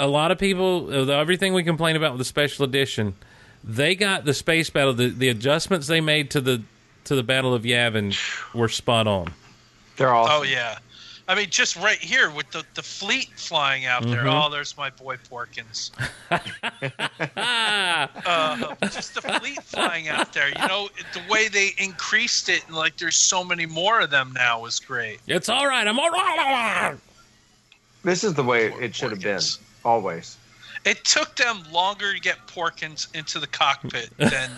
A: A lot of people, uh, everything we complain about with the special edition, they got the space battle. The, the adjustments they made to the to the Battle of Yavin were spot on.
J: They're all.
B: oh yeah. I mean, just right here with the, the fleet flying out there.
A: Mhm.
B: Oh, there's my boy Porkins. uh, just the fleet flying out there. You know, the way they increased it, and like there's so many more of them now, was great.
A: It's all right. I'm all right.
J: This is the way it should have been always.
B: It took them longer to get Porkins into the cockpit than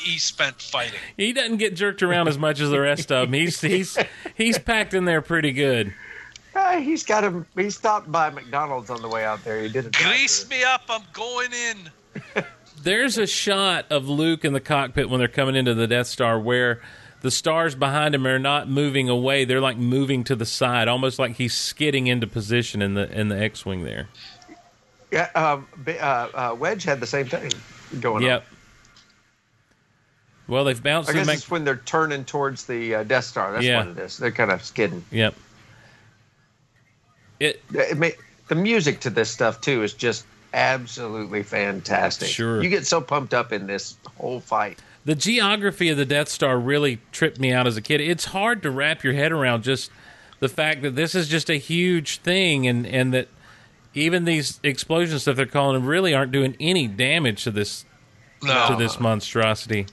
B: he spent fighting.
A: He doesn't get jerked around as much as the rest of them. He's he's he's packed in there pretty good.
J: Uh, he's got him. He stopped by McDonald's on the way out there. He did it.
B: Grease me up. I'm going in.
A: There's a shot of Luke in the cockpit when they're coming into the Death Star where the stars behind him are not moving away. They're like moving to the side, almost like he's skidding into position in the in the X-wing there.
J: Yeah, um, B- uh, uh, Wedge had the same thing going
A: Yep. Well, they've
J: on.
A: bounced
J: I
A: the
J: guess
A: mech-
J: it's when they're turning towards the uh, Death Star. That's
A: Yeah.
J: what it is. They're kind of skidding.
A: Yep. It,
J: may, the music to this stuff too is just absolutely fantastic.
A: Sure.
J: you get so pumped up in this whole fight.
A: the geography of the Death Star really tripped me out as a kid. It's hard to wrap your head around just the fact that this is just a huge thing, and and that even these explosion stuff they're calling them really aren't doing any damage to this
J: No.
A: to this monstrosity,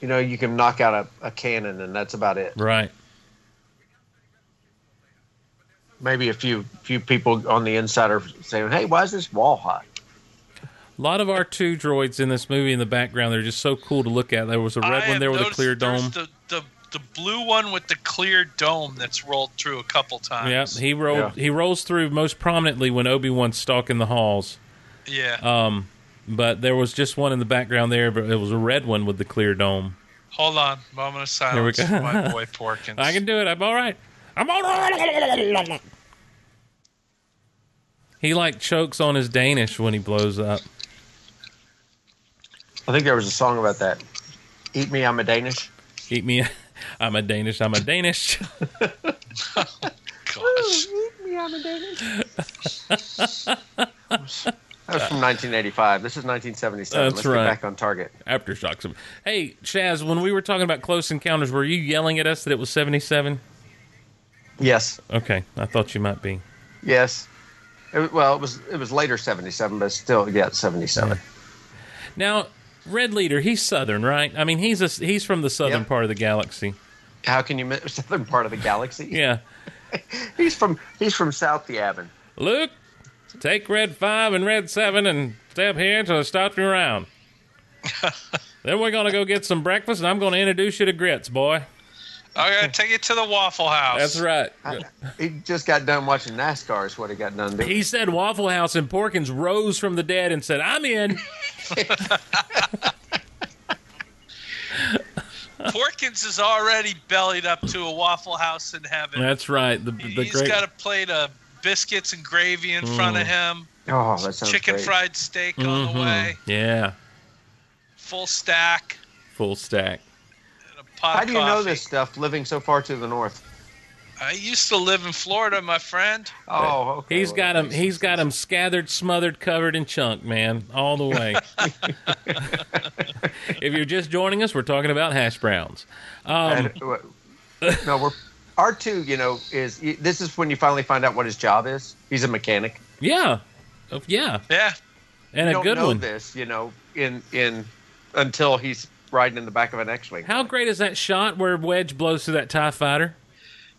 J: You know, you can knock out a, a cannon, and that's about it.
A: right?
J: Maybe a few few people on the inside are saying, "Hey, why is this wall hot?"
A: A lot of our two droids in this movie in the background they're just so cool to look at. There was a red
B: I
A: one
B: have
A: there with a
B: noticed
A: clear
B: there's
A: dome.
B: The, the, the blue one with the clear dome that's rolled through a couple times.
A: Yeah, he rolled. He rolls through most prominently when Obi Wan's stalking the halls.
B: Yeah.
A: Um, but there was just one in the background there, but it was a red one with the clear dome.
B: Hold on. Moment of
A: There we
B: silence
A: go.
B: for my boy Porkins.
A: I can do it. I'm all right. I'm all right. He like chokes on his Danish when he blows up.
J: I think there was a song about that. Eat me, I'm a Danish.
A: Eat me. I'm a Danish. I'm a Danish.
B: Gosh.
J: eat me, I'm a Danish. That was from 1985. This is 1977.
A: Uh, That's
J: Let's
A: right.
J: get back on target.
A: Aftershocks. Hey, Shaz, when we were talking about Close Encounters, were you yelling at us that it was 77?
J: Yes,
A: Okay. I thought you might be.
J: yes. It- well, it was it was later 77, but still, yeah, 77.
A: Now, Red Leader, he's Southern, right? I mean, he's a, he's from the southern part of the galaxy.
J: How can you miss southern part of the galaxy?
A: Yeah.
J: He's from he's from South the Avon.
A: Luke, take red five and red seven and step here until I stop you around. then we're gonna go get some breakfast, and I'm gonna introduce you to grits, boy.
B: I gotta take it to the Waffle House.
A: That's right.
J: He just got done watching NASCAR. Is what he got done doing.
A: He said Waffle House, and Porkins rose from the dead and said, "I'm in."
B: Porkins is already bellied up to a Waffle House in heaven.
A: That's right. The,
B: He's
A: the great.
B: got a plate of biscuits and gravy in front of him.
J: Oh, that sounds
B: Chicken
J: great.
B: fried steak on the
A: Mhm.
B: way.
A: Yeah,
B: Full stack.
A: full stack.
B: Pot
J: How
B: of
J: do you know
B: coffee.
J: this stuff? Living so far to the north.
B: I used to live in Florida, my friend.
J: Oh, okay.
A: He's got him. He's got him scathered, smothered, covered in chunk, man, all the way. if you're just joining us, we're talking about hash browns. Um,
J: And, uh, no, we're R two. You know, is this is when you finally find out what his job is? He's a mechanic.
A: yeah, Uh, yeah,
B: Yeah.
A: and
J: you
A: a
J: don't
A: good
J: know
A: one.
J: This, you know, in in until he's riding in the back of an X wing.
A: How great is that shot where Wedge blows through that TIE fighter?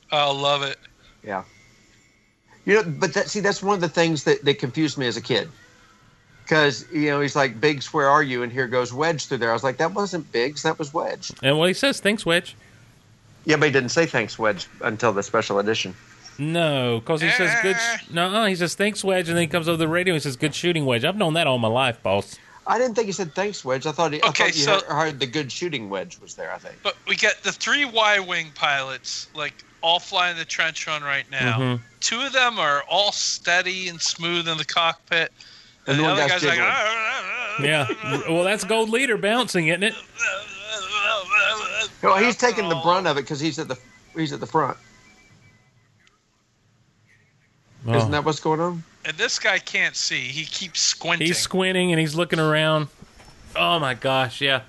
B: I love it.
J: Yeah. You know, but that see, that's one of the things that, that confused me as a kid. Because, you know, he's like, Biggs, where are you? And here goes Wedge through there. I was like, that wasn't Biggs, that was Wedge.
A: And well, he says, thanks, Wedge.
J: Yeah, but he didn't say thanks, Wedge, until the special edition.
A: No, because he says, good.
B: Eh.
A: Sh- no, he says, thanks, Wedge. And then he comes over the radio and says, good shooting, Wedge. I've known that all my life, boss.
J: I didn't think he said thanks, Wedge. I thought, he, I
B: Okay,
J: thought you
B: so-
J: heard, heard the good shooting Wedge was there, I think.
B: But we got the three Y Wing pilots, like all flying the trench run right now.
A: Mhm.
B: Two of them are all steady and smooth in the cockpit.
J: And
B: And,
J: the
B: the
J: one
B: other
J: guy's
B: guy's, like,
J: giggling.
B: "Ah, ah,
A: Yeah. Well, that's Gold Leader bouncing, isn't it?
B: ah, ah,
J: Well, he's taking the
B: ah."
J: brunt of it because he's at the he's at the front. Isn't
A: Oh.
J: that what's going on?
B: And this guy can't see. He keeps squinting.
A: He's squinting and he's looking around. Oh, my gosh. Yeah.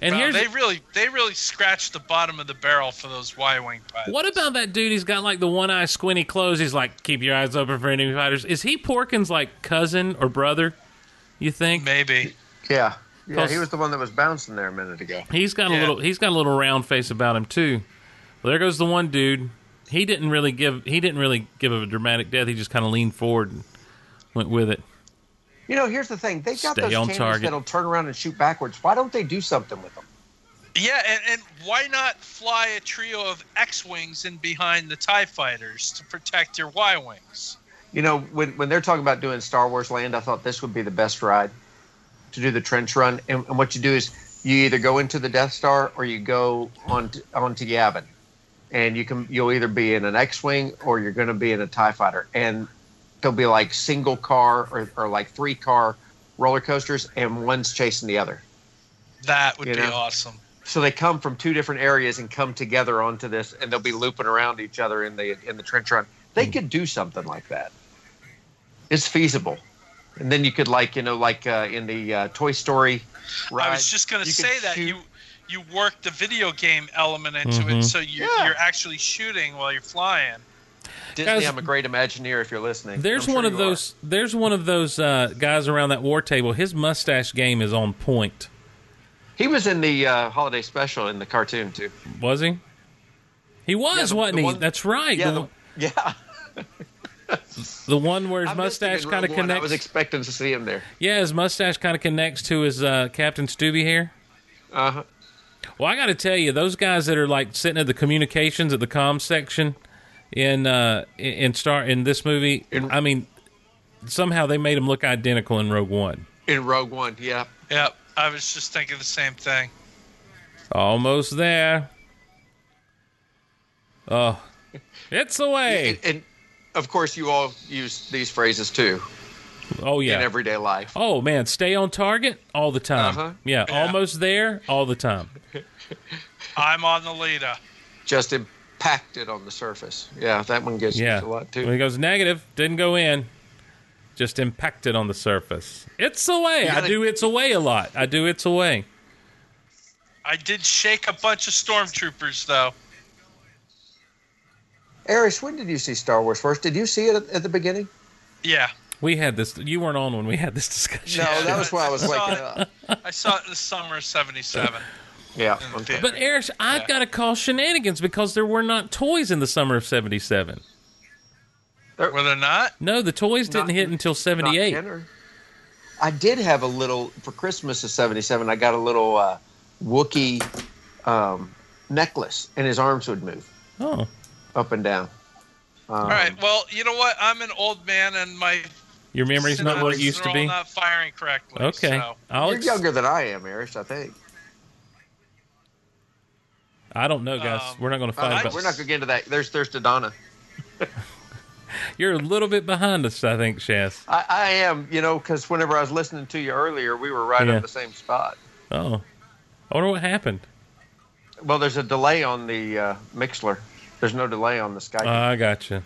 A: And
B: Wow,
A: here's
B: they really they really scratched the bottom of the barrel for those Y wing pilots.
A: What about that dude? He's got like the one eye squinty close. He's like, keep your eyes open for enemy fighters. Is he Porkins' like cousin or brother? You think?
B: Maybe.
J: Yeah. Yeah,
A: Close.
J: he was the one that was bouncing there a minute ago.
A: He's got a little. He's got a little round face about him too. Well, there goes the one dude. He didn't really give. He didn't really give a dramatic death. He just kind of leaned forward and went with it.
J: You know, here's the thing: they got
A: Stay
J: those
A: on
J: cannons
A: target.
J: that'll turn around and shoot backwards. Why don't they do something with them?
B: Yeah, and, and why not fly a trio of X wings in behind the Tie fighters to protect your Y wings?
J: You know, when when they're talking about doing Star Wars Land, I thought this would be the best ride to do the trench run. And, and what you do is you either go into the Death Star or you go on to, onto Yavin, and you can you'll either be in an X-wing or you're going to be in a Tie fighter, and there'll be like single car or, or like three car roller coasters, and one's chasing the other.
B: That would
J: You
B: be
J: know.
B: awesome.
J: So they come from two different areas and come together onto this, and they'll be looping around each other in the in the trench run. They could do something like that. It's feasible, and then you could like you know like uh, in the uh, Toy Story. Ride,
B: I was just gonna
J: you could
B: say that
J: shoot-
B: you you work the video game element into it,
J: Mhm.
B: so you,
J: Yeah.
B: you're actually shooting while you're flying.
J: Disney,
A: Guys-
J: I'm a great Imagineer. If you're listening,
A: There's
J: I'm sure
A: one of
J: you
A: those. There's one of those uh, guys around that war table. His mustache game is on point.
J: are. He was in the uh, holiday special in the cartoon too.
A: Was he? He was, wasn't he? That's right.
J: Yeah,
A: the,
J: the- yeah.
A: the one where his
J: I missed him in
A: mustache kind of
J: Rogue One. I
A: connects.
J: was expecting to see him there.
A: yeah, his mustache kind of connects to his uh, Captain Stubby hair.
J: Uh
A: Uh-huh.
J: huh.
A: Well, I got to tell you, those guys that are like sitting at the communications at the comm section in uh in- in star in this movie, I mean, somehow they made him look identical in Rogue One.
J: In Rogue One, yeah.
B: Yep, I was just thinking the same thing.
A: Almost there. Oh, it's the way.
J: And, and of course, you all use these phrases too
A: oh yeah.
J: in everyday life.
A: Oh man, stay on target all the time.
J: Uh-huh.
A: Yeah, almost there all the time.
B: I'm on the leader.
J: Just impacted on the surface. Yeah, that one gets
A: Yeah,
J: used a lot too.
A: when he goes negative, didn't go in, just impacted on the surface. It's away.
B: You
A: I
B: gotta-
A: do it's away a lot. I do it's away.
B: I did shake a bunch of stormtroopers though.
J: Eris, when did you see Star Wars first? Did you see it at, at the beginning?
B: Yeah.
A: We had this. You weren't on when we had this discussion.
J: No, that was why I was
B: saw
J: waking up.
B: it- I saw it in the summer of '77.
J: Yeah.
B: okay.
A: But Eric, I've
B: Yeah.
A: got to call shenanigans because there were not toys in the summer of '77.
B: Were there not?
A: No, the toys didn't hit until '78.
J: Not Kenner. I did have a little for Christmas of '77. I got a little uh, Wookie um, necklace, and his arms would move
A: Oh,
J: up and down. Um,
B: All right. Well, you know what? I'm an old man, and my
A: your memory's not what it used
B: they're
A: to
B: all
A: be.
B: Not firing correctly.
A: Okay,
B: so-
A: I'll
J: You're
A: ex-
J: younger than I am, Eris. I think.
A: I don't know,
B: Um,
A: guys. Oh, we're not going to fight
J: Uh,
A: about.
J: we're not going to get into that. There's there's Dodonna.
A: You're a little bit behind us, I think, Shaz.
J: I, I am, you know, because whenever I was listening to you earlier, we were right
A: Yeah.
J: on the same spot.
A: Oh, I wonder what happened.
J: Well, there's a delay on the uh, Mixler. There's no delay on the Skype.
A: Ah, I gotcha.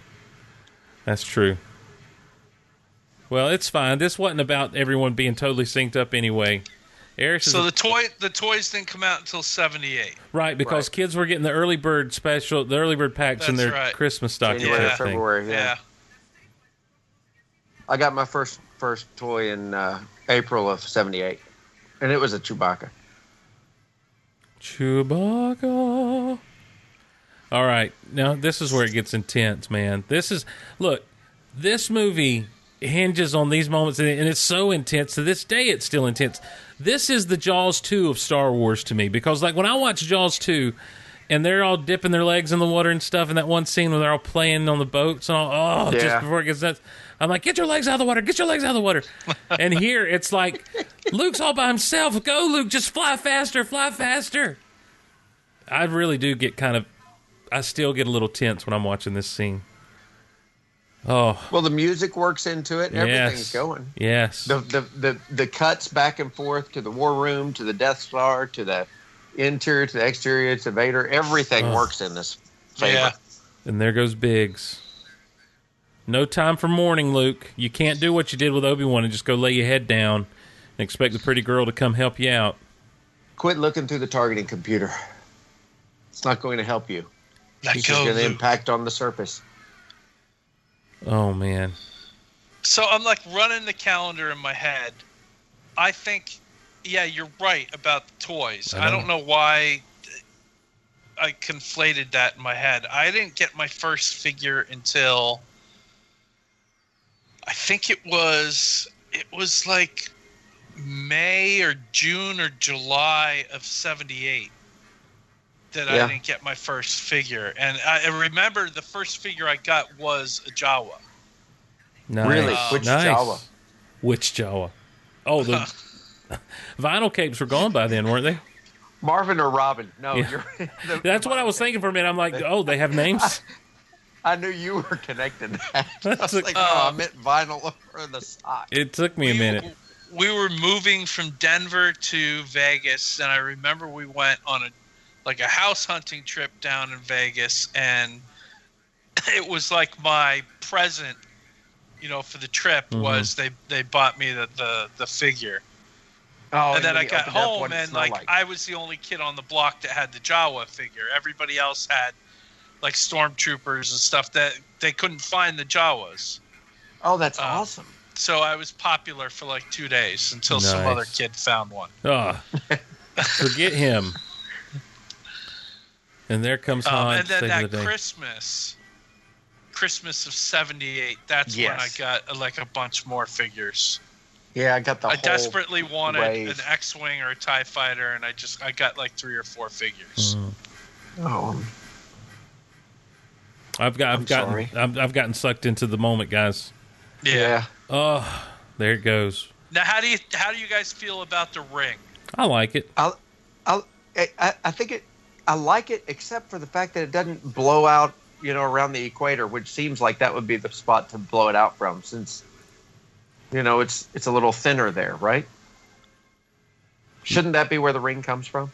A: That's true. Well, it's fine. This wasn't about everyone being totally synced up anyway. Eris is
B: So
A: a-
B: the toy the toys didn't come out until '78.
A: right because kids were getting the early bird special, the early bird packs in
B: That's
A: their
B: right.
A: Christmas stockings.
J: January,
A: I think.
J: February. Yeah. I got my first first toy in uh, April of '78, and it was a Chewbacca.
A: Chewbacca. All right. Now this is where it gets intense, man. This is look, this movie hinges on these moments and and it's so intense. To this day it's still intense. This is the Jaws 2 of Star Wars to me because like when I watch Jaws 2 and they're all dipping their legs in the water and stuff in that one scene where they're all playing on the boats and all, oh,
J: Yeah.
A: just before it gets nuts. I'm like, get your legs out of the water, get your legs out of the water. and here it's like Luke's all by himself. Go, Luke, just fly faster, fly faster. I really do get kind of. I still get a little tense when I'm watching this scene. Oh,
J: Well, the music works into it.
A: yes.
J: Everything's going.
A: Yes.
J: The, the the the cuts back and forth to the war room, to the Death Star, to the interior, to the exterior, to Vader. Everything
A: Oh.
J: works in this favor.
B: Yeah.
A: and there goes Biggs. No time for mourning, Luke. You can't do what you did with Obi Wan and just go lay your head down and expect the pretty girl to come help you out.
J: Quit looking through the targeting computer. It's not going to help you.
B: Let
J: it's
B: go,
J: just going to
B: Luke.
J: impact on the surface.
A: Oh man.
B: So I'm like running the calendar in my head. I think, yeah, you're right about the toys.
A: I
B: I
A: don't-
B: don't know why I conflated that in my head. I didn't get my first figure until I think it was it was like May or June or July of 78 that
J: Yeah.
B: I didn't get my first figure. And I I remember the first figure I got was a Jawa.
A: Nice.
J: Really? Which
A: nice.
J: Jawa?
A: Which Jawa? Oh, the vinyl capes were gone by then, weren't they?
J: Marvin or Robin? No,
A: Yeah.
J: you're, the-
A: That's what I was thinking for a minute. I'm like, oh, they have names.
J: I knew you were connected. I was
A: That's
J: like, oh, I meant vinyl or the sock.
A: It took me a minute.
B: we were moving from Denver to Vegas, and I remember we went on a like a house hunting trip down in Vegas, and it was like my present, you know, for the trip
A: Mhm.
B: was they they bought me the the, the figure,
J: Oh,
B: and then I
J: when he
B: got
J: opened up, what
B: home
J: did it
B: and
J: smell
B: like, I was the only kid on the block that had the Jawa figure. Everybody else had like stormtroopers and stuff that they couldn't find the Jawas.
J: oh, that's
B: uh,
J: awesome.
B: So I was popular for like two days until some
A: Nice.
B: other kid found one.
A: Ah, forget him. And there comes
B: Um,
A: Han.
B: and then
A: saving
B: that
A: the day.
B: Christmas, Christmas of '78. That's when I
J: Yes.
B: got uh, like a bunch more figures.
J: Yeah, I got the
B: I
J: whole.
B: desperately wanted
J: wave.
B: an X-wing or a Tie fighter, and I just I got like three or four figures.
A: Mm.
J: Oh,
A: I've got. I've
J: I'm
A: gotten.
J: sorry.
A: I've, I've gotten sucked into the moment, guys.
B: Yeah.
J: yeah.
A: Oh, there it goes.
B: Now, how do you how do you guys feel about the ring?
A: I like it.
J: I, I, I think it. I like it, except for the fact that it doesn't blow out, you know, around the equator, which seems like that would be the spot to blow it out from, since, you know, it's it's a little thinner there, right? Shouldn't that be where the ring comes from?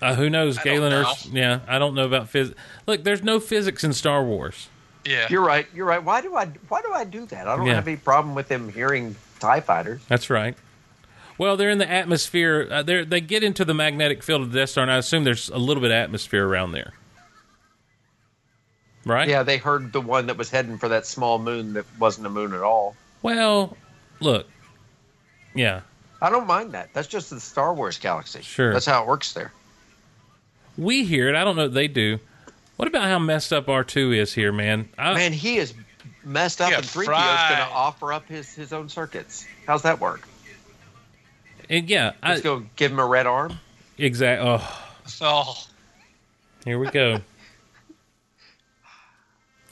A: Uh, who knows,
B: I don't
A: Galen? Or
B: know.
A: yeah, I don't know about physics. Look, there's no physics in Star Wars.
B: Yeah.
J: You're right. You're right. Why do I why do I do that? I don't
A: Yeah.
J: have any problem with him hearing Tie Fighters.
A: That's right. Well, they're in the atmosphere. Uh, they they get into the magnetic field of the Death Star, and I assume there's a little bit of atmosphere around there, right?
J: Yeah, they heard the one that was heading for that small moon that wasn't a moon at all.
A: Well, look. Yeah.
J: I don't mind that. That's just the Star Wars galaxy.
A: Sure.
J: That's how it works there.
A: We hear it. I don't know if they do. What about how messed up R2 is here, man? I,
J: Man, he is messed up,
B: Yeah,
J: and 3PO is going
B: fried.
J: to offer up his, his own circuits. How's that work?
A: and yeah,
J: Let's
A: I,
J: go give him a red arm.
A: exactly. Oh,
B: Oh,
A: here we go.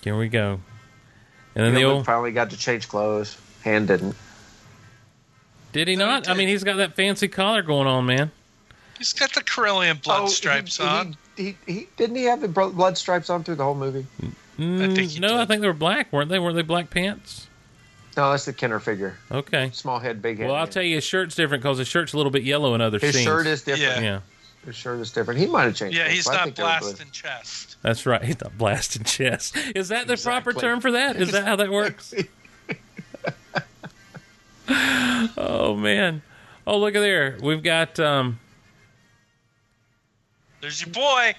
A: here we go. And
J: You
A: then
J: know,
A: the
J: Luke
A: old.
J: finally got to change clothes. Hand didn't.
A: Did he not? I mean, he's got that fancy collar going on, man.
B: he's got the Carillion blood
J: Oh, he-
B: stripes
J: he,
B: on.
J: He, he- didn't he have the bro- blood stripes on through the whole movie?
A: Mm,
B: think he
A: no, I
B: did.
A: think they were black, weren't they? Weren't they black pants?
J: No, that's the Kenner figure.
A: Okay.
J: Small head, big head.
A: Well, I'll
J: man.
A: tell you, his shirt's different because his shirt's a little bit yellow in other
J: His
A: scenes.
J: shirt is
B: Yeah.
J: different.
A: Yeah,
J: His shirt is different. He might have changed.
B: Yeah,
J: it,
B: he's
J: but I
B: not
J: think they were blue.
B: blasting chest.
A: that's right. He's not blasting chest. Is that the proper
J: Exactly.
A: term for that? Is that how that works? oh man! Oh look at there. We've got um,
B: There's your boy.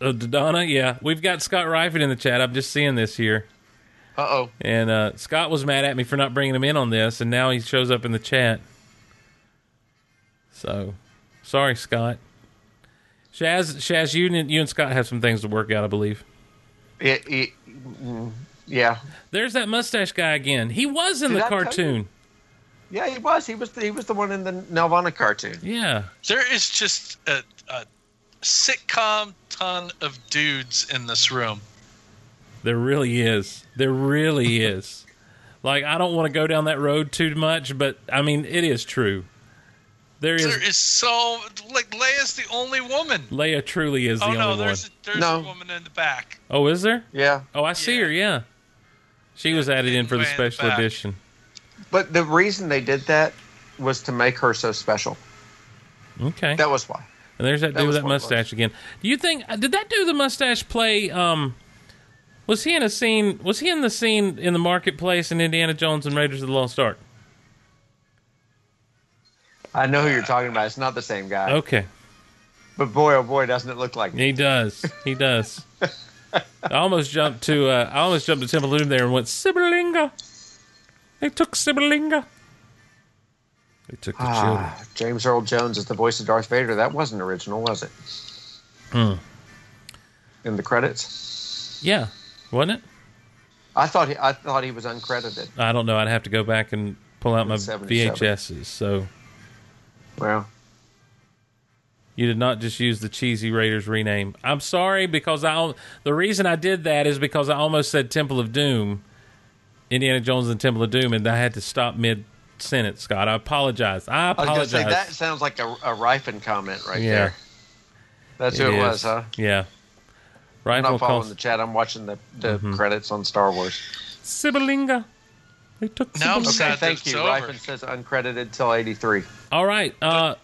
A: uh, Donna. Yeah, we've got Scott Rifen in the chat. I'm just seeing this here.
J: Uh oh.
A: And uh, Scott was mad at me for not bringing him in on this, and now he shows up in the chat. So, sorry, Scott. Shaz, Shaz, you and you and Scott have some things to work out, I believe.
J: It, it, mm, yeah.
A: There's that mustache guy again. He was in
J: Did
A: the
J: I tell you?
A: cartoon.
J: Yeah, he was. He was. The, he was the one in the Nelvana cartoon.
A: Yeah,
B: There is just a, a sitcom ton of dudes in this room.
A: there really is. There really is. Like I don't want to go down that road too much, but I mean it is true. There is
B: There is so like Leia's the only woman.
A: Leia truly is the
B: oh
A: only
B: no,
A: one.
B: there's a, there's
J: No.
B: a woman in the back.
A: oh, is there?
J: Yeah.
A: Oh, I see
B: Yeah.
A: her. Yeah, she was added in for the
B: way in the
A: special
B: back.
A: edition.
J: But the reason they did that was to make her so special.
A: Okay.
J: That was why.
A: And there's that,
J: That
A: dude with
J: was
A: that
J: what it was.
A: mustache again. Do you think uh, did that dude with the mustache play? Um, was he in a scene? Was he in the scene in the marketplace in Indiana Jones and Raiders of the Lost Ark?
J: I know who you're talking about. It's not the same guy.
A: Okay.
J: But boy, oh boy, doesn't it look like
A: He does. He does. I almost jumped to uh, I almost jumped to Temple Doom there and went Sibelinga. They took Sibelinga. They took the
J: ah, James Earl Jones is the voice of Darth Vader. That wasn't original, was it?
A: children. Hmm.
J: In the credits,
A: Yeah, wasn't it?
J: I thought he, I thought he was uncredited.
A: I don't know. I'd have to go back and pull out my
J: 77.
A: VHSs. So
J: Well,
A: you did not just use the cheesy Raiders rename. I'm sorry because I al- the reason I did that is because I almost said Temple of Doom, Indiana Jones and Temple of Doom, and I had to stop mid sentence. Scott, I apologize. I
J: I was going to
A: apologize.
J: say that sounds like a, a Rifin comment right
A: Yeah.
J: there. That's who it,
A: is.
J: was, huh?
A: Yeah.
J: I'm
A: Rifle
J: not following
A: calls
J: the chat. I'm watching the, the
A: Mm-hmm.
J: credits on Star Wars.
A: Sibelinga. They took
B: Now I'm
A: Sibelinga.
B: sad
J: Okay,
B: that
J: thank
B: it's
J: you.
B: over.
J: Rifin says uncredited till '83.
A: All right. Uh,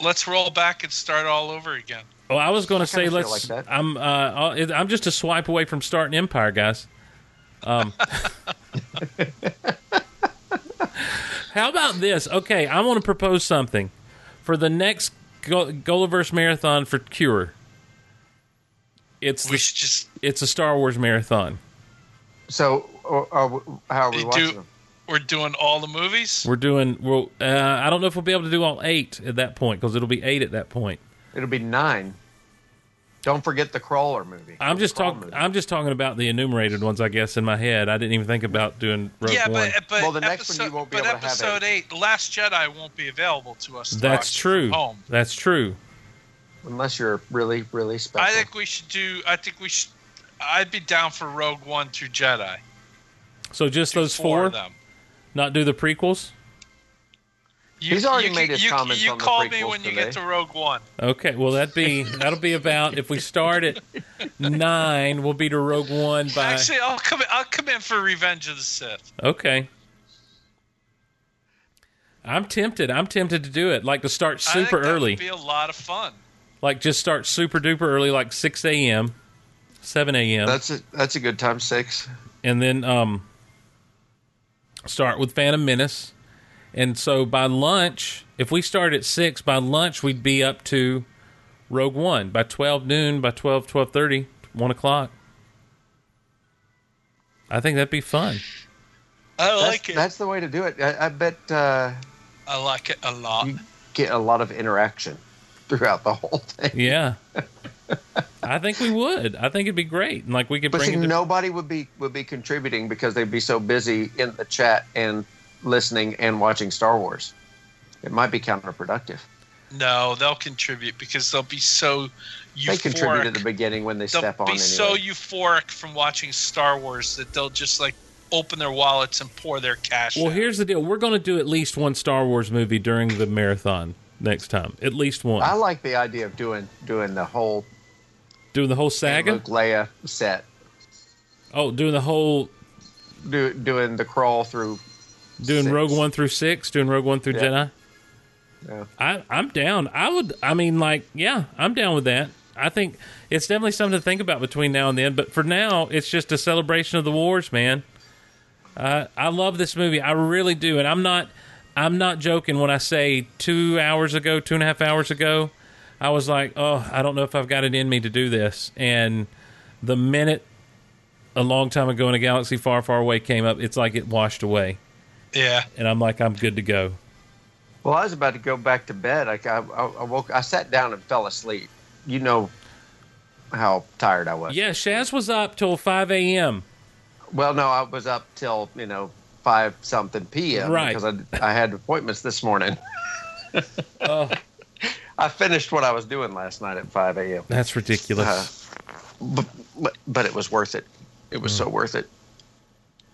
B: Let's roll back and start all over again.
A: well, I was going to say
J: kinda feel
A: let's.
J: like that.
A: I'm uh, I'll- it- I'm just a swipe away from starting Empire, guys. Um, how about this? Okay, I want to propose something for the next Go- Gulliver's marathon for Cure. It's
B: We
A: the,
B: should just
A: it's a Star Wars marathon.
J: So, or, or, how are we
B: do-
J: watching them?
B: we're doing all the movies.
A: We're doing. Well, uh, I don't know if we'll be able to do all eight at that point because it'll be eight at that point.
J: It'll be nine. Don't forget the crawler movie.
A: I'm
J: The
A: just
J: Crawl
A: talking.
J: movie.
A: I'm just talking about the enumerated ones, I guess, in my head. I didn't even think about doing Rogue
B: yeah,
A: One.
B: but, but
J: Well, the next
B: episode,
J: one you won't be
B: but
J: able to have
B: episode eight, The Last Jedi, won't be available to us. To
A: That's
B: watch
A: true.
B: From home.
A: That's true.
J: Unless you're really, really special.
B: I think we should do. I think we should. I'd be down for Rogue One through Jedi.
A: So just
B: Do
A: those
B: four
A: four,
B: of them.
A: not do the prequels.
B: You,
J: He's already
B: you,
J: made his
B: you,
J: comments
B: You
J: on the
B: call me
J: prequels
B: when you get
J: today.
B: to Rogue One.
A: Okay, well that'd be that'll be about if we start at nine, we'll be to Rogue One by.
B: Actually, I'll come. I'll come in for Revenge of the Sith.
A: Okay. I'm tempted. I'm tempted to do it, like to start
B: I think
A: super
B: that would
A: early,
B: be a lot of fun.
A: like just start super duper early, like six a.m., seven a.m.
J: that's a, that's a good time six.
A: and then um, start with Phantom Menace. And so by lunch, if we start at six, by lunch we'd be up to Rogue One by twelve noon, by 12, 12.30, 1 o'clock. I think that'd be fun.
B: I
J: That's,
B: like it.
J: that's the way to do it. I, I bet uh,
B: I like it a lot.
J: you get a lot of interaction throughout the whole thing.
A: Yeah, I think we would. I think it'd be great. And like we could
J: But see,
A: bring it. To-
J: nobody would be would be contributing because they'd be so busy in the chat and listening and watching Star Wars. It might be counterproductive.
B: No, they'll contribute because they'll be so euphoric.
J: They contribute at the beginning when they
B: they'll
J: step
B: be
J: on. Anyway.
B: so euphoric from watching Star Wars that they'll just like open their wallets and pour their cash.
A: well,
B: out.
A: here's the deal: we're going to do at least one Star Wars movie during the marathon next time. At least one.
J: I like the idea of doing doing the whole
A: doing the whole saga.
J: Luke Leia set,
A: Oh, doing the whole
J: do, doing the crawl through.
A: doing
J: Six.
A: Rogue One through six, doing Rogue One through
J: Yeah.
A: Jedi.
J: Yeah.
A: I I'm down. I would. I mean, like, yeah, I'm down with that. I think it's definitely something to think about between now and then. But for now, it's just a celebration of the wars, man. Uh, I love this movie. I really do, and I'm not. I'm not joking when I say two hours ago, two and a half hours ago, I was like, oh, I don't know if I've got it in me to do this. And the minute a long time ago in a galaxy far, far away came up, it's like it washed away
B: yeah,
A: and I'm like, I'm good to go.
J: Well, I was about to go back to bed. Like I, I, I woke, I sat down and fell asleep. You know how tired I was.
A: Yeah, Shaz was up till 5 a.m.
J: Well, no, I was up till you know five something p.m.
A: Right.
J: because I, I had appointments this morning. Uh,
A: Oh,
J: I finished what I was doing last night at five a.m.
A: that's
J: uh,
A: ridiculous.
J: but, but but it was worth it. It was so worth it.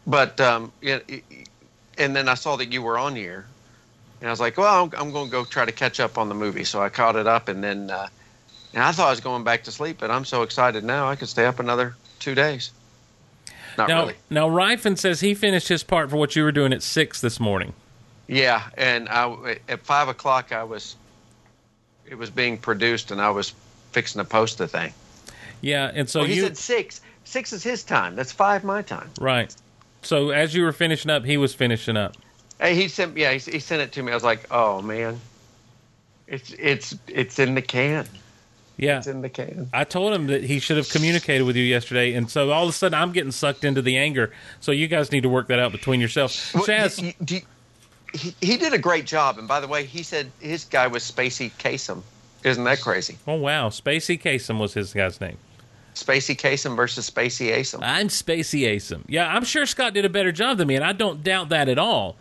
J: But um, yeah, it- and then I saw that you were on here, and I was like, well, I'm, I'm going to go try to catch up on the movie. So I caught it up, and then uh, and I thought I was going back to sleep, but I'm so excited now I could stay up another two days. Not
A: now,
J: really.
A: now Rifen says he finished his part for what you were doing at six this morning.
J: Yeah, and I at five o'clock I was. It was being produced, and I was fixing to post the thing.
A: Yeah, and so
J: Oh, he
A: you
J: said six. Six is his time. That's five my time.
A: right. So as you were finishing up, he was finishing up.
J: Hey, he sent yeah he, he sent it to me. I was like, oh man, it's it's it's in the can.
A: Yeah.
J: It's in the can.
A: I told him that he should have communicated with you yesterday, and so all of a sudden I'm getting sucked into the anger. So you guys need to work that out between yourselves.
J: Well,
A: Chaz,
J: y- y- do you- he, he did a great job, and by the way, he said his guy was Spacey Kasem. Isn't that crazy?
A: oh wow, Spacey Kasem was his guy's name.
J: Spacey Kasem versus Spacey Asem.
A: I'm Spacey Asem. Yeah, I'm sure Scott did a better job than me, and I don't doubt that at all.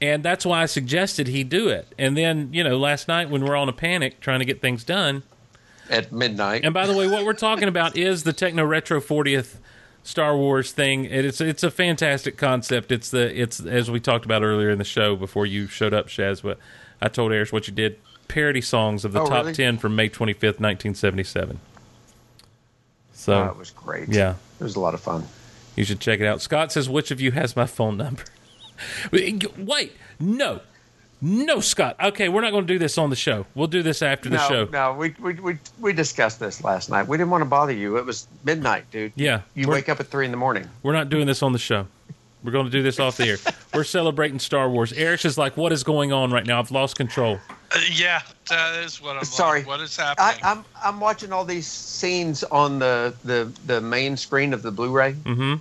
A: And that's why I suggested he do it. And then, you know, last night when we're on a panic trying to get things done,
J: at midnight.
A: And by the way, what we're talking about is the Techno Retro 40th Star Wars thing. And It's it's a fantastic concept. It's the it's as we talked about earlier in the show before you showed up, Shaz. But I told Eris what you did. Parody songs of the
J: Oh,
A: top
J: really?
A: ten from May 25th, 1977. So
J: Oh, it was great.
A: Yeah,
J: It was a lot of fun.
A: you should check it out. Scott says, "Which of you has my phone number?" Wait, no. No, Scott. Okay, we're not going to do this on the show. We'll do this after the
J: no,
A: show.
J: no, we, we we we discussed this last night. We didn't want to bother you. It was midnight, dude.
A: Yeah.
J: You
A: We're-
J: wake up at three in the morning.
A: We're not doing this on the show. We're going to do this off the air. We're celebrating Star Wars. Eric's is like, what is going on right now? I've lost control.
B: Uh, yeah, that is what I'm.
J: Sorry.
B: Like. What is
J: I,
B: happening?
J: I'm I'm watching all these scenes on the, the, the main screen of the Blu-ray
A: Mm-hmm.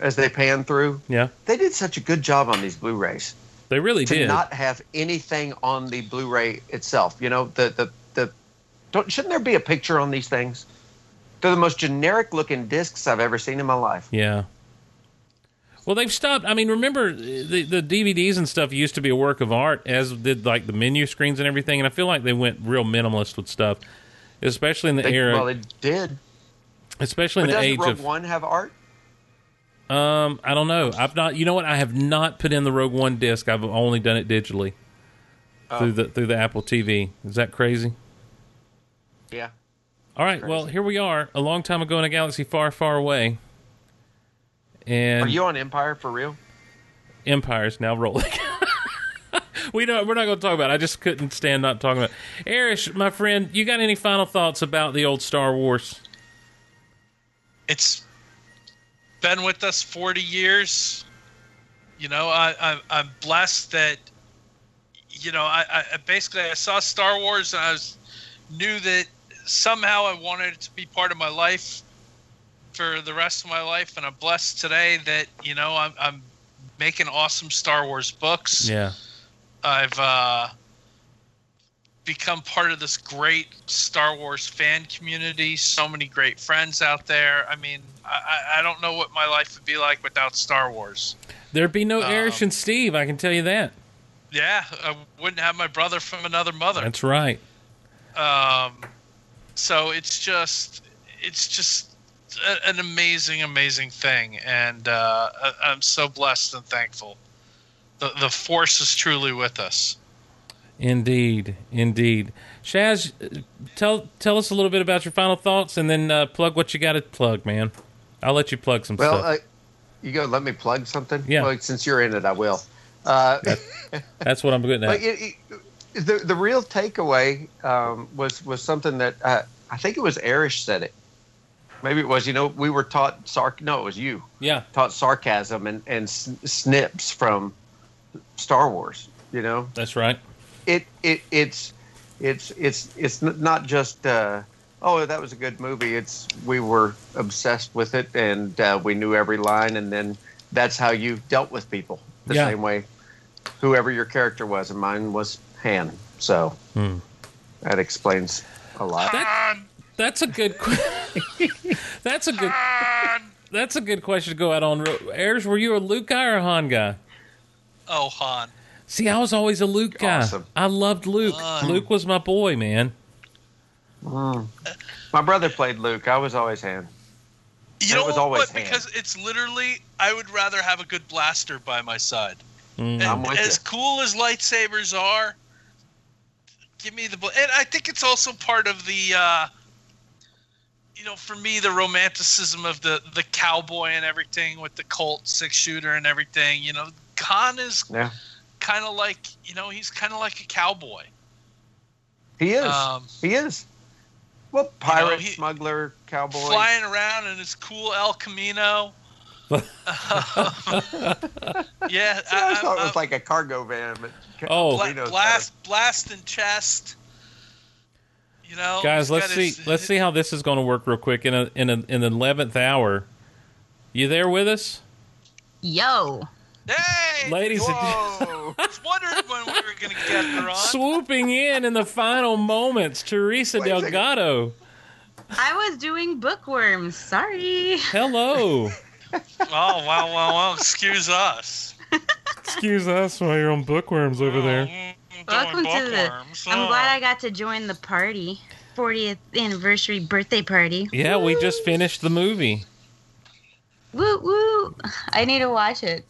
J: as they pan through.
A: Yeah,
J: They did such a good job on these Blu-rays
A: they really
J: to
A: did.
J: not have anything on the Blu-ray itself. You know, the the, the don't shouldn't there be a picture on these things? They're the most generic looking discs I've ever seen in my life.
A: yeah. Well, they've stopped. I mean, remember the the DVDs and stuff used to be a work of art, as did like the menu screens and everything. And I feel like they went real minimalist with stuff, especially in the
J: They,
A: era,
J: well, it did.
A: especially in
J: But
A: the
J: doesn't
A: age
J: Rogue
A: of.
J: One have art?
A: Um, I don't know. I've not. You know what? I have not put in the Rogue One disc. I've only done it digitally
J: Oh.
A: through the through the Apple TV. Is that crazy?
J: Yeah.
A: All right, well, here we are, a long time ago in a galaxy far, far away. And
J: Are you on Empire for real?
A: Empire's now rolling. we don't, we're not going to talk about it. I just couldn't stand not talking about it. Erish, my friend, you got any final thoughts about the old Star Wars?
B: it's been with us 40 years. You know, I, I I'm blessed that you know I, I- I basically I saw Star Wars and I was knew that somehow I wanted it to be part of my life for the rest of my life, and I'm blessed today that you know I'm I'm making awesome Star Wars books.
A: Yeah.
B: I've uh, become part of this great Star Wars fan community. So many great friends out there. I mean, I, I- I don't know what my life would be like without Star Wars.
A: There'd be no
B: Um,
A: Erish and Steve, I can tell you that.
B: Yeah, I wouldn't have my brother from another mother.
A: That's right.
B: Um, so it's just, it's just a, an amazing, amazing thing, and uh, I, I'm so blessed and thankful. The the force is truly with us.
A: Indeed, indeed. Shaz, uh, tell tell us a little bit about your final thoughts, and then uh, plug what you got to plug, man. I'll let you plug some
J: Well,
A: stuff.
J: uh, you go. Let me plug something.
A: Yeah.
J: Well, since you're in it, I will. Uh,
A: That's what I'm getting
J: but
A: at.
J: it, it, the the real takeaway um, was was something that uh, I think it was Arish said it. Maybe it was. You know, we were taught sarc. No, it was you
A: Yeah,
J: taught sarcasm and and sn- snips from Star Wars. You know,
A: that's right.
J: it it it's it's it's it's n- not just uh, oh that was a good movie. It's we were obsessed with it and uh, we knew every line, and then that's how you dealt with people the
A: Yeah.
J: same way. Whoever your character was, and mine was Han. So
A: Hmm.
J: that explains a lot.
A: That-
B: Um,
A: That's a good. que- that's a good. That's a good question to go out on. Ayers, were you a Luke guy or a Han guy?
B: oh, Han.
A: See, I was always a Luke guy.
J: Awesome.
A: I loved Luke.
B: Han.
A: Luke was my boy, man.
J: My brother played Luke. I was always Han.
B: You
J: And it
B: know
J: was always
B: what?
J: hand.
B: Because it's literally, I would rather have a good blaster by my side.
A: Mm.
J: I'm
B: And
J: with
B: as
J: you.
B: cool as lightsabers are, give me the. Bl- and I think it's also part of the, uh, you know, for me, the romanticism of the the cowboy and everything with the Colt six shooter and everything. You know, Khan is
J: Yeah.
B: kind of like, you know, he's kind of like a cowboy.
J: He is.
B: Um,
J: he is. Well, pirate,
B: he-
J: smuggler, cowboy.
B: flying around in his cool El Camino. Um, yeah,
J: See, I, always thought it was like a cargo van, but
A: Oh.
B: Bla-
J: Reno's
B: blast, blast and chest. You know,
A: guys
B: he's
A: let's
B: got
A: see
B: his-
A: let's see how this is going to work real quick in a, in a, in the 11th hour you there with us
K: Yo.
B: Hey,
A: ladies and
B: whoa! I was wondering when we were gonna get her on.
A: swooping in in the final moments teresa
B: Wait a second.
A: delgado
K: I was doing bookworms. Sorry.
A: hello
B: oh wow, wow, wow! Excuse us.
A: excuse us while you're on bookworms over there
K: Welcome to the. I'm glad I got to join the party. 40th anniversary birthday party.
A: yeah we just finished the movie
K: Woo woo. I need to watch it.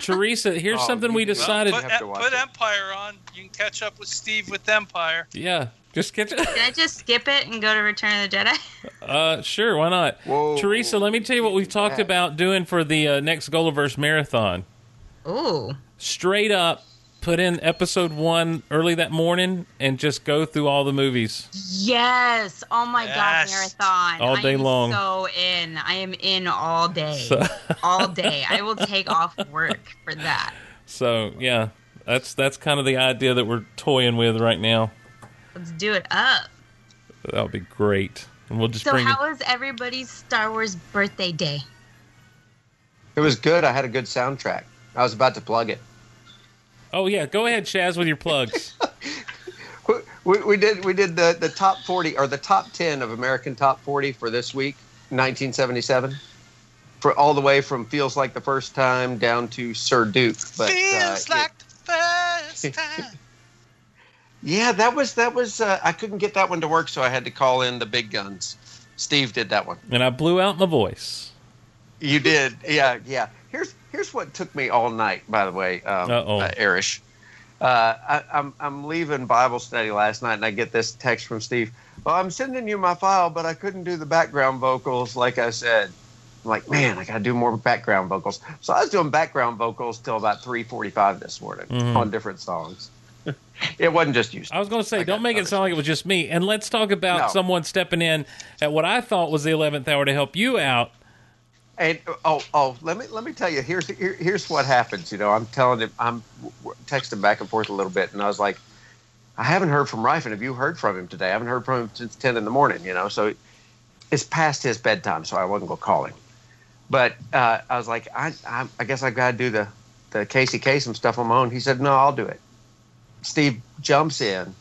A: teresa here's something we decided
B: Oh, Well, put, put Empire on. You can catch up with Steve with Empire.
A: yeah just get
K: Can I just skip it and go to Return of the Jedi?
A: Uh, sure, why not? Teresa, let me tell you what we've talked
K: Yeah.
A: about doing for the uh, next Golaverse marathon.
K: Ooh.
A: Straight up, put in episode one early that morning and just go through all the movies.
K: Yes. Oh my
A: Yes.
K: god, marathon.
A: All
K: I
A: day
K: am
A: long.
K: So in. I am in all day.
A: So,
K: all day. I will take off work for that.
A: so yeah, that's that's kind of the idea that we're toying with right now.
K: Let's do it up.
A: That'll be great, and we'll just
K: So
A: bring. it-
K: how was everybody's Star Wars birthday day?
J: It was good. I had a good soundtrack. I was about to plug it.
A: oh yeah, go ahead, Shaz, with your plugs.
J: We, we did we did the, the top forty or the top ten of American top forty for this week, nineteen seventy seven. For all the way from feels like the first time down to Sir Duke, but uh,
C: Feels like the first time.
J: yeah, that was that was uh, I couldn't get that one to work, so I had to call in the big guns. Steve did that one.
A: and I blew out my voice.
J: You did, yeah, yeah. Here's here's what took me all night. By the way, um,
A: Uh-oh.
J: uh, Irish. Uh, I, I'm I'm leaving Bible study last night, and I get this text from Steve. Well, I'm sending you my file, but I couldn't do the background vocals like I said. I'm like, man, I got to do more background vocals. So I was doing background vocals till about 3:45 this morning
A: Mhm.
J: on different songs. it wasn't just you.
A: I was going to say, don't make it sound like it was just me. And let's talk about
J: No.
A: someone stepping in at what I thought was the 11th hour to help you out.
J: And oh, oh, let me let me tell you. Here's here, here's what happens. You know, I'm telling him. I'm texting back and forth a little bit, and I was like, I haven't heard from Rifen. Have you heard from him today? I haven't heard from him since ten in the morning. You know, so it's past his bedtime, so I wasn't gonna call him. But uh, I was like, I, I I guess I got to do the the Casey Kasem stuff on my own. He said, No, I'll do it. Steve jumps in,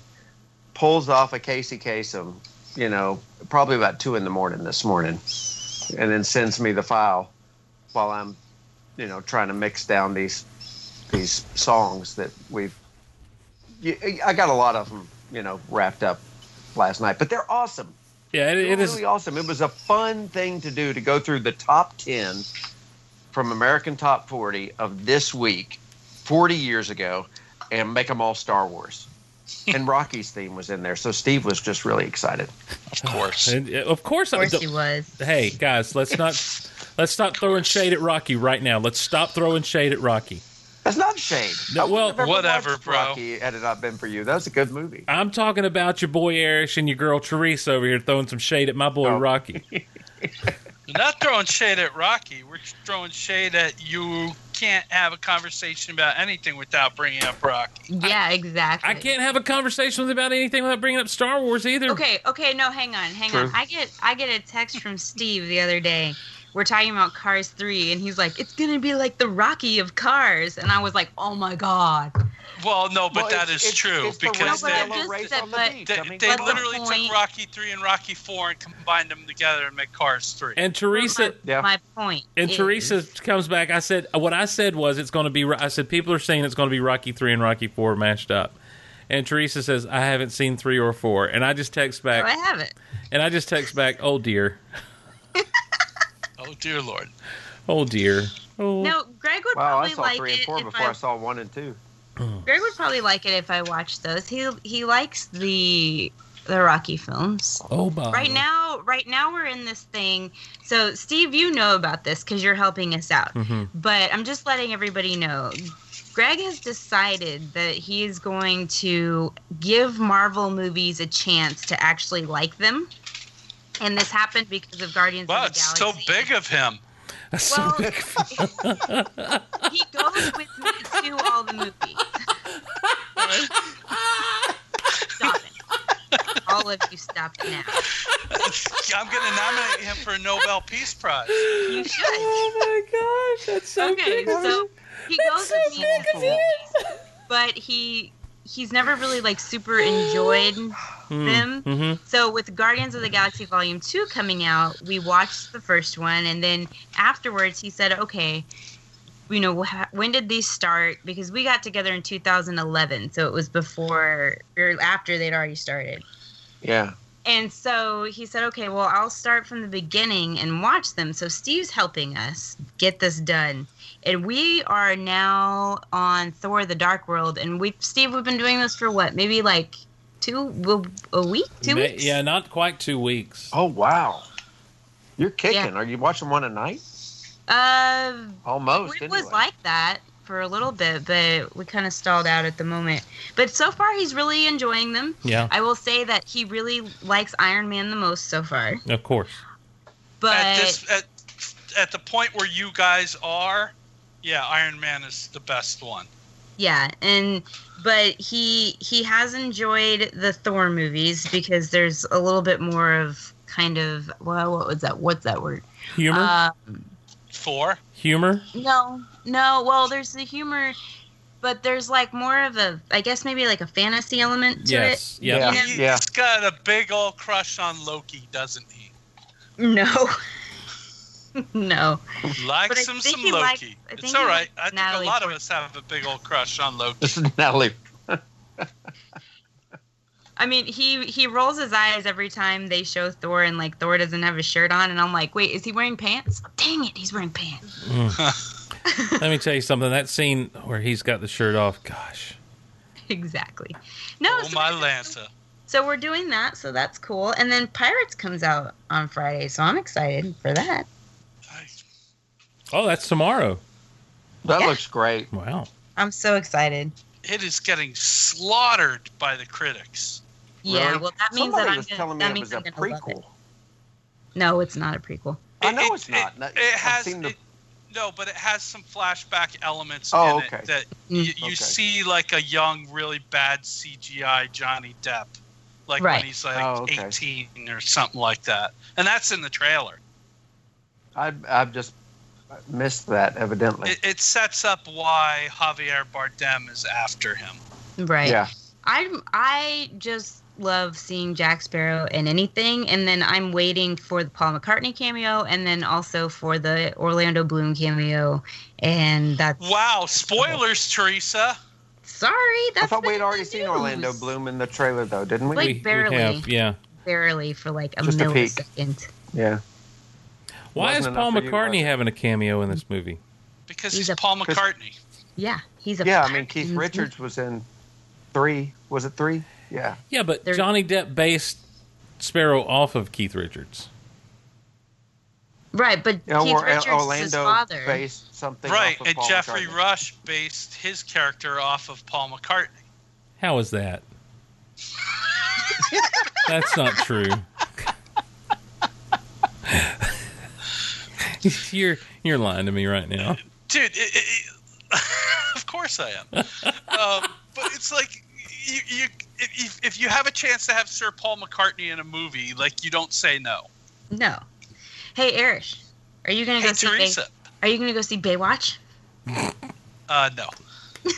J: pulls off a Casey Kasem. You know, probably about two in the morning this morning and then sends me the file while I'm, you know, trying to mix down these these songs that we've. y- I got a lot of them, you know, wrapped up last night, but they're awesome.
A: Yeah, it,
J: They're
A: it is.
J: really awesome. It was a fun thing to do to go through the top ten from American Top Forty of this week, forty years ago, and make them all Star Wars. and Rocky's theme was in there, so Steve was just really excited.
A: Of course, uh, of course,
K: Of course he was.
A: Hey guys, let's not let's stop throwing shade at Rocky right now. Let's stop throwing shade at Rocky.
J: That's not shade.
A: No, well,
J: whatever, bro. Rocky, had it not been for you, that was a good movie.
A: I'm talking about your boy Erish and your girl Teresa over here throwing some shade at my boy
J: Oh.
A: Rocky.
B: We're not throwing shade at Rocky. We're throwing shade at you. Can't have a conversation about anything without bringing up Rocky.
K: Yeah, exactly.
A: I can't have a conversation with about anything without bringing up Star Wars either.
K: Okay, okay, no, hang on, hang on.
A: True.
K: I get I get a text from Steve the other day. We're talking about Cars 3 and he's like, "It's going to be like the Rocky of Cars." And I was like, "Oh my god."
B: Well, no, but
K: Well,
B: that
K: it's-
B: is
K: it's-
B: true
K: it's the
B: because
K: red
B: they,
K: and yellow race on the
B: they-
K: beach.
B: they,
K: I mean,
B: they
K: what's the
B: literally
K: point?
B: took Rocky three and Rocky four and combined them together and made Cars three.
A: And Teresa,
K: My point.
A: And
K: is-
A: Teresa comes back. I said, what I said was it's going to be. I said people are saying it's going to be Rocky three and Rocky four mashed up. And Teresa says, I haven't seen three or four. And I just text
K: Oh,
A: back.
K: I have it.
A: And I just text back. Oh dear.
B: oh dear lord.
A: Oh dear.
K: No, Greg would
J: Wow, I
K: probably
J: saw
K: like
J: three
K: it
J: and four
K: if
J: before I...
K: I,
J: saw one and two.
K: Greg would probably like it if I watched those. He he likes the the Rocky films.
A: Oh, my.
K: Right now, right now we're in this thing. So Steve, you know about this because you're helping us
J: Hmm.
K: out.
A: Mm-hmm.
K: But I'm just letting everybody know. Greg has decided that he is going to give Marvel movies a chance to actually like them. And this happened because of Guardians
B: Wow,
K: of the
B: it's
K: Galaxy.
B: so big of him.
A: That's
K: Well,
A: so big.
K: he goes with me to all the movies. stop it. All of you stop it now.
B: I'm going to nominate him for a Nobel Peace Prize.
K: You should.
A: Oh my gosh, that's so
K: okay,
A: big.
K: so he
A: That's
K: goes
A: so
K: with me to the movies, but he he's never really like super enjoyed
B: Hmm.
K: them.
A: Mm-hmm.
K: So with Guardians of the Galaxy Volume 2 coming out, we watched the first one and then afterwards he said, "Okay, you know, wh- when did these start? Because we got together in 2011, so it was before or after they'd already started."
J: Yeah.
K: And so he said, "Okay, well, I'll start from the beginning and watch them." So Steve's helping us get this done. And we are now on Thor: The Dark World, and we, Steve, we've been doing this for what, maybe like two well, a week, two
A: Ma-
K: weeks.
A: Yeah, not quite two weeks.
J: Oh wow, you're kicking.
K: Yeah.
J: Are you watching one a night?
K: Uh,
J: Almost.
K: it
J: anyway.
K: was like that for a little bit, but we kind of stalled out at the moment. But so far, he's really enjoying them.
A: Yeah.
K: I will say that he really likes Iron Man the most so far.
A: Of course.
K: But
B: At this, at, at the point where you guys are, yeah, Iron Man is the best one.
K: Yeah, and but he he has enjoyed the Thor movies because there's a little bit more of kind of well, what was that? What's that word?
A: Humor?
K: Uh,
B: Four.
A: Humor?
K: no, no. Well, there's the humor, but there's like more of a I guess maybe like a fantasy element to
A: Yes.
K: it.
A: Yeah.
K: You know?
B: He's got a big old crush on Loki, doesn't he?
K: No. no. But I
B: Likes him
K: think
B: some
K: he
B: Loki.
K: likes- I think
B: it's
K: he
B: all right.
K: likes
B: I think
K: Natalie
B: a lot of us have a big old crush on Loki.
J: This is Natalie.
K: I mean, he he rolls his eyes every time they show Thor, and like Thor doesn't have his shirt on, and I'm like, wait, is he wearing pants? Dang it, he's wearing pants.
A: Mm. Let me tell you something. That scene where he's got the shirt off, gosh.
K: exactly. No,
B: Oh my Lanta.
K: So we're doing that, so that's cool. And then Pirates comes out on Friday, so I'm excited for that.
A: Oh, that's tomorrow.
J: That looks great.
A: Wow.
K: I'm so excited.
B: It is getting slaughtered by the critics.
K: Yeah,
J: Really?
K: well that means
J: Somebody
K: that I'm
J: was
K: gonna,
J: telling me
K: that
J: it
K: means
J: was a
K: I'm gonna love
J: prequel.
K: it. No, it's not a prequel.
J: I know it's not. No,
B: It
J: I've
B: has
J: seen the-
B: it- no, but it has some flashback elements
J: Oh,
B: in
J: okay.
B: it that y-
J: Mm.
B: you
J: Okay.
B: see like a young, really bad CGI Johnny Depp, like
J: Right.
B: when he's like
J: Oh, okay.
B: 18 or something like that, and that's in the trailer.
J: I I've just missed that evidently.
B: It, it sets up why Javier Bardem is after him.
K: Right.
J: Yeah.
K: I'm I just love seeing Jack Sparrow in anything and then I'm waiting for the Paul McCartney cameo and then also for the Orlando Bloom cameo and that's
B: Wow! Spoilers, Teresa.
K: sorry.
J: I
K: That's
J: thought we had
K: been
J: already
K: the
J: seen
K: news.
J: Orlando Bloom in the trailer though, didn't we?
K: Like, We- we barely. have,
A: yeah.
K: barely for like a
J: Just a peek.
K: millisecond.
J: Yeah.
A: Why is
J: Wasn't
A: Paul
J: enough for you,
A: McCartney having a cameo in this movie?
B: Because he's, Paul McCartney.
K: Yeah, he's a
J: Yeah, I mean Keith Richards was in three. Was it three? Yeah.
A: Yeah, but Johnny Depp based Sparrow off of Keith Richards.
K: Right, but
J: Yeah,
K: Keith
J: or
K: Richards is his
J: Orlando
K: father.
J: based something
B: Right,
J: off of
B: and
J: Paul
B: Jeffrey
J: McCartney.
B: Rush based his character off of Paul McCartney.
A: How is that? That's not true. you're you're lying to me right now.
B: dude. It, it, it- of course I am. um, but it's like you, you if, if you have a chance to have Sir Paul McCartney in a movie, like you don't say no.
K: No. Hey, Erish, are you gonna
B: Hey,
K: go see?
B: Teresa.
K: Bay- are you gonna go see Baywatch?
B: Uh, no.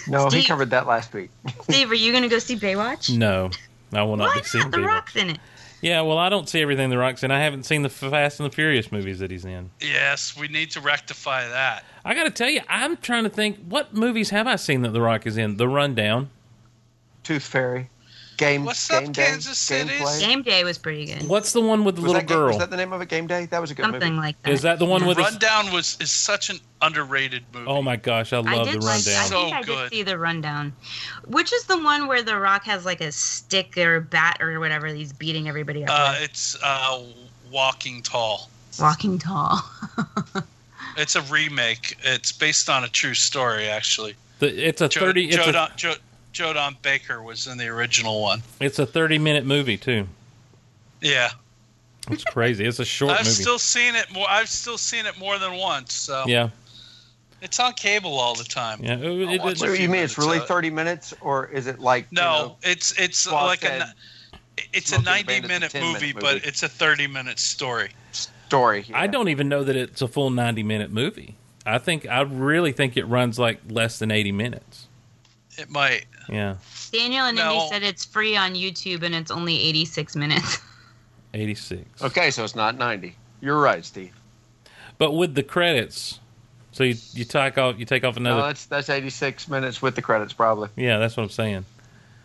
J: No, he
K: Steve-
J: covered that last week.
K: Steve, are you gonna go see Baywatch?
A: No, I will not
K: Why
A: be seeing
K: not? The
A: Baywatch.
K: Rock's in it.
A: Yeah, well, I don't see everything The Rock's in. I haven't seen the Fast and the Furious movies that he's in.
B: Yes, we need to rectify that.
A: I got to tell you, I'm trying to think what movies have I seen that The Rock is in? The Rundown.
J: Tooth Fairy. Game.
B: What's
J: game
B: up,
J: day,
B: Kansas City?
J: Game play.
K: Game Day was pretty good.
A: What's the one with the
J: Was
A: little
J: that game-
A: girl?
J: Was that the name of it? Game Day. That was a good movie.
K: Something like that.
A: Is that the one with? his-
B: Rundown was is such an underrated movie.
A: oh my gosh, I
K: I
A: love
K: did
A: the
K: like. I
A: rundown.
K: think I did see the rundown, which is the one where the Rock has like a stick or a bat or whatever. He's beating everybody up.
B: Uh, it's uh, Walking Tall.
K: Walking Tall.
B: It's a remake. It's based on a true story, actually.
A: The- it's a thirty. It's
B: Joe,
A: a,
B: Don, Joe, Joe Don Baker was in the original one.
A: it's a thirty-minute movie too.
B: Yeah.
A: It's crazy. It's a short
B: I've
A: movie.
B: still seen it more. I've still seen it more than once. So
A: yeah.
B: it's on cable all the time.
A: Yeah, it-
B: I'll
A: it-
B: watch
A: it-
B: a
A: So
B: few
J: you mean
B: minutes
J: it's really
B: of it. Uh,
J: 30 minutes, or is it like you
B: No,
J: know,
B: it's it's
J: Claw
B: like
J: said,
B: a ni- it's a
J: Smoking
B: ninety
J: Bandit's a
B: minute
J: 10-minute
B: movie,
J: movie.
B: but it's a thirty minute story.
J: story?
A: I don't even know that it's a full 90 minute movie. I think I really think it runs like less than 80 minutes.
B: It might.
A: Yeah,
K: Daniel and
B: No.
K: Indy said it's free on YouTube and it's only 86 minutes.
A: 86.
J: Okay, so it's not 90. You're right, Steve.
A: But with the credits, so you you take off you take off
J: No,
A: another.
J: that's that's 86 minutes with the credits, probably.
A: yeah, that's what I'm saying.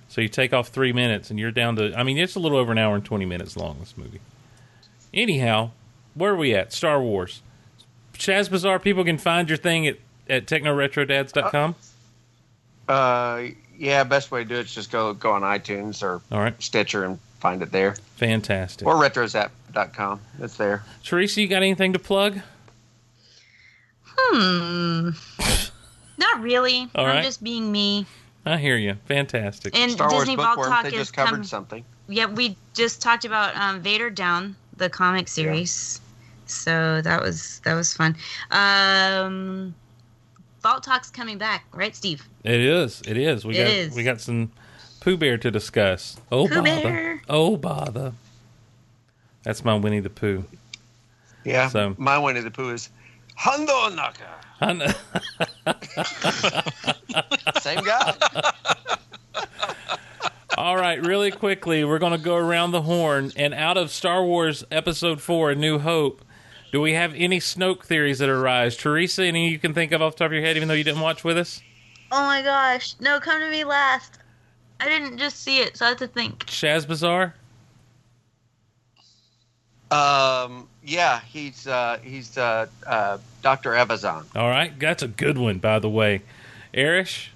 A: So you take off three minutes and you're down to. I mean, it's a little over an hour and 20 minutes long. This movie. Anyhow, where are we at? Star Wars. Chaz Bazaar. People can find your thing at at technoretrodads.com.
J: Uh, yeah, best way to do it is just go go on iTunes or
A: All right.
J: Stitcher and find it there,
A: Fantastic.
J: or retrosapp.com. It's there.
A: Teresa, you got anything to plug?
K: Hmm. Not really.
A: All
K: I'm
A: right.
K: just being me.
A: I hear you. Fantastic.
K: And Star Wars Disney Vault Bookworm, Talk they is just covered com-
J: something.
K: Yeah, we just talked about um, Vader Down, the comic series. So that was that was fun. Um, Vault Talk's coming back, right, Steve?
A: It is. It is. We
K: It
A: got
K: is.
A: we got some Pooh Bear to discuss. Oh
K: Pooh
A: bother.
K: Bear.
A: Oh bother. That's my Winnie the Pooh.
J: Yeah,
A: So-
J: my Winnie the Pooh is Hondo Naka.
A: I know.
J: Same guy.
A: All right, really quickly, we're going to go around the horn and out of Star Wars Episode 4 A New Hope, do we have any Snoke theories that arise? Teresa, any you can think of off the top of your head even though you didn't watch with us?
K: Oh my gosh! No, come to me last. I didn't just see it, so I have to think.
A: Shaz Bazaar?
J: Um, yeah, he's uh, he's uh, uh, Doctor Evazan.
A: All right, that's a good one by the way. Erish?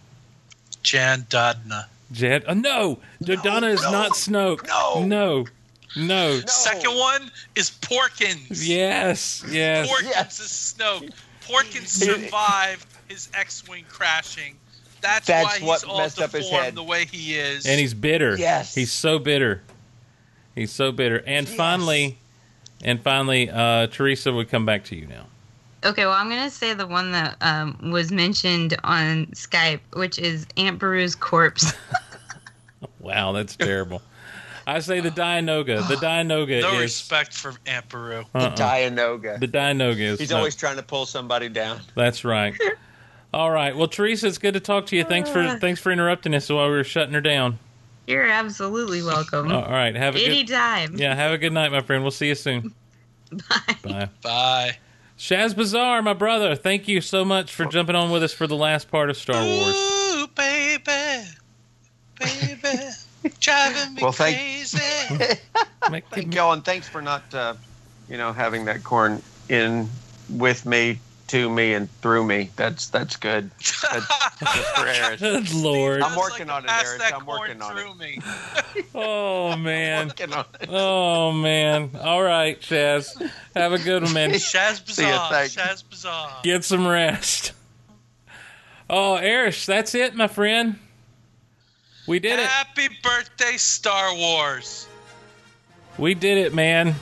B: Jan Dodna.
A: Jed? Oh, no, Dodonna is not Snoke. No. No. No.
B: Second one is Porkins.
A: Yes. Yes.
B: Porkins is Snoke. Porkins survived his X-wing crashing. That's,
J: That's
B: why he's
J: what
B: all
J: messed up his
B: deformed
J: head.
B: the way he is.
A: and he's bitter.
B: Yes.
A: he's so bitter. He's so bitter. And finally, and finally, uh, Teresa, we come back to you now.
K: Okay, well, I'm gonna say the one that um, was mentioned on Skype, which is Aunt Beru's corpse.
A: Wow, that's terrible. I say the Dianoga. The Dianoga
B: no
A: is
B: respect for Amperu.
A: Uh-uh.
J: Dianoga.
A: the Dianoga is.
J: He's
A: no-
J: always trying to pull somebody down.
A: that's right. All right. Well, Teresa, it's good to talk to you. Thanks
B: Uh.
A: for thanks for interrupting us while we were shutting her down.
K: You're absolutely
B: Mm-hmm.
K: welcome.
A: All right. Uh, Have a good.
K: Anytime.
A: Yeah. Have a good night, my friend. We'll see you soon. Bye. Bye.
B: Bye.
A: Shaz Bazaar, my brother. Thank you so much for jumping on with us for the last part of Star Wars.
C: Ooh, baby, baby, driving me
J: Well, thank-
C: crazy.
J: Thank y'all, and thanks for not, uh, you know, having that corn in with me, to me, and through me. That's that's good. That's, that's for Harris.
A: Good Lord.
J: I'm working on it,
B: Pass
J: Harris.
B: that
J: I'm
B: corn
J: working on it.
B: through me.
A: Oh man.
J: Working on it.
A: Oh man. All right, Chaz. Have a good one, man.
B: Shaz
J: ya,
B: Bazaar.
J: thanks.
B: Shaz Bazaar.
A: Get some rest. Oh, Erish, that's it, my friend. We did it.
B: Happy birthday, Star Wars.
A: We did it, man.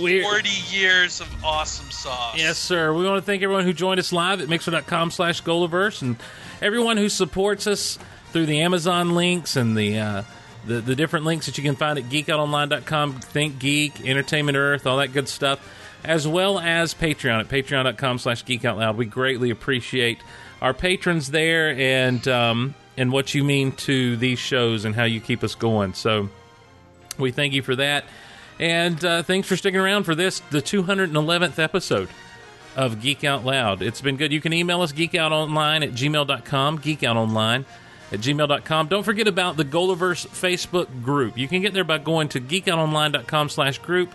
A: We
B: 40 years of awesome sauce.
A: Yes, sir. We want to thank everyone who joined us live at mixer.com slash Golaverse and everyone who supports us through the Amazon links and the, uh, the the different links that you can find at geekoutonline.com, Think Geek, Entertainment Earth, all that good stuff, as well as Patreon at patreon.com slash geekoutloud. We greatly appreciate our patrons there and um, and what you mean to these shows and how you keep us going. So we thank you for that. And uh, thanks for sticking around for this, the 211th episode of Geek Out Loud. It's been good. You can email us geekoutonline at gmail.com, geekoutonline at gmail.com. Don't forget about the Golaverse Facebook group. You can get there by going to geekoutonline.com slash group.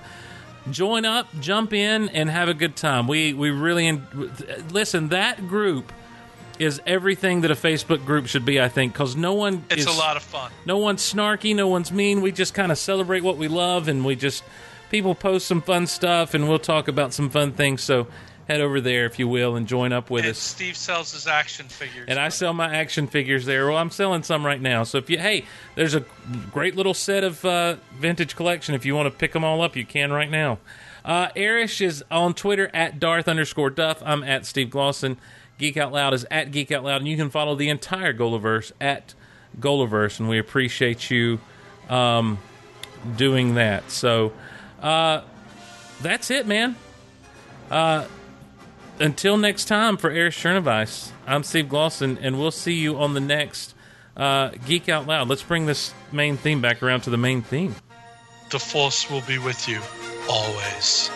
A: Join up, jump in, and have a good time. We, we really, en- listen, that group is everything that a Facebook group should be, I think, because no one
B: It's
A: is
B: a lot of fun.
A: no one's snarky, no one's mean. We just kind of celebrate what we love, and we just people post some fun stuff, and we'll talk about some fun things. So head over there if you will and join up with
B: and
A: us.
B: Steve sells his action figures.
A: And I sell my action figures there. Well, I'm selling some right now. So if you, hey, there's a great little set of uh, vintage collection. If you want to pick them all up, you can right now. Uh, Arish is on Twitter at Darth underscore Duff. I'm at Steve Glosson. Geek Out Loud is at Geek Out Loud, and you can follow the entire Golaverse at Golaverse, and we appreciate you um, doing that. So uh, that's it, man. Uh, until next time, for Eric Chernovice, I'm Steve Glosson, and we'll see you on the next uh, Geek Out Loud. Let's bring this main theme back around to the main theme.
B: The Force will be with you always.